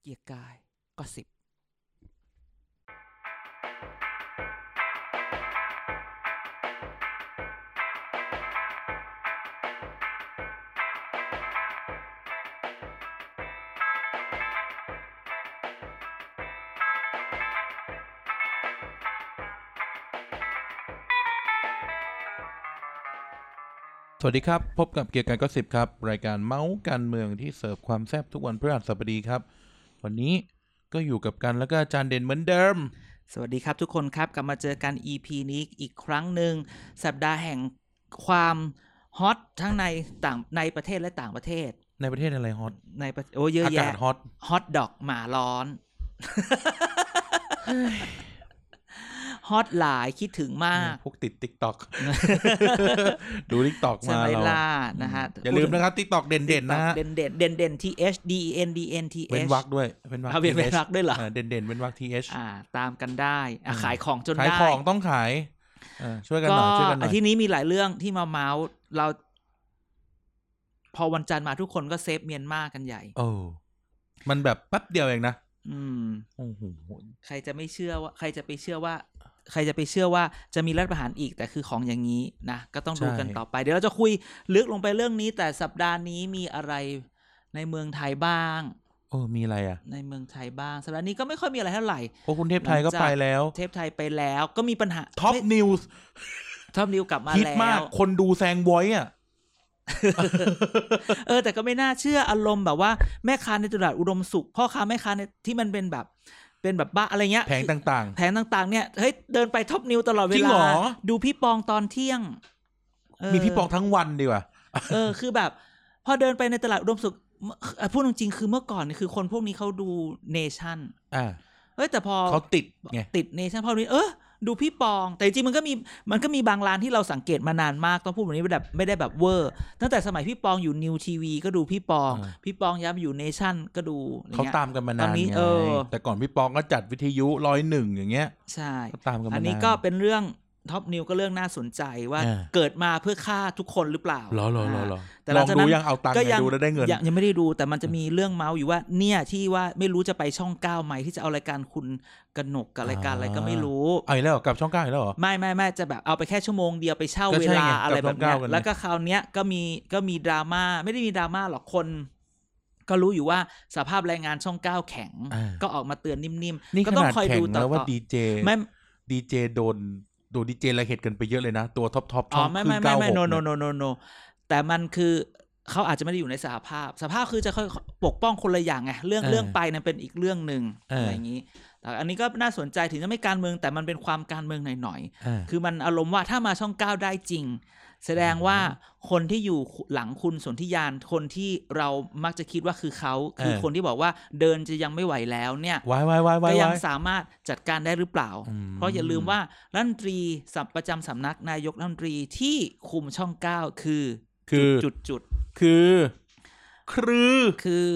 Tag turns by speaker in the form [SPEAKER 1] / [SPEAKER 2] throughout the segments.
[SPEAKER 1] เกียร์กายก็สิบ
[SPEAKER 2] สวัสดีครับ พบกับเกียร์การก็สิบครับ รายการเมาส์การเมืองที่เสิร์ฟความแซ่บทุกวันพฤหัสบดีครับ วันนี้ก็อยู่กับกันแล้วก็อาจารย์เด่นเหมือนเดิม
[SPEAKER 1] สวัสดีครับทุกคนครับ กลับมาเจอกัน EP นี้อีกครั้งหนึ่ง สัปดาห์แห่งความฮอตทั้งในต่างในประเทศและต่างประเทศ
[SPEAKER 2] ในประเทศอะไรฮอต
[SPEAKER 1] ในประโอ้เยอะ
[SPEAKER 2] อา
[SPEAKER 1] แยะ
[SPEAKER 2] กาศฮอต
[SPEAKER 1] ฮอตดอกหมาร้ อนฮอตหลายคิดถึงมาก
[SPEAKER 2] พวกติดติ๊กต็อก ดูติ๊กต็อก
[SPEAKER 1] ใช่
[SPEAKER 2] มา
[SPEAKER 1] ไหม
[SPEAKER 2] เรา
[SPEAKER 1] ล่ะนะฮะ
[SPEAKER 2] อย่าลืมนะครับติ๊กต็อกเด่นเด่นๆนะฮะ
[SPEAKER 1] เด่นเด่นเด่นเด่นที่ H D E N D N T
[SPEAKER 2] เว้น
[SPEAKER 1] H
[SPEAKER 2] วักด้วยเว้นวัก
[SPEAKER 1] เอาเว้น
[SPEAKER 2] TH
[SPEAKER 1] วรรคด้วยเหรอ
[SPEAKER 2] เด่นเด่นๆเว้นวักทีเอช
[SPEAKER 1] อ่า ตามกันได้อ่ะขายของจน
[SPEAKER 2] ขาย
[SPEAKER 1] ได้
[SPEAKER 2] ของต้องขายเออช่วยกันหน่อยช่วยกันหน่อย
[SPEAKER 1] อาทิตย์นี้มีหลายเรื่องที่มาเมาส์เรา พอวันจันทร์มาทุกคนก็เซฟเมียนมากันใหญ่
[SPEAKER 2] โอ้มันแบบแป๊บเดียวเองนะ
[SPEAKER 1] อืม
[SPEAKER 2] โอ้โห
[SPEAKER 1] ใครจะไม่เชื่อว่า ใครจะไปเชื่อว่า ใครจะไปเชื่อว่าจะมีรัฐประหารอีกแต่คือของอย่างนี้นะก็ต้องดูกันต่อไป เดี๋ยวเราจะคุยลึกลงไปเรื่องนี้ แต่สัปดาห์นี้มีอะไรในเมืองไทยบ้าง
[SPEAKER 2] เออมีอะไรอ่ะ
[SPEAKER 1] ในเมืองไทยบ้าง สัปดาห์นี้ก็ไม่ค่อยมีอะไรเท่าไหร่
[SPEAKER 2] โอ้คุณเทพไทยก็ไปแล้ว
[SPEAKER 1] เทปไทยไปแล้วก็มีปัญหา
[SPEAKER 2] ท็อป
[SPEAKER 1] ไม่
[SPEAKER 2] นิวส์
[SPEAKER 1] ท็อปนิวกลับมา
[SPEAKER 2] ฮิต
[SPEAKER 1] แล้
[SPEAKER 2] มาก
[SPEAKER 1] ว
[SPEAKER 2] คนดูแซงไว้อ่ะ
[SPEAKER 1] เออแต่ก็ไม่น่าเชื่ออารมณ์แบบว่าแม่ค้าในตลาดอุดมสุข พ่อค้าแม่ค้าในที่มันเป็นแบบ เป็นแบบบ้าอะไรเงี้ย
[SPEAKER 2] แผงต่าง
[SPEAKER 1] แผงต่างๆ เนี่ยเฮ้ยเดินไปท็อปนิวตลอดเว
[SPEAKER 2] จริง
[SPEAKER 1] ลา
[SPEAKER 2] เหรอ
[SPEAKER 1] ดูพี่ปองตอนเที่ยงเ
[SPEAKER 2] ๆ มีพี่ปองทั้งวันดีกว่า
[SPEAKER 1] เออคือแบบ พอเดินไปในตลาดอุดมสุขเมื่อเอ่อพูดจริงๆคือเมื่อก่อนเนี่ยคือคนพวกนี้เขาดูเนชั่น
[SPEAKER 2] อ่า
[SPEAKER 1] เฮ้ยแต่พอ
[SPEAKER 2] เขาติดไง
[SPEAKER 1] ติดเนชั่นพอนี้เออดูพี่ปอง แต่จริงๆมันก็มีมันก็มีบางร้านที่เราสังเกตมานานมาก ต้องพูดแบบนี้แบบไม่ได้แบบเวอร์ ตั้งแต่สมัยพี่ปองอยู่นิวทีวีก็ดูพี่ปอง
[SPEAKER 2] อ่า
[SPEAKER 1] พี่ปองย้ำอยู่เนชั่นก็ดูอะไร
[SPEAKER 2] เขา
[SPEAKER 1] เงี้ย
[SPEAKER 2] ตามกันมา
[SPEAKER 1] ต
[SPEAKER 2] นา
[SPEAKER 1] อน
[SPEAKER 2] น
[SPEAKER 1] นี้
[SPEAKER 2] ไง
[SPEAKER 1] เออ
[SPEAKER 2] แต่ก่อนพี่ปองก็จัดวิทยุร้อยหนึ่งอย่างเงี้ย
[SPEAKER 1] ใช่
[SPEAKER 2] ก็ตามกันมา
[SPEAKER 1] อั
[SPEAKER 2] นานน
[SPEAKER 1] นี้ก็เป็นเรื่องท็อปนิวก็เรื่องน่าสนใจว่า
[SPEAKER 2] อ่า
[SPEAKER 1] เกิดมาเพื่อฆ่าทุกคนหรือเปล่า
[SPEAKER 2] หรอหรอหรอหร
[SPEAKER 1] อ่า
[SPEAKER 2] อ
[SPEAKER 1] แต่หลัง
[SPEAKER 2] ลอง
[SPEAKER 1] จากนั้
[SPEAKER 2] ดู
[SPEAKER 1] น
[SPEAKER 2] ยังเอาตังค์ไงดูแล้วได้เงิน
[SPEAKER 1] ยังยังไม่ได้ดูแต่มันจะมีเรื่องเมาส์อยู่ว่าเนี่ยที่ว่าไม่รู้จะไปช่องเก้าไหมที่จะเอารายการคุณกนกกับรายการอะไรก็ไม่รู้
[SPEAKER 2] เอาอีกแล้วเหรอกลับช่องเก้าอีกแล้วเหรอ
[SPEAKER 1] ไม่ไม่ไม่จะแบบเอาไปแค่ชั่วโมงเดียวไปเช่า
[SPEAKER 2] ก็
[SPEAKER 1] เว
[SPEAKER 2] ใช่
[SPEAKER 1] ลา
[SPEAKER 2] ไง
[SPEAKER 1] อะไรแบบเนี้ย
[SPEAKER 2] จำต้องก้าวกันไง
[SPEAKER 1] แล้วก็คราวเนี้ยก็มีก็มีดราม่าไม่ได้มีดราม่าหรอกคน ก็รู้อยู่ว่าสภาพแรงงานช่องเก้าแข็ง ก็ออกมาเตือนนิ่ม
[SPEAKER 2] นี่
[SPEAKER 1] ๆ ก็
[SPEAKER 2] ข
[SPEAKER 1] ต้อง
[SPEAKER 2] นาด
[SPEAKER 1] คอย
[SPEAKER 2] แข่ง
[SPEAKER 1] ดูต่อ
[SPEAKER 2] แล้วว่า
[SPEAKER 1] ต่อ
[SPEAKER 2] ดีเจ
[SPEAKER 1] ไม่
[SPEAKER 2] ดีเจโดนโดนดีเจละเหตุกันไปเยอะเลยนะ ตัวท็อปท็อป
[SPEAKER 1] อ๋อ
[SPEAKER 2] ช่อง
[SPEAKER 1] ไม่
[SPEAKER 2] คื
[SPEAKER 1] ไม่
[SPEAKER 2] อ
[SPEAKER 1] ไม่
[SPEAKER 2] เก้าห
[SPEAKER 1] ไม่
[SPEAKER 2] ก
[SPEAKER 1] โนโน
[SPEAKER 2] เนี่ย
[SPEAKER 1] โนโนโนแต่มันคือเขาอาจจะไม่ได้อยู่ในสหภาพ สหภาพคือจะค่อยปกป้องคนละอย่างไงเรื่องเรื่องไปเนี่ยเป็นอีกเรื่องหนึ่งอะไรอย่างนี้ แต่อันนี้ก็น่าสนใจถึงจะไม่การเมืองแต่มันเป็นความการเมืองหน่อยๆ
[SPEAKER 2] อ่า
[SPEAKER 1] คือมันอารมณ์ว่าถ้ามาช่องเก้าได้จริง แสดงว่าคนที่อยู่หลังคุณสนธิยานคนที่เรามักจะคิดว่าคือเขาคือ
[SPEAKER 2] เออ
[SPEAKER 1] คนที่บอกว่าเดินจะยังไม่ไหวแล้วเนี่ย
[SPEAKER 2] ไว้ไว้ไว้ไว้
[SPEAKER 1] ก็ยัง
[SPEAKER 2] ไว้
[SPEAKER 1] สามารถจัดการได้หรือเปล่า
[SPEAKER 2] อืม
[SPEAKER 1] เพราะอย่าลืมว่ารัฐมนตรีสัประจำสำนักนายกรัฐมนตรีที่คุมช่องเก้าคือ
[SPEAKER 2] คือ
[SPEAKER 1] จุดจุด
[SPEAKER 2] คือครือ
[SPEAKER 1] ๆคือ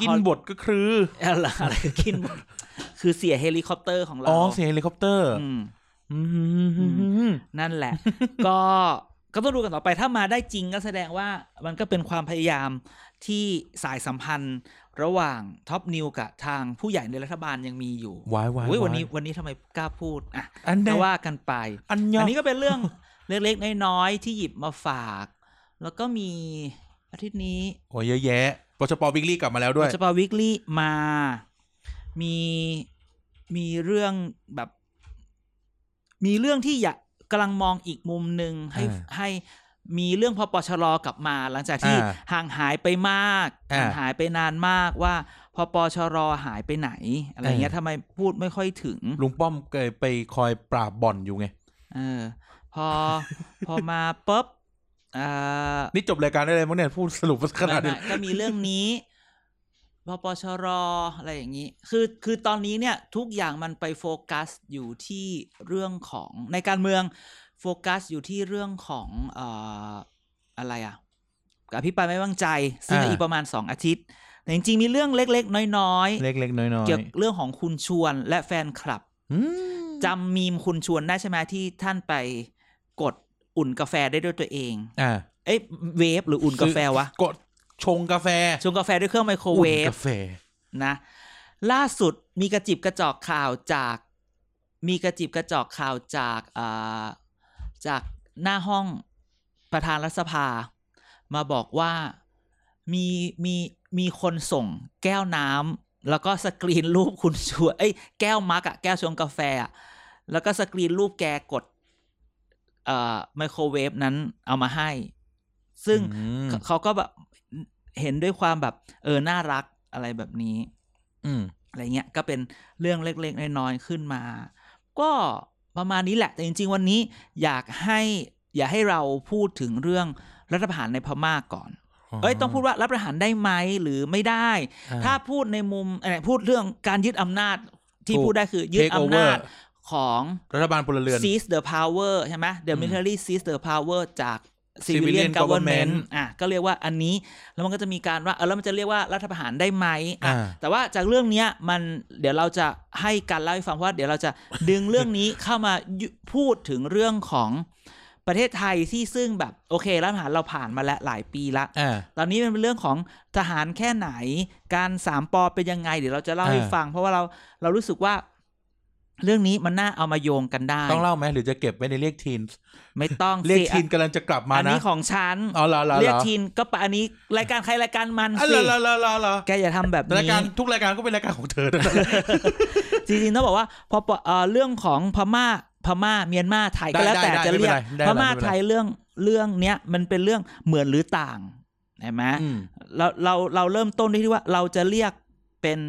[SPEAKER 2] กินบทก็คือ
[SPEAKER 1] อะไรอะไรกินบทคือเสียเฮลิคอปเตอร์ของเรา
[SPEAKER 2] อ๋อเสียงเฮลิคอปเตอร์
[SPEAKER 1] อืม
[SPEAKER 2] อืม
[SPEAKER 1] นั่นแหละ ก็ก็ต้องดูกันต่อไปถ้ามาได้จริงก็แสดงว่ามันก็เป็นความพยายามที่สายสัมพันธ์ระหว่างท็อปนิวกับทางผู้ใหญ่ในรัฐบาลยังมีอยู่
[SPEAKER 2] วายวาย
[SPEAKER 1] อุ๊ยวันนี้
[SPEAKER 2] วาย
[SPEAKER 1] วันนี้ทำไมกล้าพูดอ่ะ
[SPEAKER 2] อันเด
[SPEAKER 1] ก็ว่ากันไป
[SPEAKER 2] อันยอ
[SPEAKER 1] อั
[SPEAKER 2] อั
[SPEAKER 1] นนี้ก็เป็นเรื่อง เล็กๆน้อยๆที่หยิบมาฝาก แล้วก็มีอาทิตย์นี้
[SPEAKER 2] โอ้ยเยอะแยะปชปวิกลี่กลับมาแล้วด้วย
[SPEAKER 1] จะปาวิกลี่มา มีมีเรื่องแบบ มีเรื่องที่อยากกำลังมองอีกมุมหนึ่งให้
[SPEAKER 2] อ่า
[SPEAKER 1] ให้มีเรื่องพอปชรกลับมาหลังจากที่
[SPEAKER 2] อ่า
[SPEAKER 1] ห่างหายไปมาก
[SPEAKER 2] อ่า
[SPEAKER 1] ห่างหายไปนานมากว่าพอปชรหายไปไหน อะไรเงี้ย
[SPEAKER 2] เออ
[SPEAKER 1] ทำไมพูดไม่ค่อยถึง
[SPEAKER 2] ลุงป้อมเคยไปคอยปราบบ่อนอยู่ไง
[SPEAKER 1] เออ พอ พอมาปุ๊บอ่า
[SPEAKER 2] นี่จบรายการได้เลยมั้งเนี่ยพูดสรุปขนาดนี้
[SPEAKER 1] ไม่ไม่ก็มีเรื่องนี้ ปปชรอะไรอย่างนี้ คือคือตอนนี้เนี่ยทุกอย่างมันไปโฟกัสอยู่ที่เรื่องของในการเมืองโฟกัสอยู่ที่เรื่องของเอ่ออะไรอ่ะอภิปรายไม่วางใจ ซึ่ง
[SPEAKER 2] อ่า
[SPEAKER 1] อีกประมาณสองอาทิตย์แต่จริงๆมีเรื่องเล็กๆ น้อย
[SPEAKER 2] เล็กๆน้อย
[SPEAKER 1] ๆ
[SPEAKER 2] ๆ
[SPEAKER 1] เกี่ยวกับเรื่องของคุณชวนและแฟนคลับ
[SPEAKER 2] อืม
[SPEAKER 1] จำมีมคุณชวนได้ใช่ไหมที่ท่านไปกดอุ่นกาแฟได้ด้วยตัวเอง
[SPEAKER 2] อ่า
[SPEAKER 1] เอ้ยเวฟหรืออุ่นกาแฟวะ
[SPEAKER 2] กดชงกาแฟ
[SPEAKER 1] ชงกาแฟด้วยเครื่องไมโครเว
[SPEAKER 2] อุ่น
[SPEAKER 1] ฟ
[SPEAKER 2] กาแฟ
[SPEAKER 1] นะ ล่าสุดมีกระจิบกระจอกข่าวจาก มีกระจิบกระจอกข่าวจากอ่าจากหน้าห้องประธานรัฐสภา มาบอกว่ามีมีมีคนส่งแก้วน้ำแล้วก็สกรีนรูปคุณชวนเอ้ยแก้วมักอะแก้วชงกาแฟอะแล้วก็สกรีนรูปแกกดเอ่อไมโครเวฟนั้นเอามาให้ ซึ่ง
[SPEAKER 2] อืม
[SPEAKER 1] เขาก็แบบเห็นด้วยความแบบเออน่ารักอะไรแบบนี้
[SPEAKER 2] อืม
[SPEAKER 1] อะไรเงี้ยก็เป็นเรื่องเล็กๆน้อยๆขึ้นมา ก็ประมาณนี้แหละ แต่จริง ๆ วันนี้อยากให้อย่าให้เราพูดถึงเรื่องรัฐประหารในพม่ากก่อน เอ้ยต้องพูดว่ารัฐประหารได้ไหมหรือไม่ได้ ถ้าพูดในมุมเอ่อพูดเรื่องการยึดอำนาจที่
[SPEAKER 2] ถูก
[SPEAKER 1] พูดได้คือยึด
[SPEAKER 2] Take
[SPEAKER 1] อำ
[SPEAKER 2] over
[SPEAKER 1] นาจของ
[SPEAKER 2] รัฐบาลพลเรือน
[SPEAKER 1] seize the power ใช่ไหม the
[SPEAKER 2] อืม
[SPEAKER 1] military seize the power จาก
[SPEAKER 2] Civilian
[SPEAKER 1] civilian government
[SPEAKER 2] government
[SPEAKER 1] อ่ะก็เรียกว่าอันนี้ แล้วมันก็จะมีการว่าเออแล้วมันจะเรียกว่ารัฐประหารได้ไหมอ่ะ
[SPEAKER 2] อ่า
[SPEAKER 1] แต่ว่าจากเรื่องเนี้ยมันเดี๋ยวเราจะให้การเล่าให้ฟังเพราะว่าเดี๋ยวเราจะดึงเรื่องนี้ เข้ามายุพูดถึงเรื่องของประเทศไทยที่ซึ่งแบบโอเครัฐประหารเราผ่านมาแล้วหลายปีละ
[SPEAKER 2] อ่า
[SPEAKER 1] ตอนนี้มันเป็นเรื่องของทหารแค่ไหน การสามปอเป็นยังไง เดี๋ยวเราจะเล่าให้
[SPEAKER 2] อ่า
[SPEAKER 1] ฟัง เพราะว่าเราเรารู้สึกว่า เรื่องนี้มันน่าเอามาโยงกันได้
[SPEAKER 2] ต้องเล่าไหมหรือจะเก็บไว้ในเรียกทีน
[SPEAKER 1] ไม่ต้อง
[SPEAKER 2] เรียก
[SPEAKER 1] สิ
[SPEAKER 2] ทีนกำลังจะกลับมา
[SPEAKER 1] อัน
[SPEAKER 2] นะ
[SPEAKER 1] นี้ของฉัน
[SPEAKER 2] อ๋อเหรอเหรอหรอ
[SPEAKER 1] เรียกทีนก็ปะอันนี้รายการใครรายการมัน
[SPEAKER 2] อ๋อ
[SPEAKER 1] สิ
[SPEAKER 2] เหรอเหรอเหรอเหรอเหรอ
[SPEAKER 1] แกอย่าทำแบบ
[SPEAKER 2] แต่ราย
[SPEAKER 1] นี้
[SPEAKER 2] การทุกรายการก็เป็นรายการของเธอด้วยนะ
[SPEAKER 1] จริงๆต้องบอกว่าพอปเอ่อเรื่องของพม่าพม่าเมียนมาไทยก็
[SPEAKER 2] ได้
[SPEAKER 1] แล้วแต่
[SPEAKER 2] ได้ได้
[SPEAKER 1] จะเรียก
[SPEAKER 2] ไม่เป็นไรได้
[SPEAKER 1] พม่า
[SPEAKER 2] ไม่เป็นไร
[SPEAKER 1] ไทยเรื่องเรื่องเนี้ยมันเป็นเรื่องเหมือนหรือต่างเห็นไหม
[SPEAKER 2] อืม
[SPEAKER 1] เราเราเราเริ่มต้นด้วยที่ว่าเราจะเรียกเป็น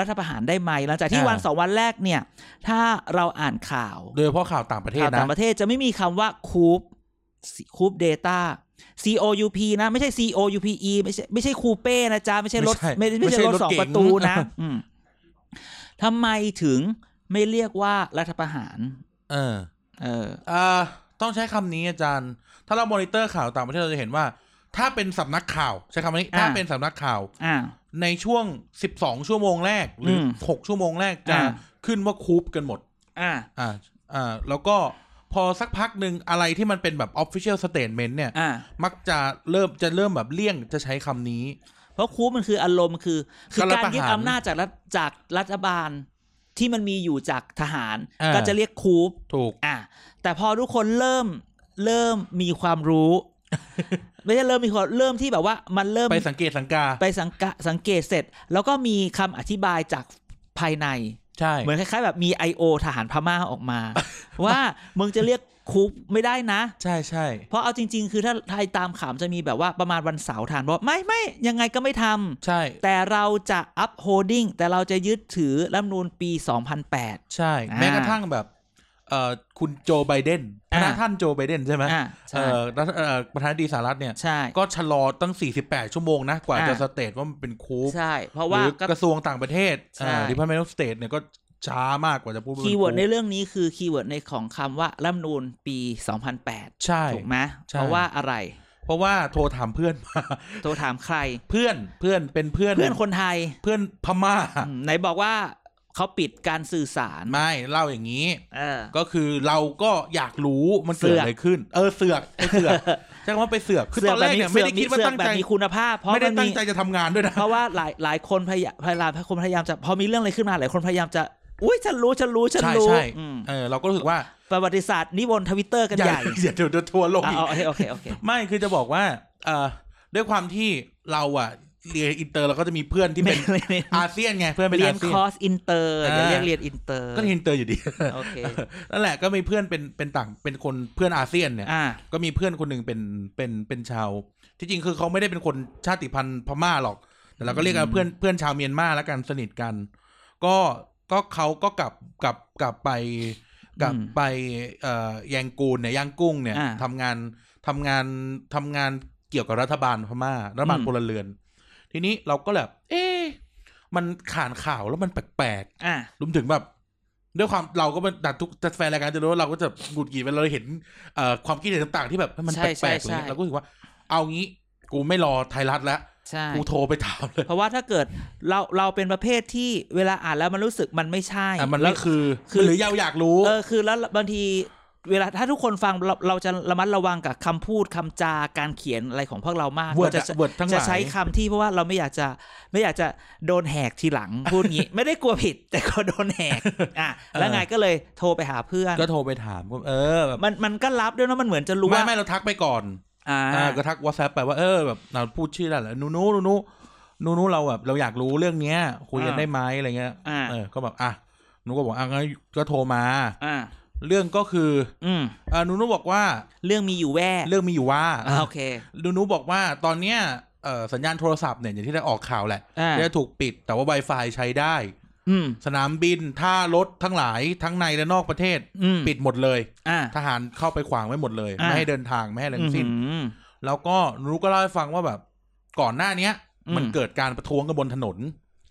[SPEAKER 1] รัฐประหารได้ไหมหลังจากที่
[SPEAKER 2] อ่า
[SPEAKER 1] วันสองวันแรกเนี่ย ถ้าเราอ่านข่าว
[SPEAKER 2] โดยเฉพาะข่าวต่างประเทศ
[SPEAKER 1] ข่าว
[SPEAKER 2] นะ
[SPEAKER 1] ต่างประเทศจะไม่มีคำว่าคูปคูป Data C O U P นะ ไม่ใช่ C O U P E ไม่ใช่ไม่ใช่คูเป้นะจ๊ะ ไม่ใช่รถ
[SPEAKER 2] ไม่
[SPEAKER 1] ไม่
[SPEAKER 2] ใช่
[SPEAKER 1] ไม่ใช่รถ
[SPEAKER 2] ไม่ใช่รถ
[SPEAKER 1] สอง
[SPEAKER 2] เก๋ง
[SPEAKER 1] ประตูนะอืมทำไมถึงไม่เรียกว่ารัฐประหาร
[SPEAKER 2] เออ
[SPEAKER 1] เออ
[SPEAKER 2] เอ่อต้องใช้คำนี้อาจารย์ ถ้าเรามอนิเตอร์ข่าวต่างประเทศเราจะเห็นว่า ถ้าเป็นสำนักข่าว ใช้คำนี้
[SPEAKER 1] อ่า
[SPEAKER 2] ถ้าเป็นสำนักข่าว
[SPEAKER 1] อ่า
[SPEAKER 2] ในช่วง 12 ชั่วโมงแรก หรืออ
[SPEAKER 1] ม
[SPEAKER 2] 6ชั่วโมงแรกจะ
[SPEAKER 1] อ่า
[SPEAKER 2] ขึ้นว่าคูปกันหมด
[SPEAKER 1] อ่า
[SPEAKER 2] อ่า อ่า แล้วก็พอสักพักหนึ่งอะไรที่มันเป็นแบบ Official Statement เนี่ย
[SPEAKER 1] อ่า
[SPEAKER 2] มักจะเริ่มจะเริ่มแบบเลี่ยงจะใช้คำนี้
[SPEAKER 1] เพราะคูปมันคืออารมณ์คือ คือ
[SPEAKER 2] การรั
[SPEAKER 1] กา
[SPEAKER 2] ฐ
[SPEAKER 1] ร
[SPEAKER 2] ประหาร
[SPEAKER 1] ยึดอำนาจจากรัฐจากรัฐบาลที่มันมีอยู่จากทหาร
[SPEAKER 2] อ่า
[SPEAKER 1] ก็จะเรียกคูป
[SPEAKER 2] ถูก
[SPEAKER 1] อ่ะแต่พอทุกคนเริ่มเริ่มมีความ รู้ ไม่ใช่เริ่มมีความเริ่มที่แบบว่ามันเริ่ม
[SPEAKER 2] ไปสังเกตสังกา
[SPEAKER 1] ไปสังกะสังเกตเสร็จ แล้วก็มีคำอธิบายจากภายใน
[SPEAKER 2] ใช่
[SPEAKER 1] เหมือนคล้ายๆแบบมี I.O. ทหารพม่าออกมา ว่ามึงจะเรียกคูปไม่ได้นะ
[SPEAKER 2] ใช่ใช่
[SPEAKER 1] เพราะเอาจริง ๆ คือถ้าไทยตามข่าวจะมีแบบว่าประมาณวันเสาร์ทหานบอกไม่ไม่ยังไงก็ไม่ทำ
[SPEAKER 2] ใช่
[SPEAKER 1] แต่เราจะ upholding แต่เราจะยึดถือรัฐธรรมนูญปี 2008
[SPEAKER 2] ใช่
[SPEAKER 1] อ่า
[SPEAKER 2] แม้กระทั่งแบบ เอ่อ คุณโจไบเดน
[SPEAKER 1] อ่า
[SPEAKER 2] นะท่านโจไบเดนใช่ไหม
[SPEAKER 1] อ่า
[SPEAKER 2] เอ
[SPEAKER 1] ใช่
[SPEAKER 2] อรัฐเอ่อประธานาธิบดีสหรัฐเนี่ย
[SPEAKER 1] ใช่
[SPEAKER 2] ก็ชะลอตั้ง 48 ชั่วโมงนะ กว่า
[SPEAKER 1] อ่า
[SPEAKER 2] จะสเตทว่ามันเป็นคูป
[SPEAKER 1] ใช่ เพราะ
[SPEAKER 2] ห
[SPEAKER 1] ว่า
[SPEAKER 2] รือ
[SPEAKER 1] ก็
[SPEAKER 2] กระทรวงต่างประเทศ
[SPEAKER 1] ใช่
[SPEAKER 2] ดิพาร์ตเมนต์ออฟสเตทเนี่ยก็ช้ามากกว่าจะพูดามัน
[SPEAKER 1] คีย์เวิร์ด
[SPEAKER 2] ป็
[SPEAKER 1] ใน
[SPEAKER 2] นคูป
[SPEAKER 1] เรื่องนี้คือคีย์เวิร์ดในของคำว่ารัฐธรรมนูญปี 2008
[SPEAKER 2] ใช่
[SPEAKER 1] ถูกไหม
[SPEAKER 2] ใช่
[SPEAKER 1] เพราะว่าอะไร
[SPEAKER 2] เพราะว่าโทรถามเพื่อนมา
[SPEAKER 1] โทรถามใคร
[SPEAKER 2] เพื่อนเพื่อนเป็นเพื่อน
[SPEAKER 1] เพื่อนคนไทย
[SPEAKER 2] เพื่อนพม่า
[SPEAKER 1] อืมไหนบอกว่าเขาปิดการสื่อสาร
[SPEAKER 2] ไม่เล่าอย่างนี้
[SPEAKER 1] เออ
[SPEAKER 2] ก็คือเราก็อยากรู้มันเกิด
[SPEAKER 1] เสือก
[SPEAKER 2] อะไรขึ้น เออเสือกไปเสื อกใช่คำว่าไปเสือกคือตอนแรกเนี่ยไม่ได้คิดว่า
[SPEAKER 1] เสือก
[SPEAKER 2] ตั้ง
[SPEAKER 1] แบบ
[SPEAKER 2] ใจ
[SPEAKER 1] มีคุณภาพ เพราะ
[SPEAKER 2] ไม่ได้
[SPEAKER 1] มัน
[SPEAKER 2] ตั้
[SPEAKER 1] มี
[SPEAKER 2] งใจจะทำงานด้วยนะ
[SPEAKER 1] เพราะว่าหลายหลายคนพยายามพยายามคนพยายามจะพอมีเรื่องอะไรขึ้นมาหลายคนพยายามจะ อุ้ยฉันรู้ฉันรู้ฉัน
[SPEAKER 2] ใช่
[SPEAKER 1] รู้
[SPEAKER 2] ใช่
[SPEAKER 1] อืม
[SPEAKER 2] เออเราก็รู้สึกว่า
[SPEAKER 1] ประวัติศาสตร์นิวนทวิตเตอร์กัน
[SPEAKER 2] อย่า
[SPEAKER 1] ใหญ่
[SPEAKER 2] อย่า เดี๋ยวจะทัวร์ลง
[SPEAKER 1] อ่ะ
[SPEAKER 2] อีก
[SPEAKER 1] เอาเอาโอเค โอเค
[SPEAKER 2] ไม่คือจะบอกว่าเอ่อด้วยความที่เราอ่ะเรียนอินเตอร์เราก็จะมีเพื่อนที่เป็น
[SPEAKER 1] ไม่ไม่
[SPEAKER 2] อาเซียน ไงเพื่อนเป็น
[SPEAKER 1] เรียน
[SPEAKER 2] อาเซีย
[SPEAKER 1] คน อร์สอินเตอร์
[SPEAKER 2] อ่า
[SPEAKER 1] อย่าเรียกเรียนอินเตอร์
[SPEAKER 2] ก็เรียนอินเตอร์อยู่ดี
[SPEAKER 1] โอเค
[SPEAKER 2] นั่นแหละก็มีเพื่อนเป็นเป็นต่างเป็นคนเพื่อนอาเซียนเนี่ย
[SPEAKER 1] อ่า
[SPEAKER 2] ก็มีเพื่อนคนหนึ่งเป็นเป็นเป็นชาว ที่จริงคือเขาไม่ได้เป็นคนชาติพันธุ์พม่าหรอก แต่เราก็เรียกกันว่าเพื่อนเพื่อนชาวเมียนมาแล้วกันสนิทกัน ก็ก็เขาก็กลับกลับกลับไปกลับ
[SPEAKER 1] อืม
[SPEAKER 2] ไปเอ่อแยางกูนเนี่ยแยางกุ้งเนี่ย
[SPEAKER 1] อ่า
[SPEAKER 2] ทำงานทำงานทำงานเกี่ยวกับรัฐบาลพม่ารัฐบาล
[SPEAKER 1] อืม
[SPEAKER 2] พลเรือน ทีนี้เราก็แบบ เอ๊ะมันข่านข่าวแล้วมันแปลกๆ
[SPEAKER 1] อ่า
[SPEAKER 2] รวมถึงแบบด้วยความเราก็มันดัดทุกจัดแฟนรายการจะรู้ว่าเราก็จะหงุดหงิดเวลาเราเห็นเอ่อความคิดเห็นต่างๆ ที่แบบมัน
[SPEAKER 1] ใช่
[SPEAKER 2] แปลกๆ
[SPEAKER 1] ใช่
[SPEAKER 2] อะไร
[SPEAKER 1] ใช่
[SPEAKER 2] เงี้ยเราก็รู้สึกว่าเอางี้กูไม่รอไทยรัฐแล้ว
[SPEAKER 1] ใช่
[SPEAKER 2] กูโทรไปถามเลย
[SPEAKER 1] เพราะว่าถ้าเกิดเราเราเป็นประเภทที่เวลาอ่านแล้วมันรู้สึกมันไม่ใช่
[SPEAKER 2] อ่ะมัน
[SPEAKER 1] แล้
[SPEAKER 2] ไม่
[SPEAKER 1] ว
[SPEAKER 2] คือ
[SPEAKER 1] คือ
[SPEAKER 2] หรือเราอยากรู้
[SPEAKER 1] เออคือแล้วบางที เวลาถ้าทุกคนฟังเราเราจะระมัดระวังกับคำพูดคำจาการเขียนอะไรของพวกเรามาก
[SPEAKER 2] เวิร์ด
[SPEAKER 1] เราจะ
[SPEAKER 2] เวิร์ดทั้งห
[SPEAKER 1] จะ
[SPEAKER 2] ลาย
[SPEAKER 1] ใช้คำที่เพราะว่าเราไม่อยากจะไม่อยากจะโดนแหกที หลัง พูดงี้ ไม่ได้กลัวผิด แต่ก็โดนแหกอ่ะแล้วไงก็เลยโทรไปหาเพื่อน
[SPEAKER 2] ก็โทรไปถามว่าเออแบบ
[SPEAKER 1] มันมันก็รับด้วยนะมันเหมือนจะรู้
[SPEAKER 2] ไม่
[SPEAKER 1] ว่า
[SPEAKER 2] ไม่เราทักไปก่อน
[SPEAKER 1] อ่า
[SPEAKER 2] อ่าก็ทักวอทแซปไปว่าเออแบบเราพูดชื่อได้แล้วนูนูนูนูนูนูเราแบบเราอยากรู้เรื่องเนี้ยคุยกันได้ไหมอะไรเงี้ย
[SPEAKER 1] อ่า
[SPEAKER 2] เออก็แบบอ่ะนูก็บอกอ่ะงั้นก็โทรมา
[SPEAKER 1] อ่า
[SPEAKER 2] เรื่องก็คือ
[SPEAKER 1] อืม
[SPEAKER 2] อ่านูนูบอกว่า
[SPEAKER 1] เรื่องมีอยู่แว่
[SPEAKER 2] เรื่องมีอยู่ว่า
[SPEAKER 1] อ่าโอเค
[SPEAKER 2] นูนูบอกว่าตอนเนี้ยเอ่อสัญญาณโทรศัพท์เนี่ยอย่างที่ได้ออกข่าวแหละ
[SPEAKER 1] อ่า
[SPEAKER 2] จะถูกปิดแต่ว่า Wi-Fi ใช้ได้
[SPEAKER 1] อืม
[SPEAKER 2] สนามบินท่ารถทั้งหลายทั้งในและนอกประเทศ
[SPEAKER 1] อืม
[SPEAKER 2] ปิดหมดเลย
[SPEAKER 1] อ่า
[SPEAKER 2] ทหารเข้าไปขวางไว้หมดเลย
[SPEAKER 1] อ่า
[SPEAKER 2] ไม่ให้เดินทางไม่ให้อะไร
[SPEAKER 1] อื
[SPEAKER 2] ทั้
[SPEAKER 1] ม
[SPEAKER 2] งสิ้น
[SPEAKER 1] อืม
[SPEAKER 2] แล้วก็นูก็เล่าให้ฟังว่าแบบก่อนหน้าเนี้ย
[SPEAKER 1] อืม
[SPEAKER 2] มันเกิดการประท้วงกันบนถนน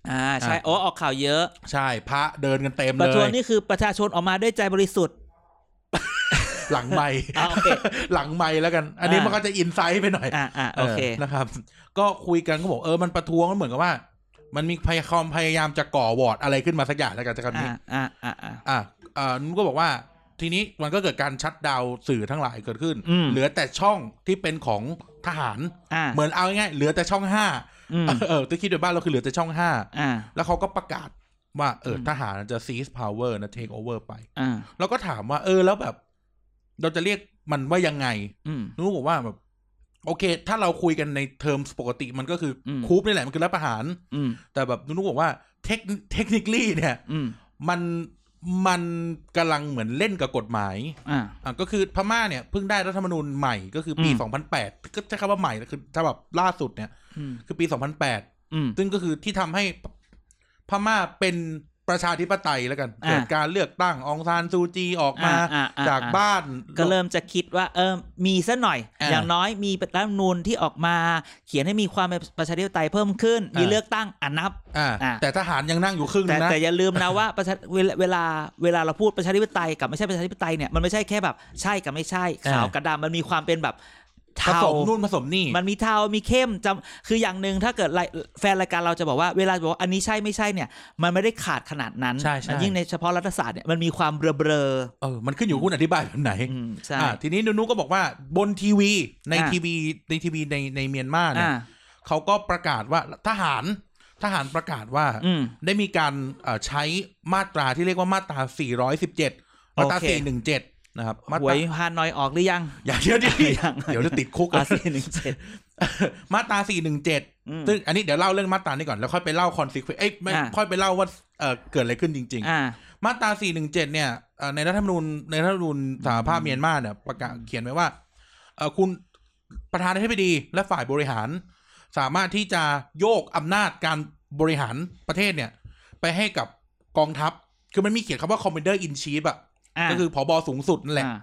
[SPEAKER 1] อ่าใช่
[SPEAKER 2] อ่ะ
[SPEAKER 1] โอ้ออกข่าวเยอะ
[SPEAKER 2] ใช่พระเดินกันเต็ม
[SPEAKER 1] ประ
[SPEAKER 2] เล
[SPEAKER 1] ท้วง
[SPEAKER 2] ย
[SPEAKER 1] นี่คือประชาชนออกมาด้วยใจบริสุทธิ์
[SPEAKER 2] หลังไม้
[SPEAKER 1] อ่าโอเค
[SPEAKER 2] หลังไม้แล้วกัน อันนี้
[SPEAKER 1] อ่ามั
[SPEAKER 2] มันก็จะอินไซต์ไปหน่อย
[SPEAKER 1] อ่าอ่าโอเค
[SPEAKER 2] นะครับ ก็คุยกันก็บอกเออมันประท้วงก็เหมือนกับว่า มันมีพยายามพยายามจะก่อวอร์ดอะไรขึ้นมาสักอย่างแล้วกันจากนี้
[SPEAKER 1] อ่าอ่าอ่าอ่า
[SPEAKER 2] อ่ะอ่านูก็บอกว่า ทีนี้มันก็เกิดการชัดดาวน์สื่อทั้งหลายเกิดขึ้น
[SPEAKER 1] อืม
[SPEAKER 2] เหลือแต่ช่องที่เป็นของทหาร
[SPEAKER 1] อ่า
[SPEAKER 2] เหมือนเอาง่ายๆเหลือแต่ช่องห้า
[SPEAKER 1] อืม
[SPEAKER 2] เออที่คิดโดยบ้านเราคือเหลือแต่ช่องห้า
[SPEAKER 1] อ่า
[SPEAKER 2] แล้วเขาก็ประกาศว่าเอออ
[SPEAKER 1] ม
[SPEAKER 2] ทหารจะ seize power นะ take over ไป
[SPEAKER 1] อ่า
[SPEAKER 2] เราก็ถามว่า เออแล้วแบบ เราจะเรียกมันว่ายังไง
[SPEAKER 1] อืม
[SPEAKER 2] นู้บอกว่าแบบ โอเค ถ้าเราคุยกันในเทอมปกติมันก็คืออ
[SPEAKER 1] ม
[SPEAKER 2] คูปนี่แหละ มันคือรัฐประหาร
[SPEAKER 1] อืม
[SPEAKER 2] แต่แบบนุ้บอกว่าเทคเทคนิคลี่เนี่ย
[SPEAKER 1] อืม
[SPEAKER 2] มันมันกำลังเหมือนเล่นกับกฎหมาย
[SPEAKER 1] อ่า
[SPEAKER 2] อ่ะก็คือพม่าเนี่ยเพิ่งได้รัฐธรรมนูญใหม่ก็คือปี
[SPEAKER 1] อืม
[SPEAKER 2] 2008 ก็ใช้คำว่าใหม่นะคือถ้าแบบล่าสุดเนี่ย
[SPEAKER 1] อืม
[SPEAKER 2] คือปี 2008
[SPEAKER 1] อืม
[SPEAKER 2] ซึ่งก็คือที่ทำให้พพม่าเป็นประชาธิปไตยแล้วกัน
[SPEAKER 1] อ่า
[SPEAKER 2] เกิดการเลือกตั้งอองซานซูจีออกมา
[SPEAKER 1] อ่อ่
[SPEAKER 2] จาก
[SPEAKER 1] อ่
[SPEAKER 2] บ้าน
[SPEAKER 1] ก็เริ่มจะคิดว่า เออ มีซะหน่อย
[SPEAKER 2] อ่า
[SPEAKER 1] อย่างน้อยมีรัฐธรรมนูญที่ออกมา เขียนให้มีความเป็นประชาธิปไตยเพิ่มขึ้น
[SPEAKER 2] อ่ามี
[SPEAKER 1] มีเลือกตั้งอ่ะนับ
[SPEAKER 2] อ่า
[SPEAKER 1] อ่า
[SPEAKER 2] แต่ทหารยังนั่งอยู่ครึ่ง
[SPEAKER 1] แต่
[SPEAKER 2] นะ
[SPEAKER 1] แต่อย่าลืมนะว่าประชาเวลาเวลาเวลาเราพูดประชาธิปไตยกับไม่ใช่ประชาธิปไตยเนี่ยมันไม่ใช่แค่แบบใช่กับไม่ใช่
[SPEAKER 2] อ่า
[SPEAKER 1] ขาวกับดำมันมีความเป็นแบบ
[SPEAKER 2] ผ
[SPEAKER 1] เทา
[SPEAKER 2] สมนู่นผสมนี่
[SPEAKER 1] มันมีเทา มีเข้มจำคืออย่างหนึ่งถ้าเกิดไลแฟนรายการเราจะบอกว่า เวลาบอกว่าอันนี้ใช่ไม่ใช่เนี่ย มันไม่ได้ขาดขนาดนั้น
[SPEAKER 2] ใช่ใช่
[SPEAKER 1] มันยิ่งในเฉพาะรัฐศาสตร์เนี่ย มันมีความเบลอเบลอ
[SPEAKER 2] เออมันขึ้นอยู่กับคุณอธิบายแบบไหน
[SPEAKER 1] ๆอืมใช่
[SPEAKER 2] อ่าทีนี้นูนูก็บอกว่าบนทีวีใน
[SPEAKER 1] อ่า
[SPEAKER 2] ทีวีในทีวีในในเมียนมาเนี่ย
[SPEAKER 1] อ่า
[SPEAKER 2] เขาก็ประกาศว่าทหารทหารประกาศว่า
[SPEAKER 1] อืม
[SPEAKER 2] ได้มีการเอ่อใช้มาตราที่เรียกว่ามาตรา 417 มาตรา
[SPEAKER 1] โอเค
[SPEAKER 2] 417 นะครับ มา
[SPEAKER 1] ห
[SPEAKER 2] ต
[SPEAKER 1] ว
[SPEAKER 2] รา
[SPEAKER 1] ยฮานอยออกหรือยัง
[SPEAKER 2] อย่าเดี๋ยวดิ
[SPEAKER 1] ยัง
[SPEAKER 2] เดี๋ยวจะติดคุก
[SPEAKER 1] อา
[SPEAKER 2] อะ
[SPEAKER 1] ซีหนึ่งเจ็ด
[SPEAKER 2] มาตราสี่หนึ่งเจ็ดซึ่งอันนี้เดี๋ยวเล่าเรื่องมาตรานี้ก่อน แล้วค่อยไปเล่าคอนซิเควนเอ้ยไม่
[SPEAKER 1] อ่า
[SPEAKER 2] ค่อยไปเล่าว่าเอ่อเกิดอะไรขึ้นจริง
[SPEAKER 1] อ่า
[SPEAKER 2] ๆ มาตราสี่หนึ่งเจ็ดเนี่ยเอ่อในรัฐธรรมนูญในรัฐธรรมนูญสหภาพเมียนมาเนี่ยประกาศเขียนไว้ว่าเอ่อคุณประธานาธิบดีและฝ่ายบริหาร สามารถที่จะโยกอำนาจการบริหารประเทศเนี่ย ไปให้กับกองทัพ คือมันมีเขียนคำว่าคอมมานเดอร์อินชีฟอะ
[SPEAKER 1] อ่า
[SPEAKER 2] ก็คือผบสูงสุดนั่นแหละ
[SPEAKER 1] อ่า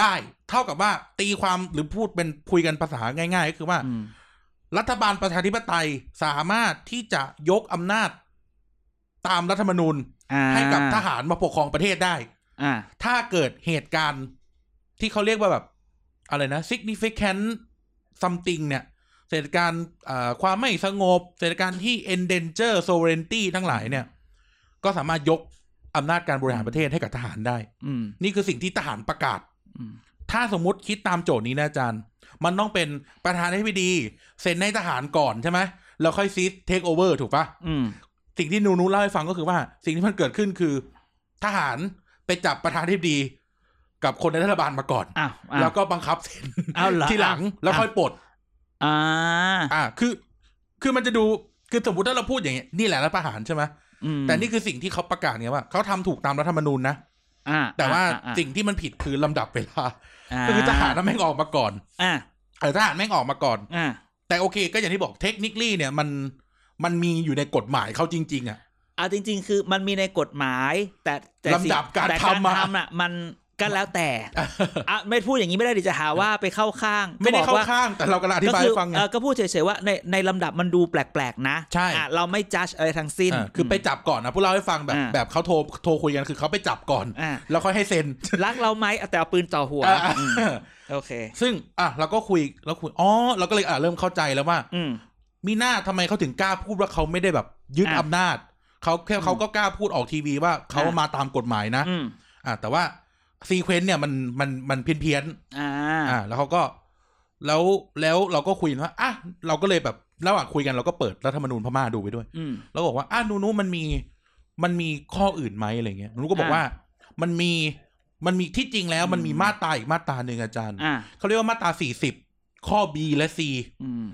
[SPEAKER 2] ได้เท่ากับว่าตีความหรือพูดเป็นคุยกันภาษาง่าย ๆ ก็คือว่า
[SPEAKER 1] อืม
[SPEAKER 2] รัฐบาลประชาธิปไตยสามารถที่จะยกอำนาจตามรัฐธรรมนูญ
[SPEAKER 1] อ่า
[SPEAKER 2] ให้กับทหารมาปกครองประเทศได้
[SPEAKER 1] อ่า
[SPEAKER 2] ถ้าเกิดเหตุการณ์ที่เขาเรียกว่าแบบ อะไรนะ significant something เนี่ยเหตุการณ์อ่าความไม่สงบเหตุการณ์ที่ endanger sovereignty ทั้งหลายเนี่ย ก็สามารถยกอำนาจการบริหารประเทศให้กับทหารได้
[SPEAKER 1] อืม
[SPEAKER 2] นี่คือสิ่งที่ทหารประกาศ
[SPEAKER 1] อืม
[SPEAKER 2] ถ้าสมมติคิดตามโจทย์นี้นะอาจารย์ มันต้องเป็นประธานาธิบดีเซ็นให้ทหารก่อนใช่ไหมแล้วค่อยซีเทคโอเวอร์ถูกปะ
[SPEAKER 1] อืม
[SPEAKER 2] สิ่งที่นูนูเล่าให้ฟังก็คือว่า สิ่งที่มันเกิดขึ้นคือ ทหารไปจับประธานาธิบดี กับคนในรัฐบาลมาก่อน
[SPEAKER 1] อ้าวอ้าว
[SPEAKER 2] แล้วก็บังคับเซ็น
[SPEAKER 1] เอาเหรอ
[SPEAKER 2] ทีหลัง
[SPEAKER 1] อ่ะ
[SPEAKER 2] แล้วค่อยปลด
[SPEAKER 1] อ่า
[SPEAKER 2] อ่าคือ คือมันจะดูคือสมมติถ้าเราพูดอย่างเงี้ยนี่แหละรัฐประหารใช่ไหม
[SPEAKER 1] อืม
[SPEAKER 2] แต่นี่คือสิ่งที่เขาประกาศเนี่ยว่าเขาทำถูกตามรัฐธรรมนูญนะ
[SPEAKER 1] อ่า
[SPEAKER 2] แต่ว่า
[SPEAKER 1] อ่อ่
[SPEAKER 2] สิ่งที่มันผิดคือลำดับเวลา
[SPEAKER 1] า
[SPEAKER 2] ก็คือทหารน่ะแม่งออกมาก่อน
[SPEAKER 1] อ่า
[SPEAKER 2] เออทหารแม่งออกมาก่อน
[SPEAKER 1] อ่า
[SPEAKER 2] แต่โอเค ก็อย่างที่บอกเทคนิคลี่เนี่ยมันมันมีอยู่ในกฎหมายเขาจริง ๆ อ่ะ
[SPEAKER 1] เอาจริง ๆ คือมันมีในกฎหมาย แต่แต่สิ่ง
[SPEAKER 2] ลำดับการ
[SPEAKER 1] แต่
[SPEAKER 2] ทำอะ
[SPEAKER 1] อ่ะมันก็แล้วแต่อ่ะไม่พูดอย่างนี้ไม่ได้เดิจะหาว่าไปเข้าข้าง
[SPEAKER 2] ไม่ได้
[SPEAKER 1] ก็บอก
[SPEAKER 2] เข้า
[SPEAKER 1] ว่
[SPEAKER 2] ข้างแต่เรากำลังอธิ
[SPEAKER 1] ก็
[SPEAKER 2] บาย
[SPEAKER 1] คื
[SPEAKER 2] ให้ฟังไง
[SPEAKER 1] เออก็พูดเฉยๆว่าในในลำดับมันดูแปลกๆ นะ
[SPEAKER 2] ใช่
[SPEAKER 1] อ่ะเราไม่จัดอะไรทั้งสิ้น
[SPEAKER 2] อ่าคือไปจับก่อนนะผู้เล่าให้ฟังแบบ
[SPEAKER 1] อ่า
[SPEAKER 2] แบบเขาโทรโทรคุยกันคือเขาไปจับก่อน
[SPEAKER 1] อ่ะ
[SPEAKER 2] แล้วค่อยให้เซ็น
[SPEAKER 1] รักเราไหมเอาแต่เอาปืนจ่อหัว
[SPEAKER 2] อ่า
[SPEAKER 1] อืมโอเค
[SPEAKER 2] ซึ่งอ่ะเราก็คุยแล้วคุยอ๋อเราก็เลยอ่ะเริ่มเข้าใจแล้วว่า
[SPEAKER 1] อืม
[SPEAKER 2] มีหน้าทำไมเขาถึงกล้าพูดว่าเขาไม่ได้แบบยึด
[SPEAKER 1] อ่ะ
[SPEAKER 2] อำนาจเขาแค่เขาก็กล้าพูดออกทีวีว่าเขา
[SPEAKER 1] อ่ะ
[SPEAKER 2] มาตามกฎหมายนะ
[SPEAKER 1] อืม
[SPEAKER 2] อ่ะแต่ว่า ซีเควนต์เนี่ยมันมันมันเพี้ยนเพี้ยน
[SPEAKER 1] อ่า
[SPEAKER 2] ๆอ่า แล้วเขาก็แล้วแล้วเราก็คุยกันว่าอ่ะเราก็เลยแบบระหว่างคุยกันเราก็เปิดรัฐธรรมนูญพม่าดูไปด้วย
[SPEAKER 1] อืม
[SPEAKER 2] แล้วบอกว่าอ่ะหนูหนูมันมี มันมีข้ออื่นไหมอะไรเงี้ยหนูก็บอก
[SPEAKER 1] อ่า
[SPEAKER 2] ว่า มันมี มันมีที่จริงแล้วมันมี
[SPEAKER 1] อืม
[SPEAKER 2] มาตราอีกมาตราหนึ่งอาจารย์
[SPEAKER 1] อ่า
[SPEAKER 2] เขาเรียกว่ามาตราสี่สิบข้อ B และ C
[SPEAKER 1] อืม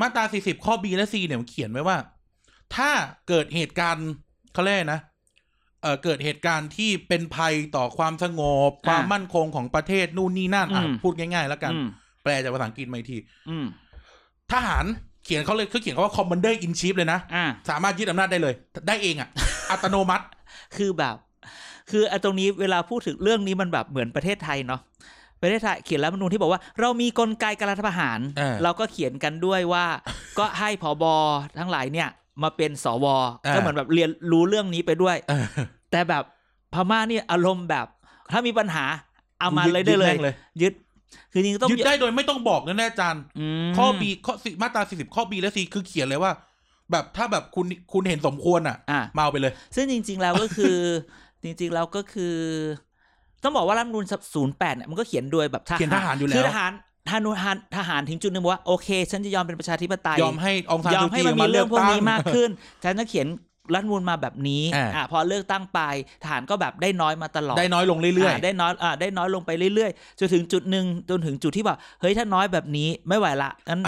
[SPEAKER 2] มาตราสี่สิบข้อ B และ C เนี่ยมันเขียนไว้ว่า ถ้าเกิดเหตุการณ์เขาเรียกอะไรนะ เอ่อ เกิดเหตุการณ์ที่เป็นภัยต่อความสงบ
[SPEAKER 1] า
[SPEAKER 2] ความมั่นคงของประเทศนู่นนี่นั่นอ่ะ
[SPEAKER 1] อืม
[SPEAKER 2] พูดง่ายๆ แล้วกัน
[SPEAKER 1] อืม
[SPEAKER 2] แปลจากภาษาอังกฤษมาอีกที
[SPEAKER 1] อืม
[SPEAKER 2] ทหารเขียนเขาเลยเขาเขียนเขาว่า commander in chief เลยนะ
[SPEAKER 1] อ่า
[SPEAKER 2] สามารถยึดอำนาจได้เลย ได้เอง อ่ะ อัตโนมัติ
[SPEAKER 1] คือแบบ คือไอ้ตรงนี้เวลาพูดถึงเรื่องนี้มันแบบเหมือนประเทศไทยเนาะประเทศไทยเขียนรัฐธรรมนูญที่บอกว่า เรามีกลไกการรัฐประหาร
[SPEAKER 2] เออ
[SPEAKER 1] เราก็เขียนกันด้วยว่า ก็ให้ผอบอทั้งหลายเนี่ยมาเป็นสว
[SPEAKER 2] เออ
[SPEAKER 1] ก็เหมือนแบบเรียนรู้เรื่องนี้ไปด้วย
[SPEAKER 2] เออ
[SPEAKER 1] แต่แบบพม่านี่อารมณ์แบบ ถ้ามีปัญหาเอามาเลยได้เลย
[SPEAKER 2] แม่ง
[SPEAKER 1] ยึด คือจริงๆต้อง
[SPEAKER 2] ยึดได้โดยไม่ต้องบอกนะแน่อาจารย์
[SPEAKER 1] ม
[SPEAKER 2] ข้อ B ข้อสิมาตรา40 ข้อ B และ C คือเขียนเลยว่า แบบถ้าแบบคุณคุณเห็นสมควรอ่ะ
[SPEAKER 1] อ่ะ
[SPEAKER 2] มาเอาไปเลย
[SPEAKER 1] ซึ่งจริง ๆ แล้วก็คือ จริง ๆ แล้วก็คือ ต้องบอกว่ารัฐธรรมนูลศูนย์แปดเนี่ยมันก็เขียนโดยแบบทหาร
[SPEAKER 2] เขียนทหารอยู่แล้ว
[SPEAKER 1] คือทหารทหารทหารทหารถึงจุดหนึ่งบอกว่าโอเค ฉันจะยอมเป็นประชาธิปไตย
[SPEAKER 2] ยอมให้องซาน
[SPEAKER 1] ยอ
[SPEAKER 2] ซู
[SPEAKER 1] มให้
[SPEAKER 2] จี
[SPEAKER 1] มันมี
[SPEAKER 2] า
[SPEAKER 1] เรื่องพวกนี้
[SPEAKER 2] ตั้
[SPEAKER 1] มากขึ้น ฉันจะเขียนรัฐธรรมนูลมาแบบนี้
[SPEAKER 2] อ่า
[SPEAKER 1] อ่ะพอเลือกตั้งไปทหารก็แบบได้น้อยมาตลอด
[SPEAKER 2] ได้น้อยลงเรื่อย
[SPEAKER 1] าได้น้อยอ่าได้น้อยลงไปเรื่อยๆจนถึงจุดหนึ่งจนถึงจุดที่แบบเฮ้ยถ้าน้อยแบบนี้ไม่ไหวละ งั้น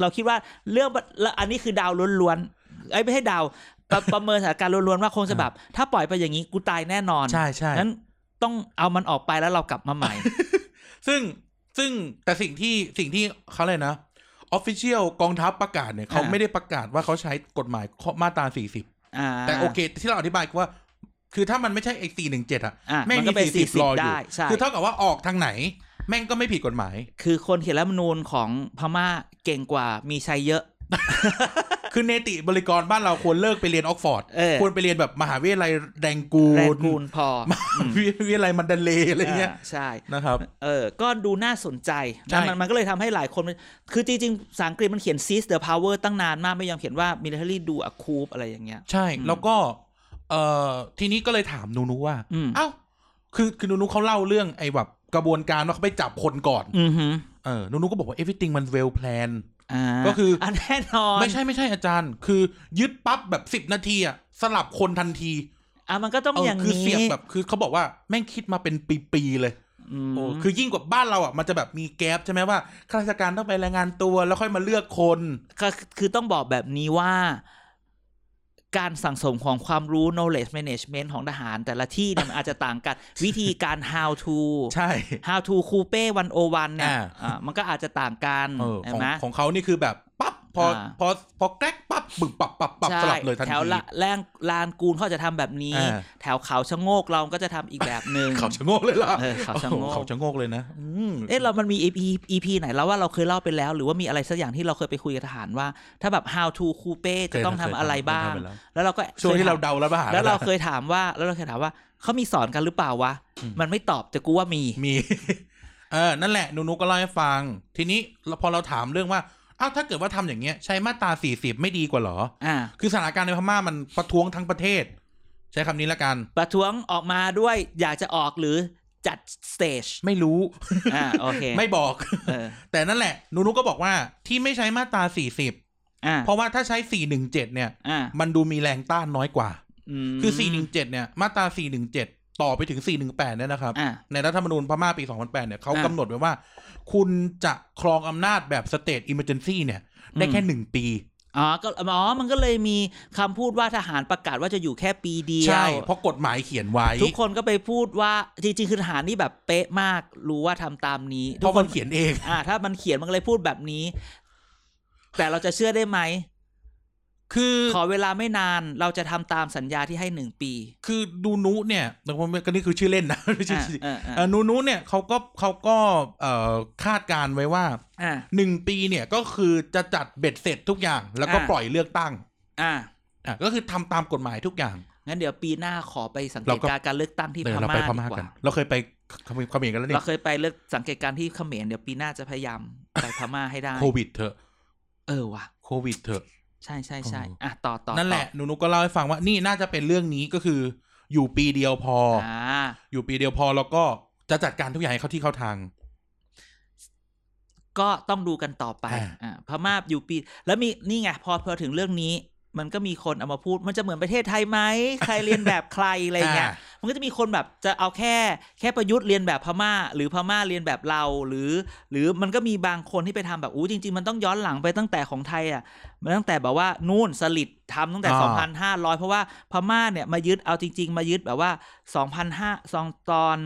[SPEAKER 1] เราคิดว่าเรื่องแล้วอันนี้คือดาวล้วนๆไอ้ยไม่ให้ดาวประประเมินสถานการณ์ล้วนๆว่าคงจะ
[SPEAKER 2] อ่า
[SPEAKER 1] แบบถ้าปล่อยไปอย่างนี้กูตายแน่นอน
[SPEAKER 2] ๆ ใช่ใช่
[SPEAKER 1] งั้นต้องเอามันออกไปแล้วเรากลับมาใหม่
[SPEAKER 2] ซึ่งซึ่งแต่สิ่งที่สิ่งที่เขาเลยกนะออฟฟิเชียลกองทัพประกาศเนี่ยเขา
[SPEAKER 1] อ่า
[SPEAKER 2] ไม่ได้ประกาศว่าเขาใช้กฎหมายข้อมาตรา 40
[SPEAKER 1] อ่า
[SPEAKER 2] แต่โอเค ที่เราอธิบายคือว่า คือถ้ามันไม่ใช่ไอ้417อ่ะ
[SPEAKER 1] อ่ะ
[SPEAKER 2] แม่ง
[SPEAKER 1] มันก็
[SPEAKER 2] มี
[SPEAKER 1] เป็นสี่สิ
[SPEAKER 2] 40
[SPEAKER 1] บ
[SPEAKER 2] รออยู่
[SPEAKER 1] ได้ใช่
[SPEAKER 2] คือเท่ากับว่าออกทางไหน แม่งก็ไม่ผิดกฎหมาย
[SPEAKER 1] คือคนเขียนรัฐธรรมนูญของพม่าเก่งกว่ามีชัยเยอะ
[SPEAKER 2] คือเนติบริกรบ้านเราควรเลิกไปเรียนออกฟอร์ด
[SPEAKER 1] เออ
[SPEAKER 2] ควรไปเรียนแบบมหาวิทยาลัยแดงกู
[SPEAKER 1] แรง
[SPEAKER 2] ล
[SPEAKER 1] กูลพออืม
[SPEAKER 2] วิวิทยาลัยมันเดเลย์อะไรเงี้ย
[SPEAKER 1] าใช่
[SPEAKER 2] นะครับ
[SPEAKER 1] เออ ก็ดูน่าสนใจ
[SPEAKER 2] ใช่
[SPEAKER 1] นะมันมันก็เลยทำให้หลายคน คือจริงๆภาษาอังกฤษมันเขียน seize the power ตั้งนานมาก ไม่ยอมเขียนว่า military do a coup อะไรอย่างเงี้ย
[SPEAKER 2] ใช่
[SPEAKER 1] อืม
[SPEAKER 2] แล้วก็ เอ่อ ทีนี้ก็เลยถามนูนูว่า
[SPEAKER 1] อืม
[SPEAKER 2] เอ้า คือคือนูนูเขาเล่าเรื่องไอ้แบบกระบวนการว่าเขาไปจับคนก่อน
[SPEAKER 1] อือฮึ
[SPEAKER 2] เออ นูนูก็บอกว่า everything มัน well plan
[SPEAKER 1] อ่า
[SPEAKER 2] ก็คือ
[SPEAKER 1] อันแน่นอน
[SPEAKER 2] ไม่ใช่ไม่ใช่อาจารย์ คือยึดปั๊บแบบสิบนาทีอะสลับคนทันที
[SPEAKER 1] อ่ะมันก็ต้อง
[SPEAKER 2] เออ
[SPEAKER 1] อย่าง
[SPEAKER 2] คือ
[SPEAKER 1] นี้
[SPEAKER 2] เสียบแบบคือเขาบอกว่าแม่งคิดมาเป็นปีๆเลย
[SPEAKER 1] ม
[SPEAKER 2] โอ้คือยิ่งกว่าบ้านเราอ่ะ มันจะแบบมีแก๊ปใช่ไหมว่าข้าราชการต้องไปรายงานตัวแล้วค่อยมาเลือกคน
[SPEAKER 1] ก็คือต้องบอกแบบนี้ว่า การสั่งสมของความรู้ knowledge management ของทหาร แต่ละที่เนี่ยมันอาจจะต่าง กัน วิธีการ how to
[SPEAKER 2] ใช่
[SPEAKER 1] how to คูเป้วันโอวันเนี่ย
[SPEAKER 2] อ่า
[SPEAKER 1] อ่ามันก็อาจจะต่างกัน
[SPEAKER 2] เออ
[SPEAKER 1] ใช่
[SPEAKER 2] ของ
[SPEAKER 1] ไหม
[SPEAKER 2] ของเขานี่คือแบบปั๊บพออา พอพอแกล้กปั๊บบึกปับปับปับ
[SPEAKER 1] ใช่
[SPEAKER 2] สลับเลยทัน
[SPEAKER 1] แถ
[SPEAKER 2] ที
[SPEAKER 1] วละแรงลานกูนเขาจะทำแบบนี้
[SPEAKER 2] อ่า
[SPEAKER 1] แถวเขาชะโงกเราก็จะทำอีกแบบหนึ่ง
[SPEAKER 2] เขาชะโงกเลยล่ะ
[SPEAKER 1] เออเขาชะโงก
[SPEAKER 2] อ้หเขาชะโงกเลยนะอืม
[SPEAKER 1] เอ๊ะเรามันมี EP EP ไหนแล้วว่าเราเคยเล่าไปแล้ว หรือว่ามีอะไรสักอย่างที่เราเคยไปคุยกับทหารว่า ถ้าแบบ how to คูเป้จะต้องทำอะไรบ้าง
[SPEAKER 2] เคยทำไปแล้ว
[SPEAKER 1] แล้วเราก็
[SPEAKER 2] ช่วงที่เราเดาแล้วป่ะ
[SPEAKER 1] แล้วเราเคยถามว่า แล้วเราเคยถามว่าเขามีสอนกันหรือเปล่าวะ มันไม่ตอบแต่กูว่ามี
[SPEAKER 2] มี เออนั่นแหละหนูนุก็เล่าให้ฟัง ทีนี้เราพอเราถามเรื่องว่าอ้าวถ้าเกิดว่าทำอย่างเงี้ยใช้มาตราสี่สิบไม่ดีกว่าเหรอ
[SPEAKER 1] อ่า
[SPEAKER 2] คือสถานการณ์ในพม่ามันประท้วงทั้งประเทศ ใช้คำนี้ละกัน
[SPEAKER 1] ประท้วงออกมาด้วยอยากจะออกหรือจัดสเตจ
[SPEAKER 2] ไม่รู้
[SPEAKER 1] อ่าโอเค
[SPEAKER 2] ไม่บอก
[SPEAKER 1] เออ
[SPEAKER 2] แต่นั่นแหละหนูนุก็บอกว่าที่ไม่ใช้มาตรา40
[SPEAKER 1] อ่า
[SPEAKER 2] เพราะว่าถ้าใช้ 417 เนี่ย
[SPEAKER 1] อ่า
[SPEAKER 2] มันดูมีแรงต้านน้อยกว่า
[SPEAKER 1] ม
[SPEAKER 2] คือ 417 เนี่ย มาตรา 417 ต่อไปถึง 418 เนี่ยนะครับ
[SPEAKER 1] อ่า
[SPEAKER 2] ในรัฐธรรมนูญพม่าปี 2008 เนี่ยเขา
[SPEAKER 1] อ่ะ
[SPEAKER 2] กำหนดไว้ว่า คุณจะครองอำนาจแบบ state emergency เนี่ย ได้
[SPEAKER 1] อืม
[SPEAKER 2] แค่ 1 ปี
[SPEAKER 1] อ๋อ ก็ อ๋อ มันก็เลยมีคำพูดว่าทหารประกาศว่าจะอยู่แค่ปีเดียว
[SPEAKER 2] ใช่ เพราะกฎหมายเขียนไว้
[SPEAKER 1] ทุกคนก็ไปพูดว่า จริงๆ คือทหารนี่แบบเป๊ะมาก รู้ว่าทำตามนี้
[SPEAKER 2] เพ
[SPEAKER 1] ทุก
[SPEAKER 2] ราะ
[SPEAKER 1] ค
[SPEAKER 2] มัน นเขียนเอง
[SPEAKER 1] อ่า ถ้ามันเขียนมันก็เลยพูดแบบนี้ แต่เราจะเชื่อได้ไหม
[SPEAKER 2] คือ
[SPEAKER 1] ขอเวลาไม่นาน เราจะทำตามสัญญาที่ให้หนึ่งปี
[SPEAKER 2] คือดูนุเนี่ยแต่ผมก็นี่คือชื่อเล่นนะ ไม่ใช่
[SPEAKER 1] อ่า
[SPEAKER 2] ชื่อจริง
[SPEAKER 1] เออเออ
[SPEAKER 2] เอ่อนูนูเนี่ยเขาก็เขาก็เอ่อคาดการณ์ไว้ว่า
[SPEAKER 1] อ่า
[SPEAKER 2] หนึ่งปีเนี่ยก็คือจะจัดเบ็ดเสร็จทุกอย่าง แล้วก็
[SPEAKER 1] อ่า
[SPEAKER 2] ปล่อยเลือกตั้ง
[SPEAKER 1] อ่า
[SPEAKER 2] อ่ะก็คือทำตามกฎหมายทุกอย่าง
[SPEAKER 1] งั้นเดี๋ยวปีหน้าขอไปสังเก
[SPEAKER 2] เรา
[SPEAKER 1] ต
[SPEAKER 2] ก็
[SPEAKER 1] การณ์การเลือกตั้งที่
[SPEAKER 2] เดี๋
[SPEAKER 1] พ
[SPEAKER 2] ยวเรา
[SPEAKER 1] ม่า
[SPEAKER 2] ไปพ
[SPEAKER 1] ดี
[SPEAKER 2] ม่าก กัน
[SPEAKER 1] ว่า
[SPEAKER 2] เราเคยไปเขมรเขมรกันแล้ว
[SPEAKER 1] เรา
[SPEAKER 2] นี่
[SPEAKER 1] เคยไปเลือกสังเกตการณ์ที่เขมร เดี๋ยวปีหน้าจะพยายามไปพม่าให้ได้
[SPEAKER 2] โควิดเถอะ
[SPEAKER 1] เออว่ะ
[SPEAKER 2] โควิดเถอะ
[SPEAKER 1] ใช่ใช่ใช่
[SPEAKER 2] เอออ่
[SPEAKER 1] อ่ะ ต่อต่อ
[SPEAKER 2] นั่นแหละ
[SPEAKER 1] ต่
[SPEAKER 2] นูนูก็เล่าให้ฟังว่านี่น่าจะเป็นเรื่องนี้ก็คืออยู่ปีเดียวพอ
[SPEAKER 1] อ
[SPEAKER 2] อ
[SPEAKER 1] อ่า
[SPEAKER 2] อยู่ปีเดียวพอแล้วก็ จะจัดการทุกอย่างให้เข้าที่เข้าทาง
[SPEAKER 1] ก็ต้องดูกันต่อไป
[SPEAKER 2] อ่า
[SPEAKER 1] อ่าพม่าอยู่ปี แล้วมีนี่ไงพอพอถึงเรื่องนี้ มันก็มีคนเอามาพูด มันจะเหมือนประเทศไทยไหม ใครเรียนแบบใครอะไรเงี้ย
[SPEAKER 2] อ่า
[SPEAKER 1] มันก็จะมีคนแบบจะเอาแค่แค่ประยุทธ์เรียนแบบพม่า หรือพม่าเรียนแบบเราหรือ หรือมันก็มีบางคนที่ไปทำแบบอู้จริง ๆ มันต้องย้อนหลังไปตั้งแต่ของไทยอ่ะมันตั้งแต่แบบว่านู่นสลิดทำตั้งแต่
[SPEAKER 2] อ่า
[SPEAKER 1] 2,500 เพราะว่าพม่าเนี่ยมายึดเอาจริง ๆ มายึดแบบว่า 2,500สองตอน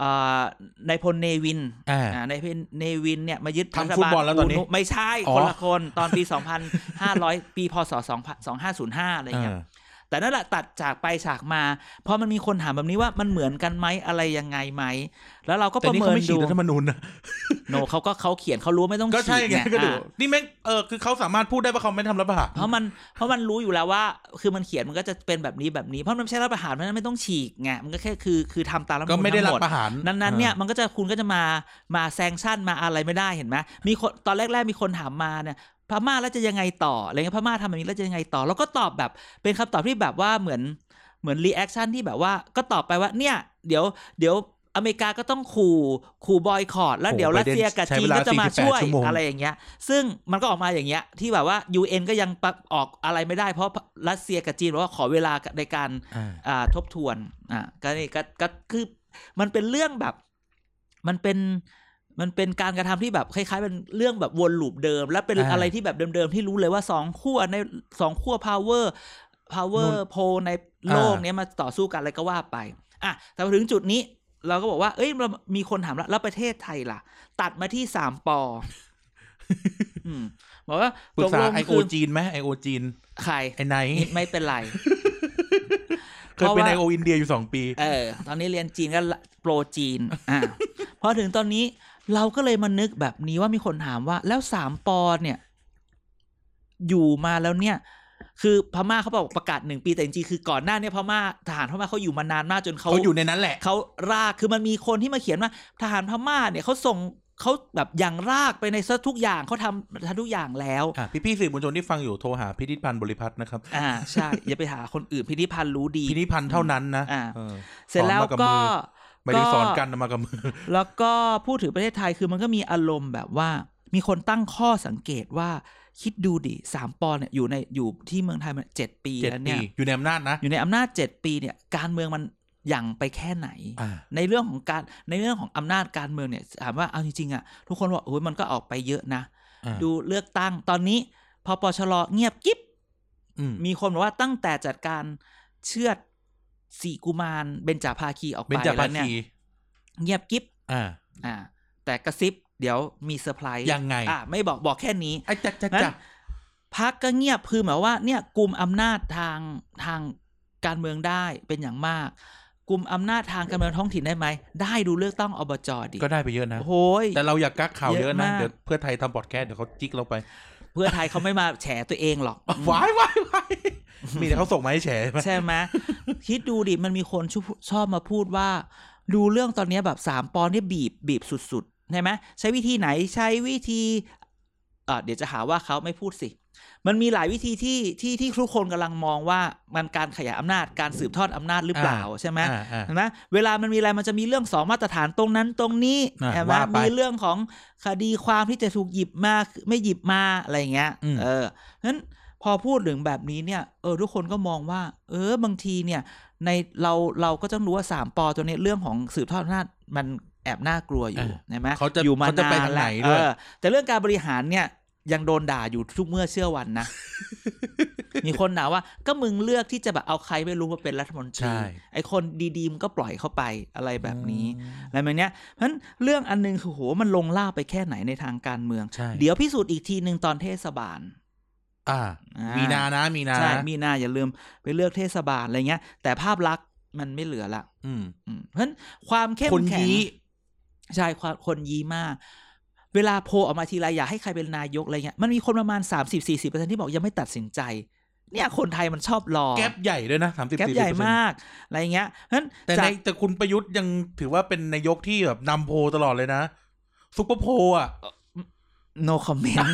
[SPEAKER 1] เอ่อในพลเนวิน
[SPEAKER 2] อ่า
[SPEAKER 1] อ่าในเพนเนวินเนี่ยมายึด
[SPEAKER 2] ทำ
[SPEAKER 1] รัฐ
[SPEAKER 2] ฟุตบอลแล้วตอนนี้
[SPEAKER 1] นูไม่ใช่
[SPEAKER 2] อ๋อ
[SPEAKER 1] คนละคนตอนปี 2,500 ปีพศ2505 อะไรเงี้ย
[SPEAKER 2] เออ
[SPEAKER 1] แต่นั่นแหละตัดจากไปฉากมาเพราะมันมีคนถามแบบนี้ว่ามันเหมือนกันไหมอะไรยังไงไหม แล้วเราก็
[SPEAKER 2] แต่
[SPEAKER 1] ประ
[SPEAKER 2] นี่
[SPEAKER 1] เมิน
[SPEAKER 2] เขาไม่ฉี
[SPEAKER 1] ดู
[SPEAKER 2] ดรัฐธรรมนูญนะ
[SPEAKER 1] โนเขาก็เขาเขียนเขารู้ไม่ต้อง
[SPEAKER 2] ก็ใช่
[SPEAKER 1] ฉีด
[SPEAKER 2] ไงก็ดู
[SPEAKER 1] อ่า
[SPEAKER 2] นี่แม่งเออคือเขาสามารถพูดได้ว่าเขาไม่ทำรัฐประหาร
[SPEAKER 1] เพราะมันเพราะมันรู้อยู่แล้วว่า คือมันเขียนมันก็จะเป็นแบบนี้แบบนี้เพราะมันไม่ใช่รัฐประหารเพราะฉะนั้นไม่ต้องฉีกไงมันก็แค่คือคือทำตามรัฐธร
[SPEAKER 2] ก็
[SPEAKER 1] รมนูญ
[SPEAKER 2] ไม่ได้รั
[SPEAKER 1] ทั้ง
[SPEAKER 2] ฐ
[SPEAKER 1] หมด
[SPEAKER 2] ประหาร
[SPEAKER 1] นั้นนั้นเนี่ย
[SPEAKER 2] ออ
[SPEAKER 1] มันก็จะคุณก็จะมามาแซงชั่นมาอะไรไม่ได้เห็นไหมมีคนตอนแรก ๆ มีคนถามมาเนี่ยพม่าแล้วจะยังไงต่ออะไรเงี้ยพม่าทำแบบนี้แล้วจะยังไงต่อ แล้วก็ตอบแบบเป็นคำตอบที่แบบว่าเหมือนเหมือนรีแอคชั่นที่แบบว่าก็ตอบไปว่าเนี่ยเดี๋ยวเดี๋ยวอเมริกาก็ต้องขู่ขู่บอยคอรดแล้ว
[SPEAKER 2] โอ้โห
[SPEAKER 1] เดี๋ยวรัสเซียกับ
[SPEAKER 2] ใช้
[SPEAKER 1] จี
[SPEAKER 2] เวน ลา
[SPEAKER 1] ก็จะมาช่วย
[SPEAKER 2] 48ชั่วโมง
[SPEAKER 1] อะไรอย่างเงี้ย ซึ่งมันก็ออกมาอย่างเงี้ยที่แบบว่า UN ก็ยังปะออกอะไรไม่ได้เพราะรัสเซียกับจีนบอกว่าขอเวลาในการ
[SPEAKER 2] อ่า
[SPEAKER 1] อ่าทบทวนอ่าก็นี่ก็ก็คือมันเป็นเรื่องแบบ มันเป็นมันเป็นการกระทำที่แบบคล้ายๆเป็นเรื่องแบบวนลูปเดิม และเป็น
[SPEAKER 2] อ่า
[SPEAKER 1] อะไรที่แบบเดิมๆที่รู้เลยว่าสองขั้วในสองขั้ว power
[SPEAKER 2] นู่
[SPEAKER 1] power
[SPEAKER 2] น
[SPEAKER 1] pole ในโลกเนี้ยมาต่อสู้กันอะไรก็ว่าไปอ่ะแต่พอถึงจุดนี้ เราก็บอกว่า เอ้ยเรามีคนถามแล้วแล้วประเทศไทยล่ะ ตัดมาที่สามป อ อืมบอกว่า
[SPEAKER 2] ปรึกษาไอโอ
[SPEAKER 1] คือ
[SPEAKER 2] จีนไหมไอโอจีน
[SPEAKER 1] ใคร
[SPEAKER 2] ไอไนท์
[SPEAKER 1] ไม่เป็นไร
[SPEAKER 2] เคยเป็น
[SPEAKER 1] เพ
[SPEAKER 2] ไอ
[SPEAKER 1] ราะว่า
[SPEAKER 2] โออินเดียอยู่สองปี
[SPEAKER 1] เออ ตอนนี้เรียนจีนก็ละโปรจี น อ่า พอถึงตอนนี้เราก็เลยมานึกแบบนี้ว่ามีคนถามว่า แล้วสามปอเนี่ย อยู่มาแล้วเนี่ย คือพม่าเขาบอกประกาศหนึ่งปีแต่จริงๆคือก่อนหน้าเนี่ยพม่าทหารพม่าเขาอยู่มานานมากจนเขา
[SPEAKER 2] เขาอยู่ในนั้นแหละ
[SPEAKER 1] เขารากคือมันมีคนที่มาเขียนว่า ทหารพม่าเนี่ยเขาส่งเขาแบบอย่างรากไปในซะทุกอย่างเขาทำทำทุกอย่างแล้ว
[SPEAKER 2] อ่ะพี่พี่ๆสื่อมวลชนที่ฟังอยู่โทรหาพินิจพันธ์บริพัตรนะครับ
[SPEAKER 1] อ่า ใช่ อย่าไปหาคนอื่นพินิพันธ์รู้ดี
[SPEAKER 2] พินิจพันธ์เท่านั้นนะ
[SPEAKER 1] อ่า
[SPEAKER 2] เออ
[SPEAKER 1] เสร็จแล้ว
[SPEAKER 2] อนมาบ
[SPEAKER 1] ก็
[SPEAKER 2] มือไม่ได้สอนกันเอามากับมือ
[SPEAKER 1] แล้วก็พูดถึงประเทศไทยคือมันก็มีอารมณ์แบบว่า มีคนตั้งข้อสังเกตว่าคิดดูดิสามปอเนี่ยอยู่ในอยู่ที่เมืองไทยมันเจ็ดปี
[SPEAKER 2] เจ็ด
[SPEAKER 1] แล้ว
[SPEAKER 2] ปี
[SPEAKER 1] เนี่ย
[SPEAKER 2] อยู่ในอำนาจนะ
[SPEAKER 1] อยู่ในอำนาจเจ็ดปีเนี่ยการเมืองมันอย่างไปแค่ไหน
[SPEAKER 2] อ่า
[SPEAKER 1] ในเรื่องของการในเรื่องของอำนาจการเมืองเนี่ยถามว่าเอาจริงๆอ่ะทุกคนบอกโอ้ยมันก็ออกไปเยอะนะ
[SPEAKER 2] อ่า
[SPEAKER 1] ดูเลือกตั้งตอนนี้พอปชรเงียบกิ๊บ
[SPEAKER 2] อืม
[SPEAKER 1] มีคนบอกว่าตั้งแต่จัดการเชือดสีกุมารเบญจภาคีออกไป
[SPEAKER 2] เบนจาภา
[SPEAKER 1] แล้วเนี่ย
[SPEAKER 2] คี
[SPEAKER 1] เงียบกิ๊บ
[SPEAKER 2] อ่า
[SPEAKER 1] อ่าแต่กระซิบเดี๋ยวมีเซอร์ไพรส์
[SPEAKER 2] ยังไง
[SPEAKER 1] อ่าไม่บอกบอกแค่นี้
[SPEAKER 2] ไอ้จัดจัด
[SPEAKER 1] งั้น
[SPEAKER 2] จัด
[SPEAKER 1] พักก็เงียบคือหมายว่าเนี่ยกลุ่มอำนาจทางทางการเมืองได้เป็นอย่างมาก กลุ่มอำนาจทางการเมืองท้องถิ่นได้ไหม ได้ดูเลือกตั้งอบจดิ
[SPEAKER 2] ก็ได้ไปเยอะนะ
[SPEAKER 1] โอ้โหย
[SPEAKER 2] แต่เราอยากกักข่าวเยอะ
[SPEAKER 1] เยอะ
[SPEAKER 2] นะ
[SPEAKER 1] มาก
[SPEAKER 2] เดี๋ยวเพื่อไทยทำบอดแคสต์เดี๋ยวเขาจิกเราไป
[SPEAKER 1] เพื่อไทยเขาไม่มาแฉตัวเองหรอก
[SPEAKER 2] วายวายวายมีแต่เขาส่งมาให้แฉใช่ไหม
[SPEAKER 1] ใช่ไหม คิดดูดิมันมีคนชุบชอบมาพูดว่า ดูเรื่องตอนเนี้ยแบบสามปอนเนี่ยบีบบีบสุดๆใช่ไหมใช้วิธีไหนใช้วิธีอ่าเดี๋ยวจะหาว่าเขาไม่พูดสิ มันมีหลายวิธีที่ที่ที่ทุกคนกำลังมองว่ามันการขยายอำนาจการสืบทอดอำนาจหรือเปล่าใช่ไหม
[SPEAKER 2] อ่าอ่า
[SPEAKER 1] เห็นไหมเวลามันมีอะไรมันจะมีเรื่องสองมาตรฐานตรงนั้นตรงนี้
[SPEAKER 2] อ่ะ
[SPEAKER 1] เห็นไหม
[SPEAKER 2] ว่าไป
[SPEAKER 1] มีเรื่องของคดีความที่จะถูกหยิบมาไม่หยิบมาอะไรอย่างเงี้ย
[SPEAKER 2] อืม
[SPEAKER 1] เออนั้นพอพูดถึงแบบนี้เนี่ยเออทุกคนก็มองว่า เออบางทีเนี่ย ในเราเราก็ต้องรู้ว่าสามปอตัวเนี้ยเรื่องของสืบทอดอำนาจมันแอบน่ากลัวอยู่ใช่ไหม
[SPEAKER 2] เขาจะ
[SPEAKER 1] อยู่มา
[SPEAKER 2] เขาจะไป
[SPEAKER 1] นาน
[SPEAKER 2] ทางไหน
[SPEAKER 1] แล้ว
[SPEAKER 2] ด้วย
[SPEAKER 1] เออแต่เรื่องการบริหารเนี่ยยังโดนด่าอยู่ทุกเมื่อเชื่อวันนะ มีคนด่าว่าก็มึงเลือกที่จะแบบเอาใครไม่รู้มาเป็นรัฐมนตรี
[SPEAKER 2] ใช่
[SPEAKER 1] ไอคนดีๆมันก็ปล่อยเข้าไปอะไรแบบนี้อะไรแบบเนี้ยเพราะฉะนั้นเรื่องอันหนึงคือโหมันลงล่ากไปแค่ไหนในทางการเมือง
[SPEAKER 2] ใช่
[SPEAKER 1] เดี๋ยวพิสูจน์อีกทีหนึ่งตอนเทศบาล
[SPEAKER 2] อ่า
[SPEAKER 1] อ่ามี
[SPEAKER 2] มีนานะมีนา
[SPEAKER 1] ใช่มีหน้าอย่าลืมไปเลือกเทศบาลอะไรเงี้ย แต่ภาพลักษณ์มันไม่เหลือละ
[SPEAKER 2] อืม
[SPEAKER 1] อืมเพราะฉะนั้นความเข้ม
[SPEAKER 2] คน
[SPEAKER 1] แข็ง
[SPEAKER 2] ยี้
[SPEAKER 1] ใช่ความคนยี้มาก เวลาโพลออกมาทีไรอยากให้ใครเป็นนายกอะไรเงี้ยมันมีคนประมาณ 30-40%ที่บอกยังไม่ตัดสินใจ เนี่ยคนไทยมันชอบรอ
[SPEAKER 2] แก๊ปใหญ่ด้วยนะสามสิบ
[SPEAKER 1] แก๊ปใหญ่มากอะไรเงี้ยเพราะฉะนั้น
[SPEAKER 2] แต่
[SPEAKER 1] จา
[SPEAKER 2] ใน
[SPEAKER 1] ก
[SPEAKER 2] แต่คุณประยุทธ์ยังถือว่าเป็นนายกที่แบบนำโพลตลอดเลยนะซุปเปอร์โพลอ่ะ
[SPEAKER 1] no comment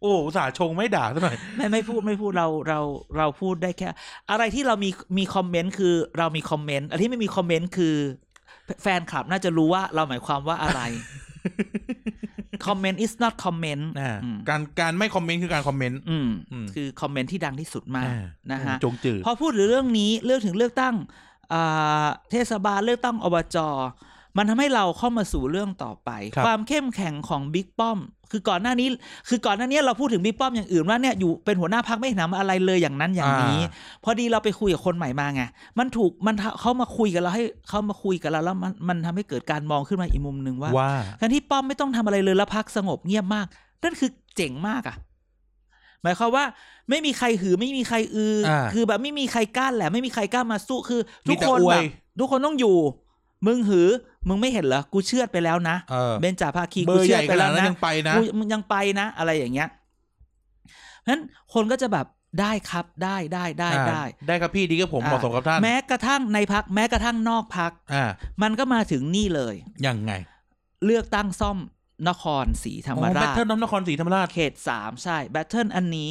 [SPEAKER 2] โอ้อุตสาห์ชงไม่ด่าซะหน่อย
[SPEAKER 1] ไม่ไม่พูดไม่พูดเราเราเราพูดได้แค่ อะไรที่เรามีมีคอมเมนต์คือเรามีคอมเมนต์อะไรที่ไม่มีคอมเมนต์คือ แฟนคลับน่าจะรู้ว่าเราหมายความว่า อะไร comment is not comment
[SPEAKER 2] อ่า
[SPEAKER 1] อืม
[SPEAKER 2] การการไม่คอมเมนต์คือการคอมเมนต์
[SPEAKER 1] อืม
[SPEAKER 2] อืม
[SPEAKER 1] คือคอมเมนต์ที่ดังที่สุดมาก
[SPEAKER 2] อ่า
[SPEAKER 1] นะฮะ
[SPEAKER 2] จงจืด
[SPEAKER 1] พอพูดถึงเรื่องนี้เรื่องถึงเลือกตั้งอ่าเทศบาลเลือกตั้งอบจ มันทำให้เราเข้ามาสู่เรื่องต่อไป ความเข้มแข็งของบิ๊กป้อม คือก่อนหน้านี้ คือก่อนหน้านี้เราพูดถึงบิ๊กป้อมอย่างอื่นว่าเนี่ยอยู่เป็นหัวหน้าพักไม่เห็นทำอะไรเลยอย่างนั้นอย่างนี้ พอดีเราไปคุยกับคนใหม่มาไง มันถูกมันทะเขามาคุยกับเราให้เขามาคุยกับเราแล้วมันมันทำให้เกิดการมองขึ้นมาอีกมุมหนึ่งว่า
[SPEAKER 2] ว่า
[SPEAKER 1] การที่ป้อมไม่ต้องทำอะไรเลยแล้วพักสงบเงียบมาก นั่นคือเจ๋งมากอะ่ะ หมายความว่าไม่มีใครหือไม่มีใครอืออาคือแบบไม่มีใครกล้านแหละไม่มีใครกล้ามาสู้คือ ทุกคน
[SPEAKER 2] มีแต่อว
[SPEAKER 1] แบ
[SPEAKER 2] ย
[SPEAKER 1] บทุกคนต้องอยู่ มึงหือ มึงไม่เห็นเหรอกูเชื่อดไปแล้วนะ
[SPEAKER 2] เออ
[SPEAKER 1] เบนจาภาคี
[SPEAKER 2] เบ
[SPEAKER 1] กู
[SPEAKER 2] อร์
[SPEAKER 1] เชื่
[SPEAKER 2] ให
[SPEAKER 1] อด
[SPEAKER 2] ญ่
[SPEAKER 1] ไป
[SPEAKER 2] ขนา
[SPEAKER 1] แล้ว
[SPEAKER 2] ดนั้น
[SPEAKER 1] นะ
[SPEAKER 2] ยังไปนะ
[SPEAKER 1] กูมึงยังไปนะ อะไรอย่างเงี้ยเพราะฉะนั้นคนก็จะแบบได้ครับได้ได้ได้
[SPEAKER 2] อ่า
[SPEAKER 1] ได้
[SPEAKER 2] ได้ครับพี่ดีกับผมเหมาะสมกับท่าน
[SPEAKER 1] แม้กระทั่งในพักแม้กระทั่งนอกพัก
[SPEAKER 2] อ่า
[SPEAKER 1] มันก็มาถึงนี่เลย
[SPEAKER 2] ยังไง
[SPEAKER 1] เลือกตั้งซ่อมนครศรีธรรม
[SPEAKER 2] แบ
[SPEAKER 1] รา
[SPEAKER 2] ท
[SPEAKER 1] ช
[SPEAKER 2] เทิลน้ำนครศรีธรรมราช
[SPEAKER 1] เขตสามใช่แบทเทิลอันนี้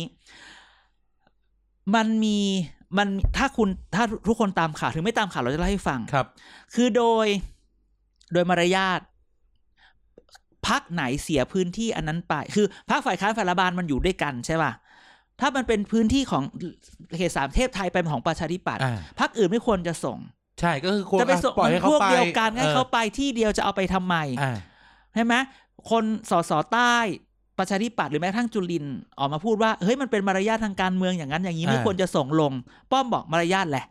[SPEAKER 1] มันมีมันถ้าคุณถ้าทุกคนตามข่าวถึงไม่ตามข่าวเราจะเล่าให้ฟัง
[SPEAKER 2] ครับ
[SPEAKER 1] คือโดยโดยมารยาทพักไหนเสียพื้นที่อันนั้นไป คือพักฝ่ายค้านฝ่ายรัฐบาลมันอยู่ด้วยกันใช่ป่ะถ้ามันเป็นพื้นที่ของเขตสามเทพไทยเป็นของประชาธิปัตย์
[SPEAKER 2] อ่า
[SPEAKER 1] พักอื่นไม่ควรจะส่ง
[SPEAKER 2] ใช่ก็คือควร
[SPEAKER 1] จะไปส่ง
[SPEAKER 2] ปล่อยให้เขา
[SPEAKER 1] พวก
[SPEAKER 2] ไป
[SPEAKER 1] เดียวกันให้เขา
[SPEAKER 2] ออ
[SPEAKER 1] ไปที่เดียวจะเอาไปทำไม
[SPEAKER 2] อ่า
[SPEAKER 1] ใช่ไหมคนสสใต้ประชาธิปัตย์หรือแม้กระทั่งจุลินทร์ออกมาพูดว่าเฮ้ยมันเป็นมารยาททางการเมืองอย่างนั้นอย่างนี้
[SPEAKER 2] อ่า
[SPEAKER 1] ไม่ควรจะส่งลง ป้อมบอกมารยาทแหละ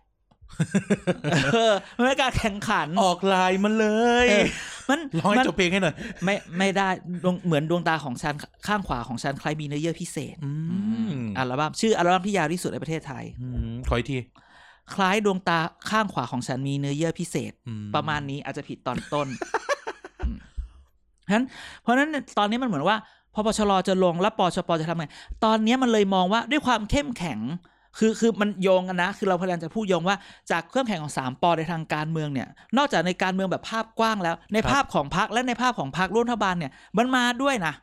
[SPEAKER 1] เออมันเป็นการแข่งขัน
[SPEAKER 2] ออกลายมาเลย
[SPEAKER 1] เออมัน
[SPEAKER 2] ร้องให้
[SPEAKER 1] มัน
[SPEAKER 2] จบเพลงให้หน่อย
[SPEAKER 1] ไม่ไม่ได้ดวงเหมือนดวงตาของฉันข้างขวาของฉันใครมีเนื้อเยื่อพิเศษ
[SPEAKER 2] อืม
[SPEAKER 1] อัลบั้มชื่ออัลบั้มที่ยาวที่สุดในประเทศไทย
[SPEAKER 2] อืมขออีกที
[SPEAKER 1] คล้ายดวงตาข้างขวาของฉันมีเนื้อเยื่อพิเศษ
[SPEAKER 2] อื
[SPEAKER 1] ประมาณนี้อาจจะผิดตอน ต้น อืมเพราะฉะนั้นเพราะฉะนั้นตอนนี้มันเหมือนว่าพปชรจะลงแล้วปชปจะทำไง ตอนนี้มันเลยมองว่าด้วยความเข้มแข็ง คือคือมันโยงกันนะ คือเราพยายามจะพูดโยงว่าจากเครื่องแข่งของสามปอในทางการเมืองเนี่ย นอกจากในการเมืองแบบภาพกว้างแล้ว ในภาพของพรรคและในภาพของพรรคร่วมรัฐบาลเนี่ย มันมาด้วยนะ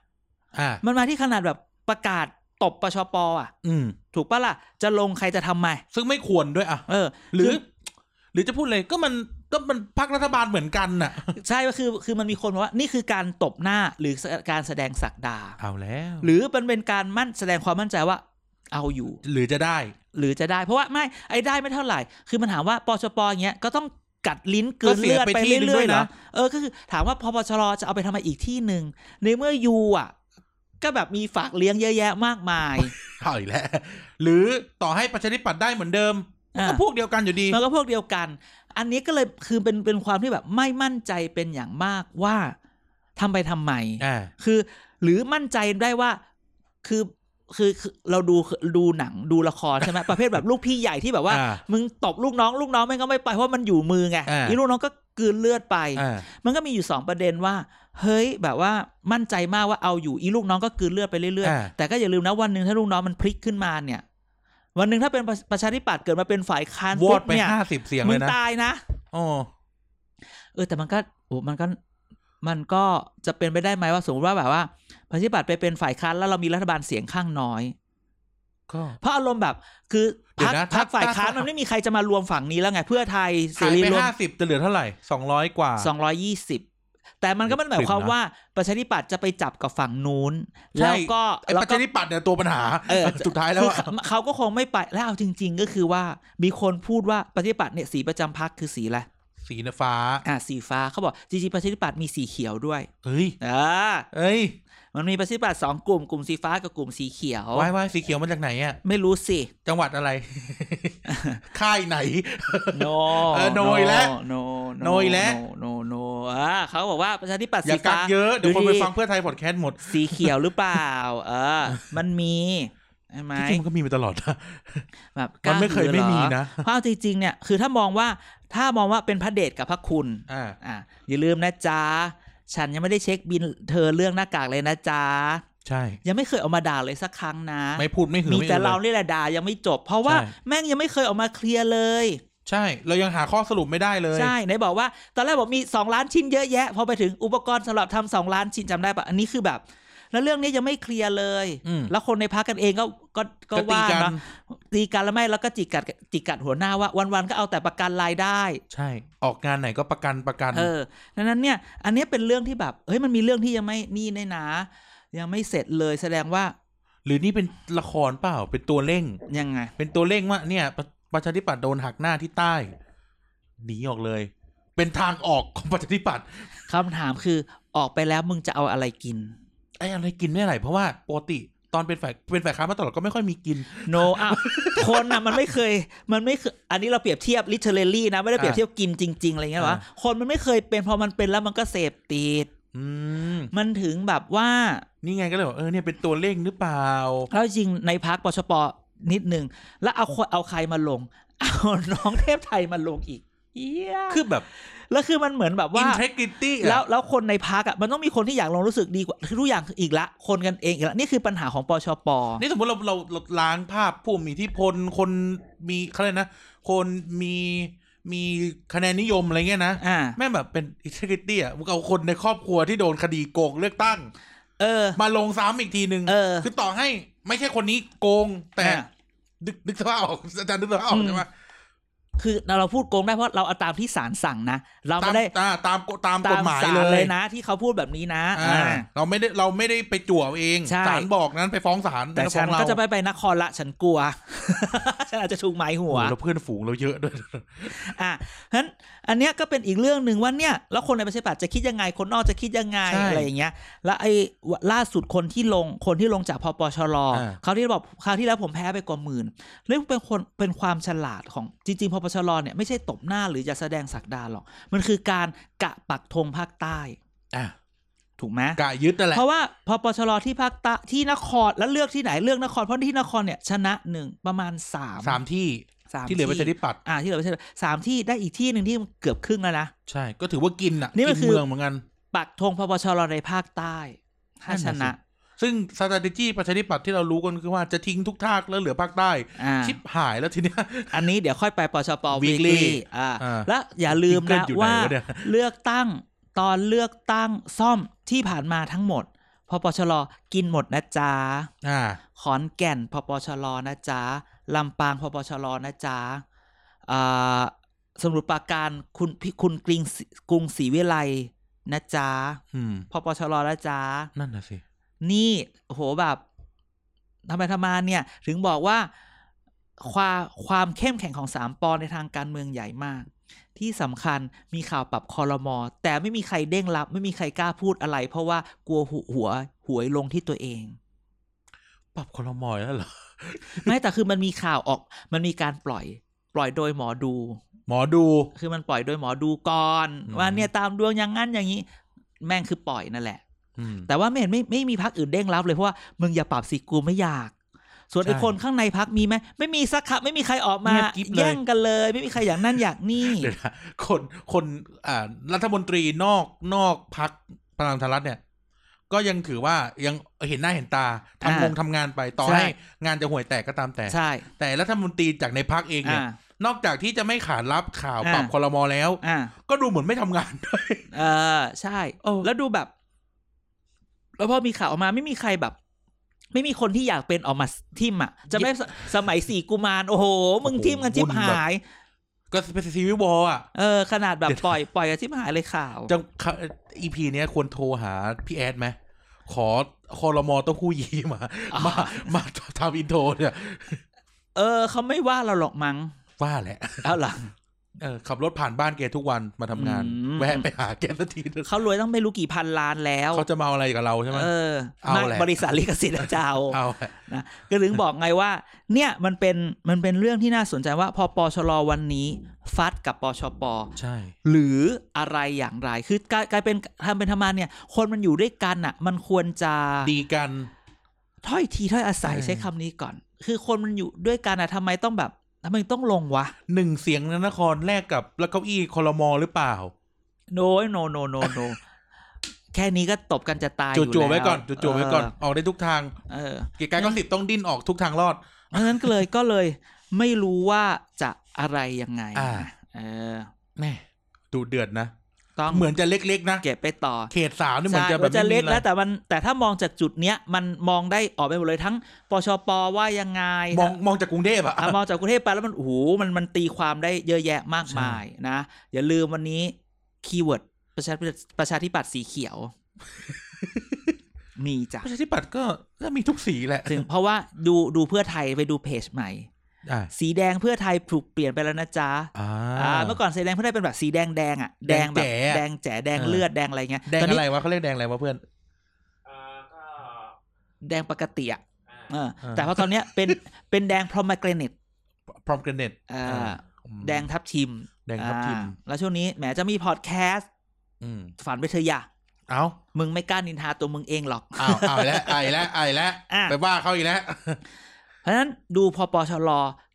[SPEAKER 2] อ่า
[SPEAKER 1] มันมาที่ขนาดแบบประกาศตบปชปอ่ะ
[SPEAKER 2] อืม
[SPEAKER 1] ถูกปะล่ะ จะลงใครจะทำไม
[SPEAKER 2] ซึ่งไม่ควรด้วยอ่ะ
[SPEAKER 1] เออ
[SPEAKER 2] หรือ หรือจะพูดเลยก็มันก็มันพักรัฐบาลเหมือนกันน่ะ
[SPEAKER 1] ใช่ก็คือคือมันมีคนบอกว่านี่คือการตบหน้าหรือการแสดงศักดา
[SPEAKER 2] เอาแล้ว
[SPEAKER 1] หรือมันเป็นการมั่นแสดงความมั่นใจว่าเอาอยู่
[SPEAKER 2] หรือจะได้
[SPEAKER 1] หรือจะได้ เพราะว่าไม่ไอ้ได้ไม่เท่าไหร่ คือมันถามว่าปชปอย่างเงี้ยก็ต้องกัดลิ้นกลืนเลือดไป
[SPEAKER 2] ก็เสียไปที่หนึ่งด้
[SPEAKER 1] เรื่
[SPEAKER 2] ว
[SPEAKER 1] อย ย
[SPEAKER 2] นะ
[SPEAKER 1] ๆนะเออก็คือถามว่าพปชรจะเอาไปทำไมอีกที่หนึ่งในเมื่อยูอ่ะ ก็แบบมีฝากเลี้ยงเยอะแยะมากมาย
[SPEAKER 2] เอาอีกแล้วหรือต่อให้ประชาธิปัตย์ได้เหมือนเดิม
[SPEAKER 1] อ่า
[SPEAKER 2] ก็พวกเดียวกันอยู่ดี
[SPEAKER 1] มันก็พวกเดียวกัน อันนี้ก็เลยคือเป็นเป็นความที่แบบไม่มั่นใจเป็นอย่างมากว่าทำไปทำไม
[SPEAKER 2] อ่า
[SPEAKER 1] คือหรือมั่นใจได้ว่าคือคือคือเราดูดูหนังดูละครใช่ไหม ประเภทแบบลูกพี่ใหญ่ที่แบบว่า
[SPEAKER 2] อ่า
[SPEAKER 1] มึงตบลูกน้องลูกน้องไม่งก็ไม่ไปเพราะมันอยู่มือไง
[SPEAKER 2] อ่า
[SPEAKER 1] อีลูกน้องก็กลืนเลือดไป
[SPEAKER 2] อ่า
[SPEAKER 1] มันก็มีอยู่สองประเด็นว่า เฮ้ยแบบว่ามั่นใจมากว่าเอาอยู่อีลูกน้องก็กลืนเลือดไปเรื่อย
[SPEAKER 2] อ่า
[SPEAKER 1] ๆ แต่ก็อย่าลืมนะวันหนึ่งถ้าลูกน้องมันพลิกขึ้นมาเนี่ย วันหนึ่งถ้าเป็นประประชาธิปัตย์เกิดมาเป็นฝ่ายค้าน
[SPEAKER 2] วอ
[SPEAKER 1] ปุ๊
[SPEAKER 2] ด
[SPEAKER 1] บ
[SPEAKER 2] ไป
[SPEAKER 1] เนี่ย
[SPEAKER 2] ห้าสิบเสียง
[SPEAKER 1] มึ
[SPEAKER 2] เล
[SPEAKER 1] ง
[SPEAKER 2] ยนะ
[SPEAKER 1] ตายนะ
[SPEAKER 2] อ๋อ
[SPEAKER 1] เออแต่มันก็โอ้มันก็มันก็จะเป็นไปได้ไหมว่าสมมติว่าแบบว่าประชาธิปัตย์ไปเป็นฝ่ายค้านแล้วเรามีรัฐบาลเสียงข้างน้อย
[SPEAKER 2] ก็
[SPEAKER 1] เพราะอารมณ์แบบคือ
[SPEAKER 2] เดี๋
[SPEAKER 1] พร
[SPEAKER 2] ย
[SPEAKER 1] รค
[SPEAKER 2] วนะ
[SPEAKER 1] พรร
[SPEAKER 2] ถ้า
[SPEAKER 1] คฝ่ายค้าน
[SPEAKER 2] ถ้า
[SPEAKER 1] มันไม่มีใครจะมารวมฝั่งนี้แล้วไง เพื่อไทยเส
[SPEAKER 2] หาย
[SPEAKER 1] รี
[SPEAKER 2] ไป
[SPEAKER 1] รวม
[SPEAKER 2] ห้าสิบจะเหลือเท่าไหร่สองร้อยกว่า
[SPEAKER 1] สองร้อยยี่สิบแต่มันก็ไมันหมายความ
[SPEAKER 2] ถึงนะ
[SPEAKER 1] ว่าประชาธิปัตย์จะไปจับกับฝั่งนู้น แล้วก็
[SPEAKER 2] ไอ้
[SPEAKER 1] แล้ว
[SPEAKER 2] ประ
[SPEAKER 1] ก็
[SPEAKER 2] ชาธิปัตย์เนี่ยตัวปัญหา
[SPEAKER 1] เออ
[SPEAKER 2] สุดท้ายแล้
[SPEAKER 1] คื
[SPEAKER 2] ว
[SPEAKER 1] อ
[SPEAKER 2] อะ
[SPEAKER 1] เขาเขาก็คงไม่ไปแล้วเอาจริง ๆ ก็คือว่ามีคนพูดว่าประชาธิปัตย์เนี่ยสีประจำพรรคคือสีอะไร
[SPEAKER 2] สีฟ้า
[SPEAKER 1] อ่าสีฟ้าเขาบอกจริงๆประชาธิปัตย์มีสีเขียวด้วย
[SPEAKER 2] เฮ้ย
[SPEAKER 1] อ่า
[SPEAKER 2] เอ้ย
[SPEAKER 1] มันมีประชาธิปัตย์สองกลุ่มกลุ่มสีฟ้ากับกลุ่มสีเขียว
[SPEAKER 2] วายวายสีเขียวมาจากไหนอ่ะ
[SPEAKER 1] ไม่รู้สิ
[SPEAKER 2] จังหวัด อะไร ค่ายไหน
[SPEAKER 1] no
[SPEAKER 2] เออ no อีกแล้ว
[SPEAKER 1] no no
[SPEAKER 2] no อีกแล้ว
[SPEAKER 1] no no no อ่าเขาบอกว่าประชาธิปัตย์
[SPEAKER 2] อ
[SPEAKER 1] สี
[SPEAKER 2] ย่ากั
[SPEAKER 1] ฟ้าก
[SPEAKER 2] เยอะเดี๋ยวคนไป
[SPEAKER 1] ดี
[SPEAKER 2] ฟังเพื่อไทยพอดแคสต์หมด
[SPEAKER 1] สีเขียวหรือเปล่า เอ อ มันมีใช่ไหม
[SPEAKER 2] ที่จริงมันก็มีมาตลอดนะ
[SPEAKER 1] แบบก
[SPEAKER 2] มัน
[SPEAKER 1] ล้า
[SPEAKER 2] ไม่เค
[SPEAKER 1] ห
[SPEAKER 2] ย
[SPEAKER 1] รือ
[SPEAKER 2] ไม่มี
[SPEAKER 1] หรอ
[SPEAKER 2] นะ
[SPEAKER 1] เพราะเอาจริงๆเนี่ยคือถ้ามองว่าถ้ามองว่าเป็นพระเดชกับพระคุณ
[SPEAKER 2] อ่า
[SPEAKER 1] อ่ะอย่าลืมนะจ๊ะ ฉันยังไม่ได้เช็คบินเธอเรื่องหน้ากากเลยนะจ๊ะ
[SPEAKER 2] ใช่
[SPEAKER 1] ยังไม่เคยออกมาด่าเลยสักครั้งนะ
[SPEAKER 2] ไม่พูดไม่หือ
[SPEAKER 1] มี
[SPEAKER 2] ไม่อื
[SPEAKER 1] แต่
[SPEAKER 2] อ
[SPEAKER 1] เรา
[SPEAKER 2] เลย
[SPEAKER 1] นี่แหละด่ายังไม่จบ เพราะว่า
[SPEAKER 2] ใช่
[SPEAKER 1] แม่งยังไม่เคยออกมาเคลียร์เลย
[SPEAKER 2] ใช่ เรายังหาข้อสรุปไม่ได้เลย
[SPEAKER 1] ใช่ไหนบอกว่า ตอนแรกบอกมี 2 ล้านชิ้นเยอะแยะ พอไปถึงอุปกรณ์สำหรับทำสองล้านชิ้นจำได้ปะอันนี้คือแบบ แล้วเรื่องนี้ยังไม่เคลียร์เลย
[SPEAKER 2] อืม
[SPEAKER 1] แล้วคนในพักกันเองก็ก็ก็
[SPEAKER 2] ตี
[SPEAKER 1] ว่า
[SPEAKER 2] กั
[SPEAKER 1] เนอะตีกันแล้วไม่แล้วก็จิกกัดจิกกัดหัวหน้าว่าวันๆก็เอาแต่ประกันรายได้
[SPEAKER 2] ใช่ ออกงานไหนก็ประกันประกัน
[SPEAKER 1] เออดังนั้นเนี่ย อันเนี้ยเป็นเรื่องที่แบบ เฮ้ย มันมีเรื่องที่ยังไม่นี่ในนะ ยังไม่เสร็จเลย แสดงว่า
[SPEAKER 2] หรือนี่เป็นละครเปล่า เป็นตัวเร่ง
[SPEAKER 1] ยังไง
[SPEAKER 2] เป็นตัวเร่งว่าเนี่ยประประชาธิปัตย์โดนหักหน้าที่ใต้หนีออกเลย เป็นทางออก ของประชาธิปัตย์
[SPEAKER 1] คำถามคือออกไปแล้วมึงจะเอาอะไรกิน
[SPEAKER 2] ไอ้อะไรกินไม่ไหลเพราะว่าปกติตอนเป็นฝ่ายเป็นฝ่ายค้านมาตลอดก็ไม่ค่อยมีกิน
[SPEAKER 1] โนอ่ะ คนอ่ะมันไม่เคย มันไม่เคย อันนี้เราเปรียบเทียบ literally นะ ไม่ได้เปรียบเทียบกินจริง ๆ อะไรเงี้ยหรอวะ
[SPEAKER 2] อ่า
[SPEAKER 1] คนมันไม่เคยเป็น พอมันเป็นแล้วมันก็เสพติด
[SPEAKER 2] อืม
[SPEAKER 1] มันถึงแบบว่า
[SPEAKER 2] นี่ไงก็เลยบอกเออเนี่ยเป็นตัวเร่งหรือเปล่า
[SPEAKER 1] แล้วจริงในพักปชปนิดหนึ่ง แล้วเอาคนเอาใครมาลง เอาน้องเทพไทยมาลงอีกเหี้ย
[SPEAKER 2] คือแบบ
[SPEAKER 1] แล้วคือมันเหมือนแบบว่า
[SPEAKER 2] integrity อะ
[SPEAKER 1] แล้วแล้วคนในพักอ่ะมันต้องมีคนที่อยากลงรู้สึกดีกว่าคือทุกอย่างอีกละ คนกันเองอีกละนี่คือปัญหาของปชป
[SPEAKER 2] นี่สมมติเราเราเราล้างภาพผู้มีอิทธิพลคนมีเขาเรียกนะ คนมีมีคะแนนนิยมอะไรเงี้ยนะ
[SPEAKER 1] อ่า
[SPEAKER 2] แม่งแบบเป็นอิทธิกริตี้อ่ะมึงเอาคนในครอบครัวที่โดนคดีโกงเลือกตั้ง
[SPEAKER 1] เออ
[SPEAKER 2] มาลงซ้ำอีกทีหนึ่ง
[SPEAKER 1] เออ
[SPEAKER 2] คือต่อให้ไม่ใช่คนนี้โกง แต่
[SPEAKER 1] อ่ะ
[SPEAKER 2] ดึกดึกสภาพออกอาจารย์ดึกสภาพออ
[SPEAKER 1] อื
[SPEAKER 2] ก
[SPEAKER 1] ม
[SPEAKER 2] ใช่ไหม
[SPEAKER 1] คือเราพูดโกงได้เพราะเราเอาตามที่ศาลสั่งนะ เรา
[SPEAKER 2] ตา
[SPEAKER 1] ไม่
[SPEAKER 2] ม
[SPEAKER 1] ได้
[SPEAKER 2] อ่าตามกฎตามก
[SPEAKER 1] ตา
[SPEAKER 2] ฎ
[SPEAKER 1] ม
[SPEAKER 2] หมาย
[SPEAKER 1] ศาล
[SPEAKER 2] เล
[SPEAKER 1] เลย ยนะ ที่เขาพูดแบบนี้นะ
[SPEAKER 2] อ่า
[SPEAKER 1] อ่า
[SPEAKER 2] เราไม่ได้เราไม่ได้ไปจั่วเอาเอง
[SPEAKER 1] ใช่
[SPEAKER 2] ศาลบอกนั้นไปฟ้องศาล
[SPEAKER 1] แต่
[SPEAKER 2] ไม่
[SPEAKER 1] ฉั
[SPEAKER 2] ฟ้อน งเรา
[SPEAKER 1] ก็จะไปไปนครละฉันกลัว ฉันอาจจะถูกไม้หั
[SPEAKER 2] โอ้
[SPEAKER 1] ว
[SPEAKER 2] โหแล้วเพื่อนฝูงเราเยอะด้วย
[SPEAKER 1] อ่ะเพราะฉะนั้นอันเนี้ยก็เป็นอีกเรื่องหนึ่งว่าเนี่ย แล้วคนในประชาธิปัตย์จะคิดยังไง คนนอกจะคิดยังไง
[SPEAKER 2] ใช่
[SPEAKER 1] อะไรอย่างเงี้ย แล้วไอ้ล่าสุดคนที่ลงคนที่ลงจากพปชร
[SPEAKER 2] อ่า
[SPEAKER 1] เขาวที่บอกคราวที่แล้วผมแพ้ไปกว่าหมื่นเรื่องเป็นคนเป็นความฉลาดของจริงๆพปชรเนี่ยไม่ใช่ตบหน้าหรือจะแสดงศักดาหรอก มันคือการกะปักธงภาคใต้
[SPEAKER 2] อ่ะ
[SPEAKER 1] ถูกไหม
[SPEAKER 2] กะยึดนั่นแหละ
[SPEAKER 1] เพราะว่าพปชรที่ภาคใต้ที่นครแล้วเลือกที่ไหนเลือกนครเพราะที่นครเนี่ยชนะหนึ่งประมาณสาม
[SPEAKER 2] สามที่
[SPEAKER 1] สาม
[SPEAKER 2] ที่เหลือประชาธิปัตย์
[SPEAKER 1] อ่าที่เหลือไม่ใช่สามที่ได้อีกที่หนึ่งที่เกือบครึ่งแล้วนะ
[SPEAKER 2] ใช่ ก็ถือว่ากินอ่ะ
[SPEAKER 1] นี่มัน
[SPEAKER 2] กิ
[SPEAKER 1] คือ
[SPEAKER 2] เมืองเหมือนกัน
[SPEAKER 1] ปักธงพปชรในภาคใต้ถ้าชนะ
[SPEAKER 2] ซึ่ง strategy ประชาธิปัตย์ที่เรารู้กันคือว่าจะทิ้งทุกทากแล้วเหลือภาคใต้
[SPEAKER 1] อ่า
[SPEAKER 2] ชิบหายแล้วทีเนี้ย
[SPEAKER 1] อันนี้เดี๋ยวค่อยไปปชป
[SPEAKER 2] Weekly
[SPEAKER 1] วีคลี่อ่า
[SPEAKER 2] อ่า
[SPEAKER 1] และอย่าลืมนะ
[SPEAKER 2] Weekly อยู่ไหนวะ
[SPEAKER 1] ว่า
[SPEAKER 2] เนี่ย
[SPEAKER 1] เลือกตั้งตอนเลือกตั้งซ่อมที่ผ่านมาทั้งหมดพปชรกินหมดนะจ๊ะ
[SPEAKER 2] อ่า
[SPEAKER 1] ขอนแก่นพปชรนะจ๊ะลำปางพปชรนะจ๊ะอ่าสมุทรปราการคุณคุณกริงกรุงศรีวิไลนะจ๊ะ
[SPEAKER 2] อืม
[SPEAKER 1] พปชรนะจ๊ะ
[SPEAKER 2] นั่นน่ะสิ
[SPEAKER 1] นี่โอ้โหแบบทำไมทำมาเนี่ย ถึงบอกว่าความความเข้มแข็งของสามปอในทางการเมืองใหญ่มาก ที่สำคัญมีข่าวปรับคอรมอ แต่ไม่มีใครเด้งรับ ไม่มีใครกล้าพูดอะไร เพราะว่ากลัวหัวหัวหวยลงที่ตัวเอง
[SPEAKER 2] ปรับคอรมอยแล้วเหรอ
[SPEAKER 1] ไม่แต่คือมันมีข่าวออก มันมีการปล่อย ปล่อยโดยหมอดู
[SPEAKER 2] หมอดู
[SPEAKER 1] คือมันปล่อยโดยหมอดูก่อน
[SPEAKER 2] อืม
[SPEAKER 1] ว่าเนี่ยตามดวงอย่างนั้นอย่างนี้ แม่งคือปล่อยนั่นแหละ
[SPEAKER 2] อืม
[SPEAKER 1] แต่ว่าไม่เห็นไม่ไม่มีพักอื่นเด้งรับเลยเพราะว่ามึงอย่าปรับสิกูไม่อยาก ส่วนไอ้
[SPEAKER 2] ใช่
[SPEAKER 1] คนข้างในพักมีไหมไม่มีสักครับไม่มีใครออกมา
[SPEAKER 2] เงียบกิ๊บเลย
[SPEAKER 1] แย่งกันเลย ไม่มีใครอย่างนั่นอยากนี่
[SPEAKER 2] เดี๋ยวนะคนคนอ่ารัฐมนตรีนอกนอกพักพลังธรัฐเนี่ย ก็ยังถือว่ายังเห็นหน้าเห็นตา
[SPEAKER 1] อ่า
[SPEAKER 2] ทำงงทำงานไปต่อ
[SPEAKER 1] ใช่
[SPEAKER 2] ให้งานจะห่วยแตกก็ตามแต่
[SPEAKER 1] ใช่
[SPEAKER 2] แต่รัฐมนตรีจากในพักเองเนี่
[SPEAKER 1] อ่า
[SPEAKER 2] ย นอกจากที่จะไม่ขานรับข่าว
[SPEAKER 1] อ่า
[SPEAKER 2] ปรับคอรมอแล้ว
[SPEAKER 1] อ่า
[SPEAKER 2] ก็ดูเหมือนไม่ทำงาน ด้วย
[SPEAKER 1] เออใช่
[SPEAKER 2] เออ
[SPEAKER 1] แล้วดูแบบ แล้วพอมีข่าวออกมาไม่มีใครแบบ ไม่มีคนที่อยากเป็นออกมาทิมอ่ะ จะไม่สสมัยสี่กุมารโอ้โห มึงทิมกันทิมหาย
[SPEAKER 2] ก็เป็นซีวิวอลอ่ะ
[SPEAKER 1] เออ ขนาดแบบปล่อยปล่อยกันทิมหายเลยข่าว
[SPEAKER 2] จังอีพีเนี้ยควรโทรหาพี่แอดไหม ขอคอรมอเต้าหู้ยีมา
[SPEAKER 1] อ่าม
[SPEAKER 2] มา มาทำอินโทรเนี่ย
[SPEAKER 1] เออเขาไม่ว่าเราหรอกมั้ง
[SPEAKER 2] ว่าแหละ
[SPEAKER 1] เอาล่ะ
[SPEAKER 2] เออขับรถผ่านบ้านแกทุกวันมาทำงาน
[SPEAKER 1] อืม
[SPEAKER 2] แวะไปหาแกสักทีเถอะ
[SPEAKER 1] เขารวยต้องไม่รู้กี่พันล้านแล้ว
[SPEAKER 2] เขาจะมาเอาอะไรกับเราใช่ไหม
[SPEAKER 1] เออ
[SPEAKER 2] เอาแหละ
[SPEAKER 1] บริษัทลิขสิทธิ์นะจะเอา
[SPEAKER 2] เอาแหละ
[SPEAKER 1] นะก็ถึงบอกไงว่า เนี่ยมันเป็นมันเป็นเรื่องที่น่าสนใจว่า พอปชรวันนี้ ฟัดกับปชป
[SPEAKER 2] ใช่
[SPEAKER 1] หรืออะไรอย่างไร คือกลายกลายเป็นทำเป็นธรรมานเนี่ย คนมันอยู่ด้วยกันอ่ะ มันควรจะ
[SPEAKER 2] ดีกัน
[SPEAKER 1] ถ้อยทีถ้อยอาศัย
[SPEAKER 2] เออ
[SPEAKER 1] ใช้คำนี้ก่อน คือคนมันอยู่ด้วยกันอ่ะทำไมต้องแบบทำไมต้องลงวะ
[SPEAKER 2] หนึ่งเสียงนนครแลกกับแล้วเก้าอี้คอรมอหรือเปล่า
[SPEAKER 1] โนโนโนโนโน แค่นี้ก็ตบกันจะตายอยู่
[SPEAKER 2] จู่ๆ
[SPEAKER 1] แล้
[SPEAKER 2] ไว้ก่อนจู่ๆไว้ก่อน ออกได้ทุกทาง
[SPEAKER 1] เออ
[SPEAKER 2] เกียรติกายก็สิบต้องดิ้นออกทุกทางรอด
[SPEAKER 1] เพราะฉะนั้นก็เลยก็เลยไม่รู้ว่าจะอะไรยังไง
[SPEAKER 2] อ่า
[SPEAKER 1] เออ
[SPEAKER 2] แน่ดูเดือดนะ
[SPEAKER 1] ต้อง
[SPEAKER 2] เหมือนจะเล็กๆนะ
[SPEAKER 1] เก็บไปต่อ
[SPEAKER 2] เขตสามนี่เหมือนจะแบบ
[SPEAKER 1] ใช่จะ
[SPEAKER 2] ไม่มี
[SPEAKER 1] เล็ก
[SPEAKER 2] อะไร
[SPEAKER 1] แล้วแต่มันแต่ถ้ามองจากจุดเนี้ยมันมองได้ออกไปหมดเลยทั้งปชปว่ายังไง
[SPEAKER 2] มองมองจากกรุงเทพอะ
[SPEAKER 1] อ่ะมองจากกรุงเทพไปแล้วมันโอ้โหมันมันตีความได้เยอะแยะมากมายนะ อย่าลืมวันนี้คีย์เวิร์ดประชาธิปัตย์ประชาธิปัตย์สีเขียว มีจ้ะ
[SPEAKER 2] ประชาธิปัตย์ก็ก็มีทุกสีแหละ
[SPEAKER 1] ถึงเพราะว่าดูดูเพื่อไทยไปดูเพจใหม่
[SPEAKER 2] อ่า
[SPEAKER 1] สีแดงเพื่อไทยถูกเปลี่ยนไปแล้วนะจ๊ะ
[SPEAKER 2] อ่า
[SPEAKER 1] อ่าเมื่อก่อนสีแดงเพื่อไทยเป็นแบบสีแดงแดงๆอ่ะแดงแบบ
[SPEAKER 2] แด
[SPEAKER 1] แด
[SPEAKER 2] ง
[SPEAKER 1] ง
[SPEAKER 2] แจ๋
[SPEAKER 1] แจ๋
[SPEAKER 2] แด
[SPEAKER 1] แด
[SPEAKER 2] ง
[SPEAKER 1] ง
[SPEAKER 2] เลื
[SPEAKER 1] เลื
[SPEAKER 2] อ
[SPEAKER 1] อ
[SPEAKER 2] ด
[SPEAKER 1] ดแดงอะไรเงี้ย
[SPEAKER 2] แดง
[SPEAKER 1] ตอน
[SPEAKER 2] อะ
[SPEAKER 1] นี้
[SPEAKER 2] ไรวะเขาเรียกแดงอะไรวะเพื่อน
[SPEAKER 3] อ่าก็
[SPEAKER 1] แดงปกติอ่ะ
[SPEAKER 3] อ่า
[SPEAKER 1] เออ
[SPEAKER 2] เออ
[SPEAKER 1] แต่พอตอนเนี้ยเป็น เป็นแดงพรอมเกรเนต
[SPEAKER 2] พรอมเกรเนต
[SPEAKER 1] อ่า แดงทับทิม
[SPEAKER 2] แดงทับทิม
[SPEAKER 1] อ่าแล้วช่วงนี้แหมจะมีพอดแคสต์
[SPEAKER 2] อืม
[SPEAKER 1] ฝันไปเธอะอย่า
[SPEAKER 2] เอา
[SPEAKER 1] มึงไม่กล้านินทาตัวมึงเองหรอก
[SPEAKER 2] เอาเอาอีกแล้วไอาอีกแล้วไอาอีกแล้ว
[SPEAKER 1] อ่ะ
[SPEAKER 2] ไปว่าเขาอีกแล้ว
[SPEAKER 1] เพราะฉะนั้นดูพอปชร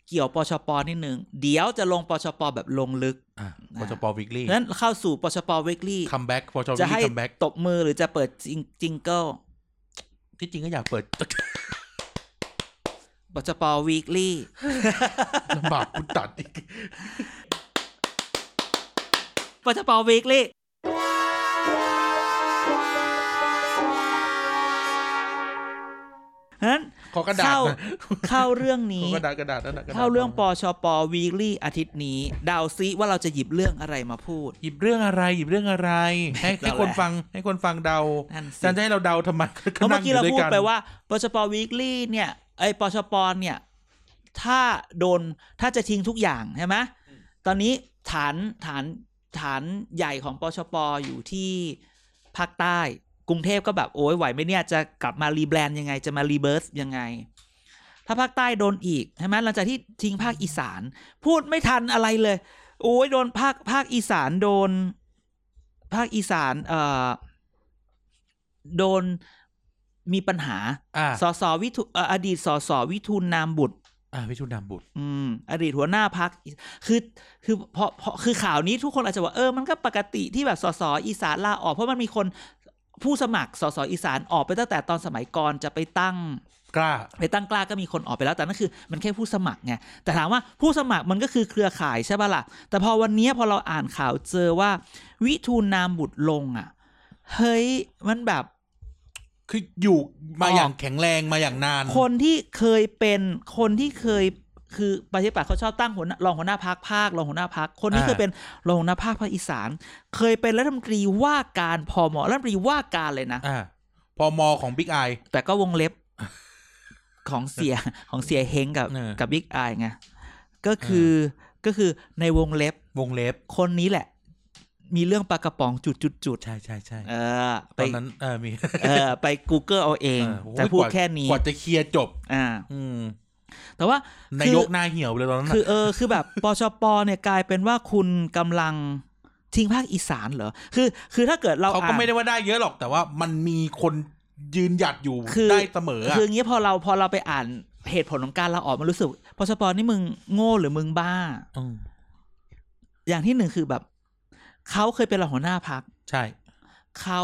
[SPEAKER 1] เกี่ยวปชปนิดนึง เดี๋ยวจะลงปชปแบบลงลึก
[SPEAKER 2] อ่ะ
[SPEAKER 1] นะ
[SPEAKER 2] ปชปวิก
[SPEAKER 1] เพ
[SPEAKER 2] ลี่
[SPEAKER 1] ราะฉะนั้นเข้าสู่ปชปเวกลี่
[SPEAKER 2] คัมแบ็กปชปวิ
[SPEAKER 1] จะ
[SPEAKER 2] ก
[SPEAKER 1] ให้
[SPEAKER 2] ลี่คัมแบ็ก
[SPEAKER 1] ตบมือหรือจะเปิดจิงจิงเกิล
[SPEAKER 2] ที่จริงก็อยากเปิด
[SPEAKER 1] ปชปเวกลี่
[SPEAKER 2] ลำบากคุณตัดอีก
[SPEAKER 1] ปชปเวกลี่เพราะฉะนั้น
[SPEAKER 2] ขอกระดาษ
[SPEAKER 1] เข้า
[SPEAKER 2] นะ
[SPEAKER 1] เข้าเรื่อง
[SPEAKER 2] ขอ
[SPEAKER 1] นี้
[SPEAKER 2] กระดาษกระดาษนั่นนะกะดษ
[SPEAKER 1] เข้าเรื่องปชปวีลี่อาทิตย์นี้เดาซิว่าเราจะหยิบเรื่องอะไรมาพูด
[SPEAKER 2] หยิบเรื่องอะไรหยิบเรื่องอะไร ให้ให้คนฟังให้คนฟังเดา
[SPEAKER 1] นั่นสิ
[SPEAKER 2] จะให้เราเดาทำไม
[SPEAKER 1] เพราะเมื่อกี้เรา
[SPEAKER 2] นั่ง
[SPEAKER 1] พู
[SPEAKER 2] ยู่
[SPEAKER 1] ด
[SPEAKER 2] ยน
[SPEAKER 1] ไปว่าปชปวีลี่เนี่ยไอยปชปเนี่ยถ้าโดนถ้าจะทิ้งทุกอย่างใช่ไหมตอนนี้ฐานฐานฐานใหญ่ของปชปอยู่ที่ภาคใต้ กรุงเทพก็แบบโอ้ยไหวไหมเนี่ยจะกลับมารีแบรนด์ยังไงจะมารีเบิร์สยังไง ถ้าภาคใต้โดนอีกใช่ไหมหลังจากที่ทิ้งภาคอีสาน พูดไม่ทันอะไรเลย โอ้ยโดนภาคภาคอีสานโดน ภาคอีสานเอ่อโดนมีปัญหา
[SPEAKER 2] อ่า
[SPEAKER 1] สสวิทุเอ่ออดีตสสวิทูลนามบุตร
[SPEAKER 2] อ่าวิชุนดำบุตร
[SPEAKER 1] อืม อดีตหัวหน้าพักคือคือเพราะเพราะคือข่าวนี้ทุกคนอาจจะว่าเออมันก็ปกติที่แบบสสอีสานลาออก เพราะมันมีคนผู้สมัครสสอีสานออกไปตั้งแต่ตอนสมัยก่อนจะไปตั้ง
[SPEAKER 2] กล้า
[SPEAKER 1] ไปตั้งกล้าก็มีคนออกไปแล้วแต่นั่นคือมันแค่ผู้สมัครไงแต่ถามว่าผู้สมัครมันก็คือเครือข่ายใช่ปะล่ะแต่พอวันเนี้ยพอเราอ่านข่าวเจอว่า วิทูลนามบุตรลงอ่ะ เฮ้ยมันแบบ
[SPEAKER 2] คืออยู่มา
[SPEAKER 1] ออก
[SPEAKER 2] อย่างแข็งแรงมาอย่างนาน
[SPEAKER 1] คนที่เคยเป็นคนที่เคยคือประชาธิปัตย์เขาชอบตั้งหัวหน้ารองหัวหน้าพักภาครองหัวหน้าพักคนนี้เคยเป็นรองหัวหน้าพักภาคอีสาน เคยเป็นรัฐมนตรีว่าการพอมรัฐมนตรีว่าการเลยนะ
[SPEAKER 2] อ่าพอมอของบิ๊กไอ
[SPEAKER 1] แต่ก็วงเล็บของเสีย ของเสียเฮงกับ
[SPEAKER 2] เออ
[SPEAKER 1] กับบิ๊กไอไงก็คือก็คือในวงเล็บ
[SPEAKER 2] วงเล็บ
[SPEAKER 1] คนนี้แหละ มีเรื่องปลากระป๋องจุดจุดจุด
[SPEAKER 2] ใช่ใช่ใช่
[SPEAKER 1] เออ
[SPEAKER 2] ต
[SPEAKER 1] ไป
[SPEAKER 2] อนนั้นเออมี
[SPEAKER 1] เออไป Google เอาเอง
[SPEAKER 2] เออโอ้ย
[SPEAKER 1] แต่พูด
[SPEAKER 2] กว่า
[SPEAKER 1] แค่นี้
[SPEAKER 2] กว่าจะเคลียร์จบ
[SPEAKER 1] อ่า
[SPEAKER 2] อืม
[SPEAKER 1] แต่ว่า
[SPEAKER 2] นา
[SPEAKER 1] คื
[SPEAKER 2] ย
[SPEAKER 1] อก
[SPEAKER 2] หน้าเหี่ยวเลยตอนนั้น
[SPEAKER 1] คื
[SPEAKER 2] น่ะ
[SPEAKER 1] อเออ คือแบบ ปชปเนี่ยกลายเป็นว่าคุณกำลังทิ้งภาคอีสานเหรอคือคือถ้าเกิดเรา
[SPEAKER 2] เขาก็
[SPEAKER 1] อ่าน
[SPEAKER 2] ไม่ได้ว่าได้เยอะหรอกแต่ว่ามันมีคนยืนหยัดอยู่
[SPEAKER 1] คือ
[SPEAKER 2] ได้เสมออะ
[SPEAKER 1] คืออย่างนี้พอเราพอเราไปอ่านเหตุผลของการลาออกมันรู้สึกพอสปอร์นี่มึงโง่หรือมึงบ้า
[SPEAKER 2] ม
[SPEAKER 1] อย่างที่หนึ่งคือแบบ เขาเคยเป็นรองหัวหน้าพัก
[SPEAKER 2] ใช่
[SPEAKER 1] เขา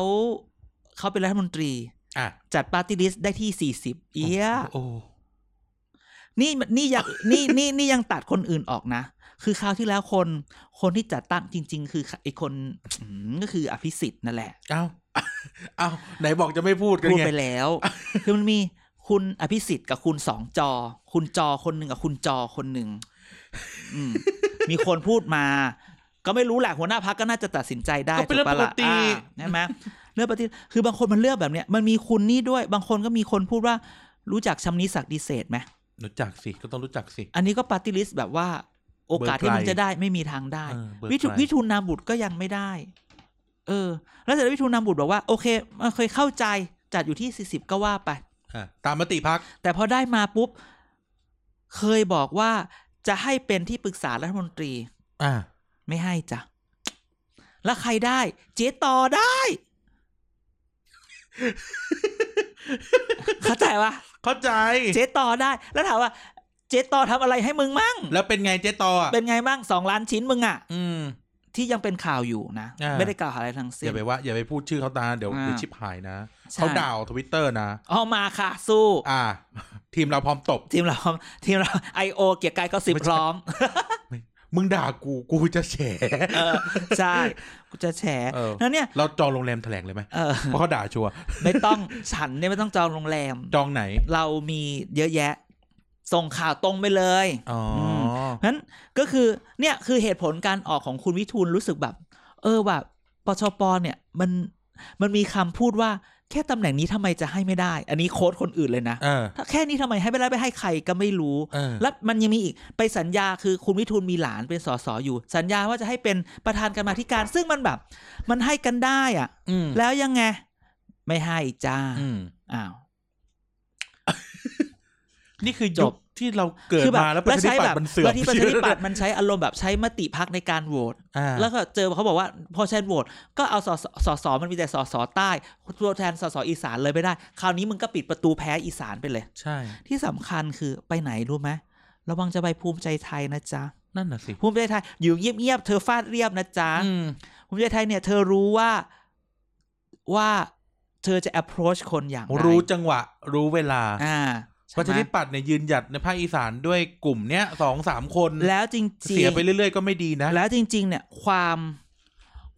[SPEAKER 1] เขาเป็นรัฐมนตรี
[SPEAKER 2] อ่ะ
[SPEAKER 1] จัดปาร์ตี้ลิสต์ได้ที่สี่สิบเอีย
[SPEAKER 2] โอ้โห
[SPEAKER 1] นี่นี่ยังนี่นี่นี่ยังตัดคนอื่นออกนะ คือคราวที่แล้วคนคนที่จัดตั้งจริง ๆ คือไอคนอืมก็คืออภิสิทธิ์นั่นแหละ
[SPEAKER 2] เอ้า เอ้าไหนบอกจะไม่พูดกัน
[SPEAKER 1] พูด
[SPEAKER 2] ไง
[SPEAKER 1] ไปแล้ว คือมันมีคุณอภิสิทธิ์กับคุณสองจอ คุณจอคนหนึ่งกับคุณจอคนหนึ่งอืม มีคนพูดมา ก็ไม่รู้แหละหัวหน้าพักก็น่าจะตัดสินใจได้
[SPEAKER 2] ก็เป็นเรื่องปกติ
[SPEAKER 1] ถูะล่ะอ่าใช่ไหมเรื่องปฏิคือบางคนมันเลือกแบบเนี้ยมันมีคุณนี่ด้วย บางคนก็มีคนพูดว่า รู้จักชำนิศักดิเศษไหม
[SPEAKER 2] รู้จักสิก็ต้องรู้จักสิ
[SPEAKER 1] อันนี้ก็ปฏิริษแบบว่า โอกาสที่มึงจะได้ไม่มีทางได้
[SPEAKER 2] เออเบิกไกล
[SPEAKER 1] วิทูวิทูนามบุตรก็ยังไม่ได้ เออ แล้วแต่วิทูนามบุตรบอกว่าโอเคเคยเข้าใจจัดอยู่ที่สี่สิบก็ว่าไป
[SPEAKER 2] อ่ะตามมติพัก
[SPEAKER 1] แต่พอได้มาปุ๊บ เคยบอกว่าจะให้เป็นที่ปรึกษารัฐมนตรี
[SPEAKER 2] อ่ะ
[SPEAKER 1] ไม่ให้จ้ะ แล้วใครได้ เจ๊ต่อได้ เข้าใจปะ
[SPEAKER 2] เข้าใจ
[SPEAKER 1] เจ๊ต่อได้ แล้วถามว่า เจ๊ต่อทำอะไรให้มึงมั่ง
[SPEAKER 2] แล้วเป็นไงเจ๊ตออ่ะ
[SPEAKER 1] เป็นไงบ้างสองล้านชิ้นมึงอะ
[SPEAKER 2] อืม
[SPEAKER 1] ที่ยังเป็นข่าวอยู่นะ
[SPEAKER 2] อ่า
[SPEAKER 1] ไม่ได้กล่าวหาอะไรทั้งสิ้
[SPEAKER 2] อน ย่าไปว่าอย่าไปพูดชื่อเขาตาเดี๋ยว
[SPEAKER 1] อ่า
[SPEAKER 2] เดี๋ยวชิบหายนะ
[SPEAKER 1] ใช่
[SPEAKER 2] เขาด่าวทวิตเตอร์นะ
[SPEAKER 1] เอามาค่ะ สู้
[SPEAKER 2] อ่า ทีมเราพร้อมตบ
[SPEAKER 1] ทีมเราทีมเราไอโอเกียรติกายก็สิบ
[SPEAKER 2] ไม่ใช่
[SPEAKER 1] พร้อม
[SPEAKER 2] มึงด่ากูกูจะแฉ
[SPEAKER 1] เออใช่กูจะแฉ
[SPEAKER 2] เออ
[SPEAKER 1] แล้วเนี่ย
[SPEAKER 2] เราจองโรงแรมแถลงเลยไหม
[SPEAKER 1] เออ
[SPEAKER 2] เพราะเขาด่าชัวร์
[SPEAKER 1] ไม่ต้อง ฉันเนี่ยไม่ต้องจองโรงแรม
[SPEAKER 2] จองไหน
[SPEAKER 1] เรามีเยอะแยะ ส่งข่าวตรงไปเลย
[SPEAKER 2] อ๋อ
[SPEAKER 1] เพราะฉะนั้นก็คือเนี่ยคือเหตุผลการออกของคุณวิทูลรู้สึกแบบ เออแบบปชปเนี่ยมันมันมีคำพูดว่าแค่ตำแหน่งนี้ทำไมจะให้ไม่ได้ อันนี้โค้ดคนอื่นเลยนะ
[SPEAKER 2] เออ
[SPEAKER 1] ถ้าแค่นี้ทำไมให้ไม่ได้ไปให้ใครก็ไม่รู้
[SPEAKER 2] เออ
[SPEAKER 1] แล้วมันยังมีอีกไปสัญญาคือคุณวิทูลมีหลานเป็นสสอยู่ สัญญาว่าจะให้เป็นประธานกรรมาธิการ ซึ่งมันแบบ มันให้กันได้อะ
[SPEAKER 2] อืม
[SPEAKER 1] แล้วยังไง ไม่ให้จ้า
[SPEAKER 2] อืม
[SPEAKER 1] อ้าว
[SPEAKER 2] นี่คือ
[SPEAKER 1] จ
[SPEAKER 2] จ
[SPEAKER 1] บ
[SPEAKER 2] บที่เราเกิด
[SPEAKER 1] คือแบบ
[SPEAKER 2] มาแล้วประชาธิ
[SPEAKER 1] ใช้
[SPEAKER 2] ปั
[SPEAKER 1] แบบ
[SPEAKER 2] ตย์มันเสื่อม
[SPEAKER 1] แล้วที่ประชาธิปัตย์มันใช้อารมณ์แบบใช้มติพักในการโหวต
[SPEAKER 2] อ่า
[SPEAKER 1] แล้วก็เจอเขาบอกว่าพอแชนโหวตก็เอาสสสสมันมีแต่สสใต้ตัวแทนสสอีสานเลยไม่ได้ คราวนี้มึงก็ปิดประตูแพ้อีสานไปเลย
[SPEAKER 2] ใช่
[SPEAKER 1] ที่สำคัญคือไปไหนรู้ไหมระวังจะไปภูมิใจไทยนะจ๊ะ
[SPEAKER 2] นั่นน่ะสิ
[SPEAKER 1] ภูมิใจไทยอยู่เงียบๆเธอฟาดเรียบนะจ๊ะ
[SPEAKER 2] อืม
[SPEAKER 1] ภูมิใจไทยเนี่ยเธอรู้ว่าว่าเธอจะ approach คนอย่างไร
[SPEAKER 2] รู้จังหวะ รู้เวลา
[SPEAKER 1] อ่าใช่
[SPEAKER 2] ประชา
[SPEAKER 1] ไหม
[SPEAKER 2] ธิปัตย์เนี่ยยืนหยัดในภาคอีสานด้วยกลุ่มเนี้ยสองสามคน
[SPEAKER 1] แล้วจริงๆ
[SPEAKER 2] เสียไปเรื่อยๆก็ไม่ดีนะ
[SPEAKER 1] แล้วจริง ๆ เนี่ยความ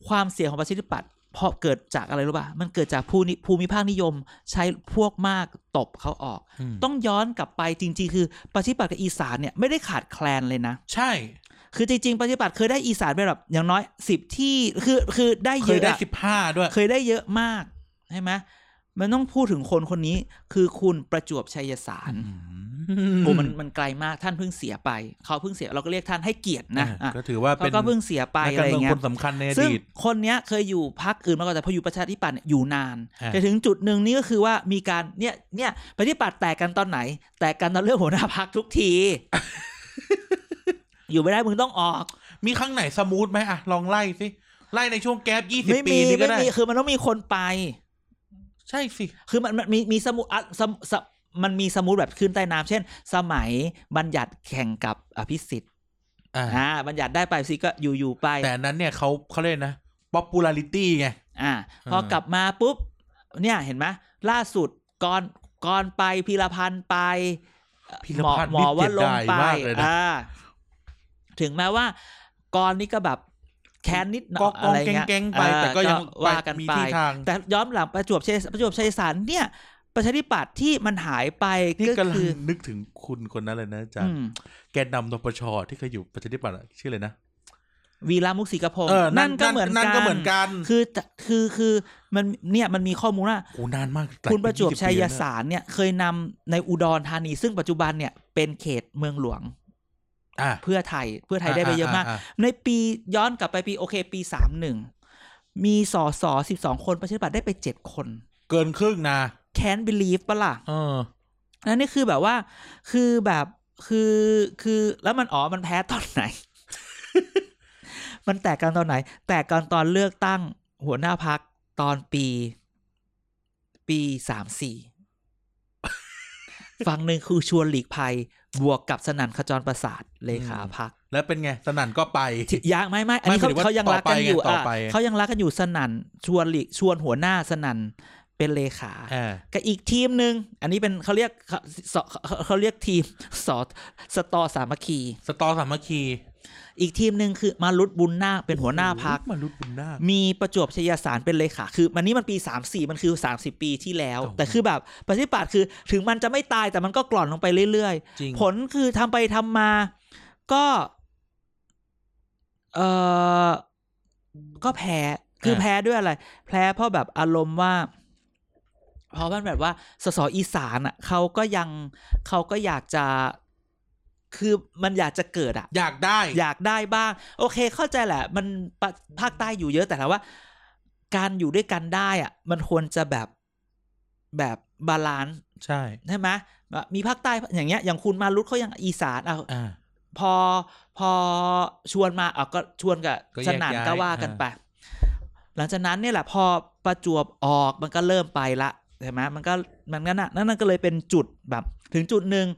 [SPEAKER 1] ความเสียของประชาธิปัตย์เพราะเกิดจากอะไรรู้ป่ะ มันเกิดจากภูนิภูมิภาคนิยมใช้พวกมากตบเขาออก
[SPEAKER 2] อืม
[SPEAKER 1] ต้องย้อนกลับไปจริง ๆ คือประชาธิปัตย์กับอีสานเนี่ยไม่ได้ขาดแคลนเลยนะ
[SPEAKER 2] ใช่
[SPEAKER 1] คือจริง ๆประชาธิปัตย์เคยได้อีสานไปแบบอย่างน้อยสิบที่คือคือได้
[SPEAKER 2] เค
[SPEAKER 1] เย
[SPEAKER 2] ย
[SPEAKER 1] อะ
[SPEAKER 2] ได้
[SPEAKER 1] อะ
[SPEAKER 2] สิบห้าด้วย
[SPEAKER 1] เคยได้เยอะมากใช่ไหมมันต้องพูดถึงคนคนนี้คือคุณประจวบชัยสารโอ้มันมันไกลมากท่านเพิ่งเสียไปเขาเพิ่งเสียเราก็เรียกท่านให้เกียรตินะ
[SPEAKER 2] อ่ะ
[SPEAKER 1] อ่ะ
[SPEAKER 2] ก็ถือว่าเป็
[SPEAKER 1] เขา
[SPEAKER 2] น
[SPEAKER 1] ก็เพิ่งเสียไป
[SPEAKER 2] นัก
[SPEAKER 1] อะ
[SPEAKER 2] การ
[SPEAKER 1] ไรอ
[SPEAKER 2] เมือย่า
[SPEAKER 1] ง
[SPEAKER 2] ง
[SPEAKER 1] เงี้ย
[SPEAKER 2] คนสำคัญในอ
[SPEAKER 1] ซึ่ง
[SPEAKER 2] ดีต
[SPEAKER 1] คนเนี้ยเคยอยู่พักอื่นมาก่อนแต่พออยู่ประชาธิปัตย์เนี่ยอยู่นาน
[SPEAKER 2] อ่า
[SPEAKER 1] แต่ถึงจุดหนึ่งนี่ก็คือว่ามีการเนี่ยเนี่ยประชาธิปัตย์แตกกันตอนไหน แตกกันตอนเรื่องหัวหน้าพักทุกที อยู่ไม่ได้มึงต้องออก
[SPEAKER 2] มีครั้งไหนสมูทไหมอ่ะ ลองไล่สิ ไล่ในช่วงแก๊ปยี่สิบ
[SPEAKER 1] ไม่
[SPEAKER 2] ปี
[SPEAKER 1] มี
[SPEAKER 2] นี้ก็
[SPEAKER 1] ไม่
[SPEAKER 2] ได้
[SPEAKER 1] มีคือมันต้องมีคนไป
[SPEAKER 2] ใช่สิ
[SPEAKER 1] คือมันมันมีมีสมุดอ่ะสมสมมันมีสมุดแบบขึ้นใต้น้ำเช่น สมัยบัญญัติแข่งกับอภิสิทธิ์
[SPEAKER 2] อ่า
[SPEAKER 1] อ่าบัญญัติได้ไปสิทธิ์ก็อยู่อยู่ๆไป
[SPEAKER 2] แต่อันนั้นเนี่ยเขาเขาเรียกนะ popularity ไง
[SPEAKER 1] อ่าพอ
[SPEAKER 2] เออ
[SPEAKER 1] กลับมาปุ๊บ เนี่ยเห็นไหมล่าสุดก่อนก่อนไปพีรพันธ์ไปเอ่อ
[SPEAKER 2] พิรพัฒน์
[SPEAKER 1] หมอ
[SPEAKER 2] นี่
[SPEAKER 1] หมอ
[SPEAKER 2] เจ็
[SPEAKER 1] ว่าล
[SPEAKER 2] บ
[SPEAKER 1] ง
[SPEAKER 2] ได้
[SPEAKER 1] ไป
[SPEAKER 2] มากเลยนะ
[SPEAKER 1] อ่าถึงแม้ว่าก่อนนี่ก็แบบแค้นนิดหน่
[SPEAKER 2] ก็
[SPEAKER 1] อย
[SPEAKER 2] ก
[SPEAKER 1] อะ
[SPEAKER 2] อง
[SPEAKER 1] ไรเงี้ย
[SPEAKER 2] แกงๆไป
[SPEAKER 1] เออ
[SPEAKER 2] แต่ก็ยัง
[SPEAKER 1] ว่ากัน
[SPEAKER 2] มี
[SPEAKER 1] ไป
[SPEAKER 2] ที่ทาง
[SPEAKER 1] แต่ย้อนหลังประจวบชัยประจวบชัยสารเนี่ย ประชาธิปัตย์ที่มันหายไป
[SPEAKER 2] นี่
[SPEAKER 1] ก็
[SPEAKER 2] กำลัง
[SPEAKER 1] คือ
[SPEAKER 2] นึกถึงคุณคนนั้นเลยนะอาจาร
[SPEAKER 1] อื
[SPEAKER 2] ย์
[SPEAKER 1] ม
[SPEAKER 2] แกนนำนปชที่เคยอยู่ประชาธิปัตย์อะชื่ออะไรนะ
[SPEAKER 1] วีระมุกศรีกระพงศ์
[SPEAKER 2] เออ
[SPEAKER 1] นั่นก็เหมือน
[SPEAKER 2] นั่นก็เหมือน
[SPEAKER 1] กัน
[SPEAKER 2] กัน
[SPEAKER 1] คือคือคือมันเนี่ยมันมีข้อมูลว่า
[SPEAKER 2] โอ้นานมากหลาย
[SPEAKER 1] คุณประจวบ
[SPEAKER 2] 20
[SPEAKER 1] ชัย
[SPEAKER 2] แล้วนะ
[SPEAKER 1] สารเนี่ยเคยนำในอุดรธานี ซึ่งปัจจุบันเนี่ยเป็นเขตเมืองหลวง
[SPEAKER 2] อ่ะ
[SPEAKER 1] เพื่อไทย เพื่อไทยได้ไปเยอะมาก ในปีย้อนกลับไปปีโอเคปีสามหนึ่งมีสอสอสิบสองคนประชาธิปัตย์ได้ไปเจ็ดคน
[SPEAKER 2] เกินครึ่งนะ
[SPEAKER 1] แคนบิลีฟปะล่ะ
[SPEAKER 2] เออ
[SPEAKER 1] นั่นนี่คือแบบว่า คือแบบคือคือแล้วมันอ๋อมันแพ้ตอนไหน มันแตกกันตอนไหน แตกกันตอนเลือกตั้งหัวหน้าพักตอนปี ปีสามสี่ ฝั่งหนึ่งคือชวนหลีกภัย บวกกับสนั่นขจรประสาทเลขาพัก
[SPEAKER 2] แล้วเป็นไง สนั่นก็ไป
[SPEAKER 1] ยางไม่ไม่อันนี้
[SPEAKER 2] ไม่
[SPEAKER 1] เขา
[SPEAKER 2] หมายถึงว่า
[SPEAKER 1] เขายังรักกันอยู่
[SPEAKER 2] ต่อ
[SPEAKER 1] อ่ะ
[SPEAKER 2] ไป
[SPEAKER 1] เขายังรักกันอยู่สนั่นชวนหลีกชวนหัวหน้าสนั่นเป็นเลขา
[SPEAKER 2] อ่า
[SPEAKER 1] กับอีกทีมหนึ่งอันนี้เป็นเขาเรียกเขาสเขาเขาเรียกทีมสอสตอสามัคคี
[SPEAKER 2] สตอสามัคคี
[SPEAKER 1] อีกทีมหนึ่งคือมารุดบุญนาคเป็นหัวหน้าพัก
[SPEAKER 2] มารุดบุญนาค
[SPEAKER 1] มีประจวบชยสารเป็นเลขาคือ มันนี่มันปี 34 มันคือ 30 ปีที่แล้ว
[SPEAKER 2] โอ้โห
[SPEAKER 1] แต่คือแบบประชาธิปัตย์คือถึงมันจะไม่ตายแต่มันก็กล่อนลงไปเรื่อย
[SPEAKER 2] จริง
[SPEAKER 1] ๆ ผลคือทำไปทำมาก็เออก็แพ้คือแพ้ด้วยอะไร แพ้เพราะแบบอารมณ์ว่า เพราะมันแบบว่าสสอีสานอ่ะเขาก็ยังเขาก็อยากจะคือมันอยากจะเกิดอ่ะ
[SPEAKER 2] อยากได้
[SPEAKER 1] อยากได้บ้าง โอเคเข้าใจแหละ มันปะภาคใต้อยู่เยอะแต่ถามว่า การอยู่ด้วยกันได้อะมันควรจะแบบแบบบาลานซ์
[SPEAKER 2] ใช่
[SPEAKER 1] ใช่ไหมแบบมีภาคใต้อย่างเงี้ยอย่างคุณมารุตเขายังอีสานอ่ะ
[SPEAKER 2] อ่า
[SPEAKER 1] พอพอชวนมาอ่ะก็ชวนกับ
[SPEAKER 2] ก็แยก
[SPEAKER 1] สนาน
[SPEAKER 2] ย้าย
[SPEAKER 1] ก็ว่ากันไป หลังจากนั้นเนี่ยแหละพอประจวบออกมันก็เริ่มไปละใช่ไหมมันก็มันก็น่ะนั่นนั่นก็เลยเป็นจุดแบบ ถึงจุดหนึ่ง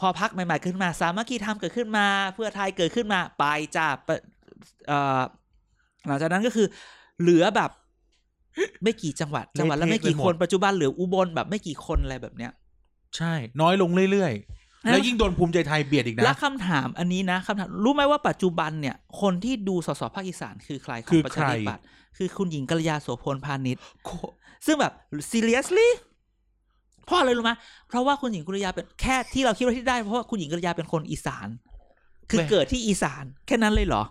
[SPEAKER 1] พอพักใหม่ๆขึ้นมา สามัคคีธรรมเกิดขึ้นมา เพื่อไทยเกิดขึ้นมาไปจ้าไปเอ่อหลังจากนั้นก็คือ เหลือแบบ ไม่กี่จังหวัด จังหวัดละไม่กี่
[SPEAKER 2] เละเทะไปหม
[SPEAKER 1] ค
[SPEAKER 2] ด
[SPEAKER 1] นปัจจุบันเหลืออุบลแบบไม่กี่คนอะไรแบบเนี้ย
[SPEAKER 2] ใช่ น้อยลงเรื่อย แล้วยิ่งโดนภูมิใจไทยเบียดอีก
[SPEAKER 1] และ
[SPEAKER 2] นะ
[SPEAKER 1] คำถามอันนี้นะคำถามรู้ไหมว่าปัจจุบันเนี่ย คนที่ดูสสภาคอีสานคือใครข
[SPEAKER 2] คื
[SPEAKER 1] อง
[SPEAKER 2] อ
[SPEAKER 1] ประ
[SPEAKER 2] ใคร
[SPEAKER 1] ชาธิปัตย์คือคุณหญิงกัลยาโสพลพาณิชย์ซึ่งแบบ seriously เพราะอะไรรู้ไหมเพราะว่าคุณหญิงกัลยาเป็นแค่ที่เราคิดว่าที่ได้เพราะว่าคุณหญิงกัลยาเป็นคนอีสาน คือเกิดที่อีสาน แค่นั้นเลยเหรอ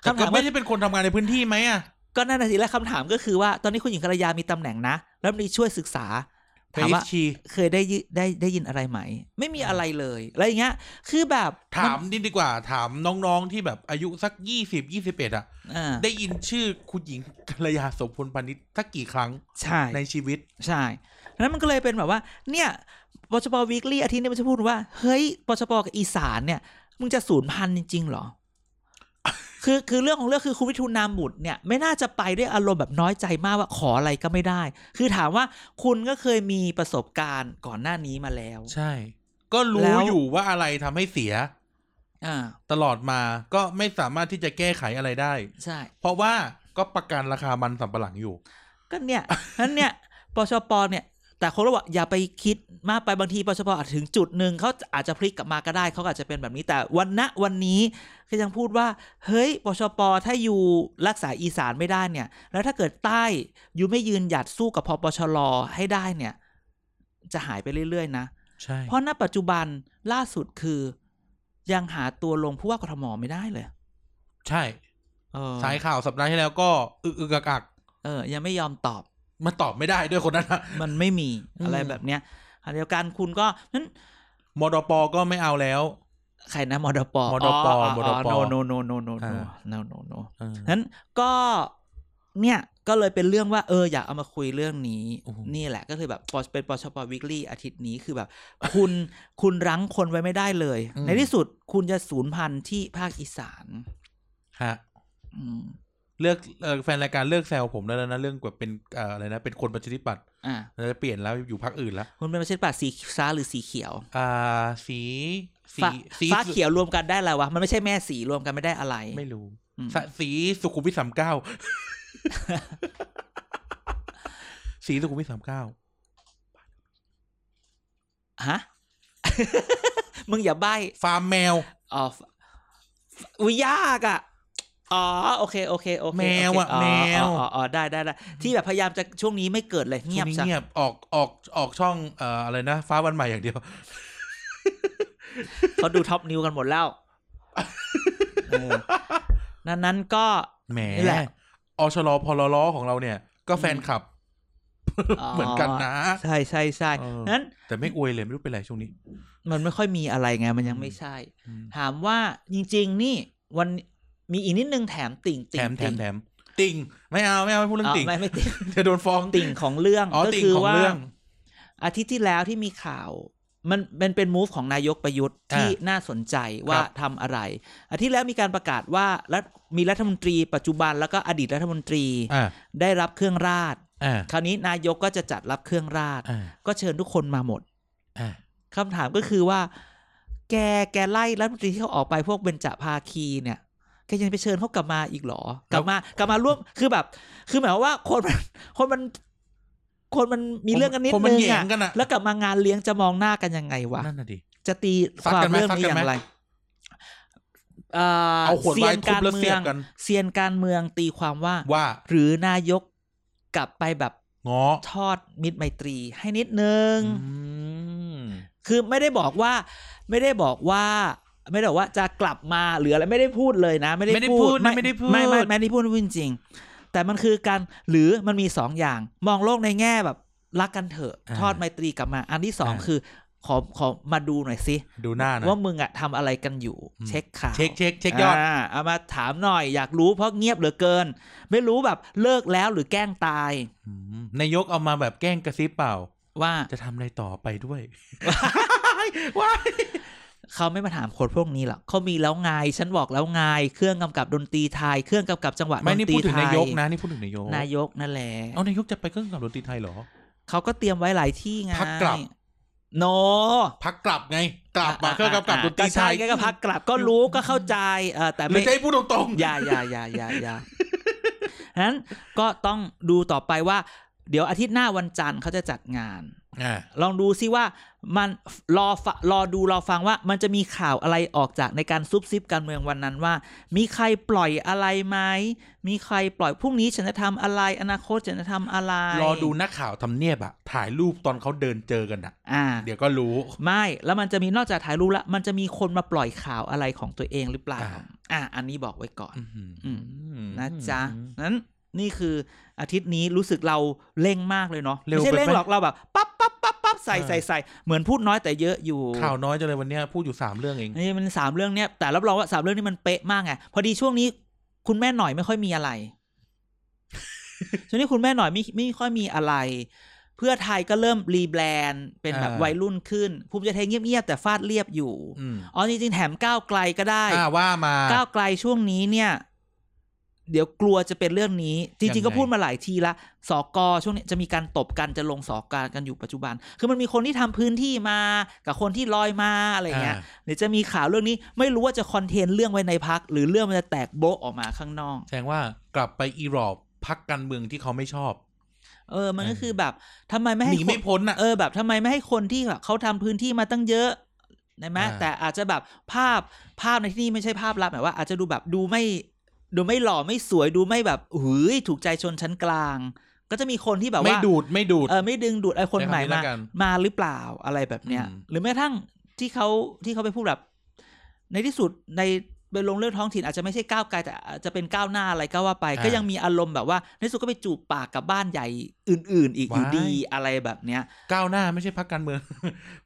[SPEAKER 2] แต่
[SPEAKER 1] คำ
[SPEAKER 2] ก็
[SPEAKER 1] ถาม
[SPEAKER 2] ไม่
[SPEAKER 1] ว่า
[SPEAKER 2] ได้เป็นคนทำงานในพื้นที่ไหมอ่ะ
[SPEAKER 1] ก็นั่นน่ะสิและคำถามก็คือว่า ตอนนี้คุณหญิงกัลยามีตำแหน่งนะแล้วมีช่วยศึกษาถามว่า
[SPEAKER 2] ชี
[SPEAKER 1] เคยได้ยิได้ได้ยินอะไรไหม ไม่มีอะไรเลยแล้วอย่างเงี้ย คือแบบ
[SPEAKER 2] ถามนิดดีกว่า ถามน้องๆที่แบบอายุสักยี่สิบยี่สิบเอ็ดอ่ะ
[SPEAKER 1] อ่า
[SPEAKER 2] ได้ยินชื่อคุณหญิงกัลยาโสมพลพานิชสักกี่ครั้ง
[SPEAKER 1] ใช่
[SPEAKER 2] ในชีวิต
[SPEAKER 1] ใช่ดังนั้นมันก็เลยเป็นแบบว่า เนี่ยปชปวีคลี่อาทิตย์นี้มันจะพูดว่า เฮ้ยปชปกับอีสานเนี่ย มึงจะสูญพันธุ์จริง ๆ เหรอ คือคือเรื่องของเรื่องคือคุณวิทูลนามบุตรเนี่ย ไม่น่าจะไปด้วยอารมณ์แบบน้อยใจมากว่าขออะไรก็ไม่ได้ คือถามว่าคุณก็เคยมีประสบการณ์ก่อนหน้านี้มาแล้ว
[SPEAKER 2] ใช่ ก็
[SPEAKER 1] แล้
[SPEAKER 2] รู้
[SPEAKER 1] ว
[SPEAKER 2] อยู่ว่าอะไรทำให้เสีย
[SPEAKER 1] อ่า
[SPEAKER 2] ตลอดมาก็ไม่สามารถที่จะแก้ไขอะไรได้
[SPEAKER 1] ใช่
[SPEAKER 2] เพราะว่าก็ประกันราคามันสำปะหลังอยู่
[SPEAKER 1] ก็เนี่ย นั้นเนี่ย ปชป เนี่ย แต่คนบอกอย่าไปคิดมากไปบางทีปชปอาจถึงจุดหนึ่งเขาอาจจะพลิกกลับมาก็ได้เขาก็อาจจะเป็นแบบนี้แต่วันณวันนี้ก็ยังพูดว่า เฮ้ยปชป ถ้าอยู่รักษาอีสานไม่ได้เนี่ย แล้วถ้าเกิดใต้อยู่ไม่ยืนหยัดสู้กับพปชรให้ได้เนี่ย จะหายไปเรื่อยๆนะ
[SPEAKER 2] ใช่
[SPEAKER 1] เพราะณปัจจุบันล่าสุดคือ ยังหาตัวลงผู้ว่ากทมไม่ได้เลย
[SPEAKER 2] ใช่
[SPEAKER 1] เออ
[SPEAKER 2] สายข่าวสัปดาห์ที่แล้วก็อึกอึกอักอัก
[SPEAKER 1] เออ ยังไม่ยอมตอบ
[SPEAKER 2] มาตอบไม่ได้ด้วยคนนั้นอะ
[SPEAKER 1] มันไม่มี
[SPEAKER 2] อืม
[SPEAKER 1] อะไรแบบเนี้ยอันเดียวกันคุณก็นั้น
[SPEAKER 2] มดปก็ไม่เอาแล้ว
[SPEAKER 1] ใครนะมดป
[SPEAKER 2] มดปมดป
[SPEAKER 1] โนโนโนโนโนโน
[SPEAKER 2] อ่า
[SPEAKER 1] โนโนโน
[SPEAKER 2] เออ
[SPEAKER 1] นั้นก็เนี่ยก็เลยเป็นเรื่องว่าเอออยากเอามาคุยเรื่องนี้
[SPEAKER 2] โอ้โห
[SPEAKER 1] นี่แหละก็คือแบบ Posh- เป็นปชปวิกฤตอาทิตย์นี้คือแบบ คุณ คุณรั้งคนไว้ไม่ได้เลย ในที่สุดคุณจะสูญพันธุ์ที่ภาคอีสาน
[SPEAKER 2] ฮะ
[SPEAKER 1] อืม
[SPEAKER 2] เลือกเอ่อแฟนรายการเลือกแซวผมได้แล้วนะเรื่องแบบเป็นเอ่ออะไรนะเป็นคนประชาธิปัตย์
[SPEAKER 1] อ่ะ
[SPEAKER 2] เราจะเปลี่ยนแล้วอยู่พักอื่นแล้ว
[SPEAKER 1] คุณเป็นประชาธิปัตย์สีฟ้าหรือสีเขียว
[SPEAKER 2] อ่าสีสี
[SPEAKER 1] ฟ้า
[SPEAKER 2] สี
[SPEAKER 1] ฟ้าเขียวรวมกันได้อะไรวะมันไม่ใช่แม่สีรวมกันไม่ได้อะไร
[SPEAKER 2] ไม่รู้
[SPEAKER 1] อืม
[SPEAKER 2] สะสีสุขุมวิทสามเก้า สีสุขุมวิทสามเก้า
[SPEAKER 1] ฮะ มึงอย่าใบ้
[SPEAKER 2] ฟาร์มแมว
[SPEAKER 1] อ๋อฟอุ้ยยากอ่ะ อ๋อ โอเค โอเค โอเค
[SPEAKER 2] แมวอะ
[SPEAKER 1] โเค
[SPEAKER 2] แมว
[SPEAKER 1] อ๋ออ๋ออ๋อได้ได้ได้ที่แบบพยายามจะช่วงนี้ไม่เกิดเลยเงียบ
[SPEAKER 2] ช่ว
[SPEAKER 1] ซะ
[SPEAKER 2] งนี้เงียบออกออกออกช่องเอ่ออะไรนะ ฟ้าวันใหม่อย่างเดียว
[SPEAKER 1] เขาดูท็อปนิวกันหมด แล้วเออนั้นนั้นก็
[SPEAKER 2] แหม
[SPEAKER 1] นี่แหละ
[SPEAKER 2] อชลพลล้อของเราเนี่ย ก็แฟนคลับ เหมือนกันนะ
[SPEAKER 1] ใช่ใช่ใช่
[SPEAKER 2] เออ
[SPEAKER 1] นั้น
[SPEAKER 2] แต่ไม่อวยเลยไม่รู้เป็นไรช่วงนี้
[SPEAKER 1] มันไม่ค่อยมีอะไรไง มันยังไม่ใช่ ถามว่าจริง ๆ นี่วันมีอีกนิดนึงแถมติ่ง
[SPEAKER 2] แถ
[SPEAKER 1] ติ่ง
[SPEAKER 2] มแถ
[SPEAKER 1] ติ่
[SPEAKER 2] ม
[SPEAKER 1] ง
[SPEAKER 2] แถมติ่งไม่เอาไม่เอาไม่พูดเรื่อง
[SPEAKER 1] อ๋อ
[SPEAKER 2] ติ่ง
[SPEAKER 1] ไม่ไม่ติ่ง
[SPEAKER 2] จะโดนฟ้อง
[SPEAKER 1] ติ่งของเรื่อง
[SPEAKER 2] อ๋อ
[SPEAKER 1] ก็
[SPEAKER 2] ติ่ง
[SPEAKER 1] คือ
[SPEAKER 2] ของ
[SPEAKER 1] ว่า
[SPEAKER 2] เรื่อง
[SPEAKER 1] อาทิตย์ที่แล้วที่มีข่าว มันเป็นเป็นมูฟของนายกประยุทธ์ที่
[SPEAKER 2] อ่า
[SPEAKER 1] น่าสนใจว่า
[SPEAKER 2] ครับ
[SPEAKER 1] ทำอะไร อาทิตย์แล้วมีการประกาศว่ารัฐมีรัฐมนตรีปัจจุบันแล้วก็อดีตรัฐมนตรี
[SPEAKER 2] อ่า
[SPEAKER 1] ได้รับเครื่องราช
[SPEAKER 2] อ่า
[SPEAKER 1] คราวนี้นายกก็จะจัดรับเครื่องราช
[SPEAKER 2] อ่า
[SPEAKER 1] ก็เชิญทุกคนมาหมด
[SPEAKER 2] อ่า
[SPEAKER 1] คำถามก็คือว่า แกแกไล่รัฐมนตรีที่เขาออกไปพวกเบญจภาคีเนี่ยแกยังไปเชิญเขากลับมาอีกเหรอ กลับมากลับมาร่วมคือแบบ คือหมายความว่าคนมันคนมัน คนมันมีเรื่องกันนิด
[SPEAKER 2] คมั
[SPEAKER 1] นึง
[SPEAKER 2] แหย่
[SPEAKER 1] อะ
[SPEAKER 2] งกันอะ
[SPEAKER 1] แล้วกลับมางานเลี้ยงจะมองหน้ากันยังไงวะ
[SPEAKER 2] นั่นน่ะดิ
[SPEAKER 1] จะตี
[SPEAKER 2] ซั
[SPEAKER 1] ค
[SPEAKER 2] ด
[SPEAKER 1] วาม
[SPEAKER 2] กันไหม
[SPEAKER 1] เรื่องนี้
[SPEAKER 2] ซัด
[SPEAKER 1] อ
[SPEAKER 2] กันไหม
[SPEAKER 1] ย่างไรเ
[SPEAKER 2] เอา
[SPEAKER 1] อา
[SPEAKER 2] ขวดไวน์ทุบแล้วเสียบกัน
[SPEAKER 1] เซียนการเมืองตีความว่า
[SPEAKER 2] ว่า
[SPEAKER 1] หรือนายกกลับไปแบบ
[SPEAKER 2] ง้อ
[SPEAKER 1] ทอดมิตรไมตรีให้นิดนึง
[SPEAKER 2] อืม
[SPEAKER 1] คือไม่ได้บอกว่า ไม่ได้บอกว่า ไม่ได้บอกว่าจะกลับมาหรืออะไรไม่ได้พูดเลยนะ ไม่ได้
[SPEAKER 2] ไม่ได้พูดนะไม่ได้พูด
[SPEAKER 1] ไม่ไม่ไม่ได้พูดไม่พูดจริงๆแต่มันคือการหรือมันมีสองอย่าง มองโลกในแง่แบบรักกันเถอะ
[SPEAKER 2] า
[SPEAKER 1] ทอดไมตรีกลับมา อันที่สอง
[SPEAKER 2] อ่า
[SPEAKER 1] คือขอขอมาดูหน่อยสิ
[SPEAKER 2] ดูหน้าหน่อย
[SPEAKER 1] ว่ามึงอะทำอะไรกันอยู่
[SPEAKER 2] อืม
[SPEAKER 1] เช็คข่าว
[SPEAKER 2] เช็คเช็คเช็คยอด
[SPEAKER 1] าเอามาถามหน่อยอยากรู้เพราะเงียบเหลือเกิน ไม่รู้แบบเลิกแล้วหรือแกล้งตาย
[SPEAKER 2] อืมนายกเอามาแบบแกล้งกระซิบเปล่า
[SPEAKER 1] ว่า
[SPEAKER 2] จะทำอะไรต่อไปด้วย ว้าย
[SPEAKER 1] เขาไม่มาถามคนพวกนี้หรอกเขามีแล้วไงฉันบอกแล้วไงเครื่องกำกับดนตรีไทย เครื่องกำกับจังหวะด
[SPEAKER 2] ไม่
[SPEAKER 1] น
[SPEAKER 2] นี่
[SPEAKER 1] ตรี
[SPEAKER 2] พูดถึง
[SPEAKER 1] ไทย
[SPEAKER 2] นายกนะนี่พูดถึงนายก
[SPEAKER 1] นายกนั่นแหละ
[SPEAKER 2] เอานายกจะไปเครื่องกับดนตรีไทยเหรอ
[SPEAKER 1] เขาก็เตรียมไว้หลายที่ไง
[SPEAKER 2] พักกลับ
[SPEAKER 1] โน
[SPEAKER 2] พักกลับไง กลับมาเครื่องกำกับดนตรี
[SPEAKER 1] ก็
[SPEAKER 2] ไท
[SPEAKER 1] ใช่
[SPEAKER 2] ย
[SPEAKER 1] ไงก็พักกลับก็รู้ก็เข้าใจเออแต่
[SPEAKER 2] หรื
[SPEAKER 1] ไม่
[SPEAKER 2] อจะให้พูดตรงๆ
[SPEAKER 1] อย่าอย่าอย่าอย่าอย่า ฉะนั้นก็ต้องดูต่อไปว่า เดี๋ยวอาทิตย์หน้าวันจันทร์เขาจะจัดงาน
[SPEAKER 2] อ่า
[SPEAKER 1] ลองดูซิว่ามันรอฟะรอดูรอฟังว่ามันจะมีข่าวอะไรออกจากในการซุบซิบการเมืองวันนั้นว่า มีใครปล่อยอะไรไหมมีใครปล่อยพรุ่งนี้ฉันจะทำอะไร อนาคตฉันจะทำอะไร
[SPEAKER 2] รอดูนักข่าวทำเนียบอะถ่ายรูปตอนเขาเดินเจอกันอะ
[SPEAKER 1] อ่า
[SPEAKER 2] เดี๋ยวก็รู้
[SPEAKER 1] ไม่แล้วมันจะมีนอกจากถ่ายรูปละมันจะมีคนมาปล่อยข่าวอะไรของตัวเองหรือเปล่า
[SPEAKER 2] อ่า
[SPEAKER 1] อ่าอันนี้บอกไว้ก่อน
[SPEAKER 2] อืม
[SPEAKER 1] นะจ๊ะนั้นนี่คืออาทิตย์นี้รู้สึกเราเร่งมากเลยเนาะไม่ใช่เร่งหรอกเราแบบปั๊บปั๊บปั๊บปั๊บใส่ใส่ใส่เหมือนพูดน้อยแต่เยอะอยู่
[SPEAKER 2] ข่าวน้อยจังเลยวันเนี้ยพูดอยู่สามเรื่องเอง
[SPEAKER 1] นี่มันสามเรื่องเนี้ยแต่รับรองว่าสามเรื่องนี้มันเป๊ะมากไงพอดีช่วงนี้ คุณแม่หน่อยไม่ค่อยมี อะไร ช่วงนี้คุณแม่หน่อยไม่ไม่ค่อยมีอะไร เพื่อไทยก็เริ่มรีแบรนด์เป็นแบบ
[SPEAKER 2] อ่า
[SPEAKER 1] วัยรุ่นขึ้นภูมิใจไทยเงียบๆแต่ฟาดเรียบอยู่
[SPEAKER 2] อืม
[SPEAKER 1] อ๋อจริงๆแถมก้าวไกลก็ได้
[SPEAKER 2] อ่าว่ามา
[SPEAKER 1] ก้าวไกลช่วงนี้เนี่ย เดี๋ยวกลัวจะเป็นเรื่องนี้ จ
[SPEAKER 2] ยั
[SPEAKER 1] ริง
[SPEAKER 2] ง
[SPEAKER 1] ๆ
[SPEAKER 2] ไง
[SPEAKER 1] ก็พูดมาหลายทีละสอกอช่วงนี้จะมีการตบกันจะลงสอกากันอยู่ปัจจุบัน คือมันมีคนที่ทำพื้นที่มากับคนที่ลอยมาอะไรอย่างเงี้ย
[SPEAKER 2] อ่า
[SPEAKER 1] เดี๋ยวจะมีข่าวเรื่องนี้ไม่รู้ว่าจะคอนเทนต์เรื่องไว้ในพัก หรือเรื่องมันจะแตกโบ๊ะออกมาข้างนอก
[SPEAKER 2] แสดงว่ากลับไปอีรอบพักการเมืองที่เขาไม่ชอบ
[SPEAKER 1] เออ มันก็
[SPEAKER 2] เออ
[SPEAKER 1] คือแบบทำไมไม่
[SPEAKER 2] ห
[SPEAKER 1] ให้
[SPEAKER 2] นี
[SPEAKER 1] คน
[SPEAKER 2] ไม่พ้นอะ
[SPEAKER 1] เออแบบทำไมไม่ให้คนที่แบบเขาทำพื้นที่มาตั้งเยอะได้ไหม
[SPEAKER 2] อ่า
[SPEAKER 1] แต่อาจจะแบบภาพภาพในที่นี่ไม่ใช่ภาพลับหมายว่า อาจจะดูแบบดูไม่ ดูไม่หล่อไม่สวยดูไม่แบบหืยถูกใจชนชั้นกลาง ก็จะมีคนที่แบบว่า
[SPEAKER 2] ไม่ดูดไม่ดูด
[SPEAKER 1] เออไม่ดึงดูดไอ้คนใหม่มา
[SPEAKER 2] ใช้คำนี้แล้วกัน
[SPEAKER 1] มาหรือเปล่าอะไรแบบเนี้ย
[SPEAKER 2] อืม
[SPEAKER 1] หรือแม้กระทั่งที่เขาที่เขาไปพูดแบบ ในที่สุดในไปลงเรื่องท้องถิ่นอาจจะไม่ใช่ก้าวไกลแต่อาจจะเป็นก้าวหน้าอะไรก็ว่าไป ก็ยังมีอารมณ์แบบว่า ในที่สุดก็ไปจูบปากกับบ้านใหญ่อื่น ๆ อีกอยู่ดีอะไรแบบเนี้ย
[SPEAKER 2] ก้าวหน้าไม่ใช่พักการเมือง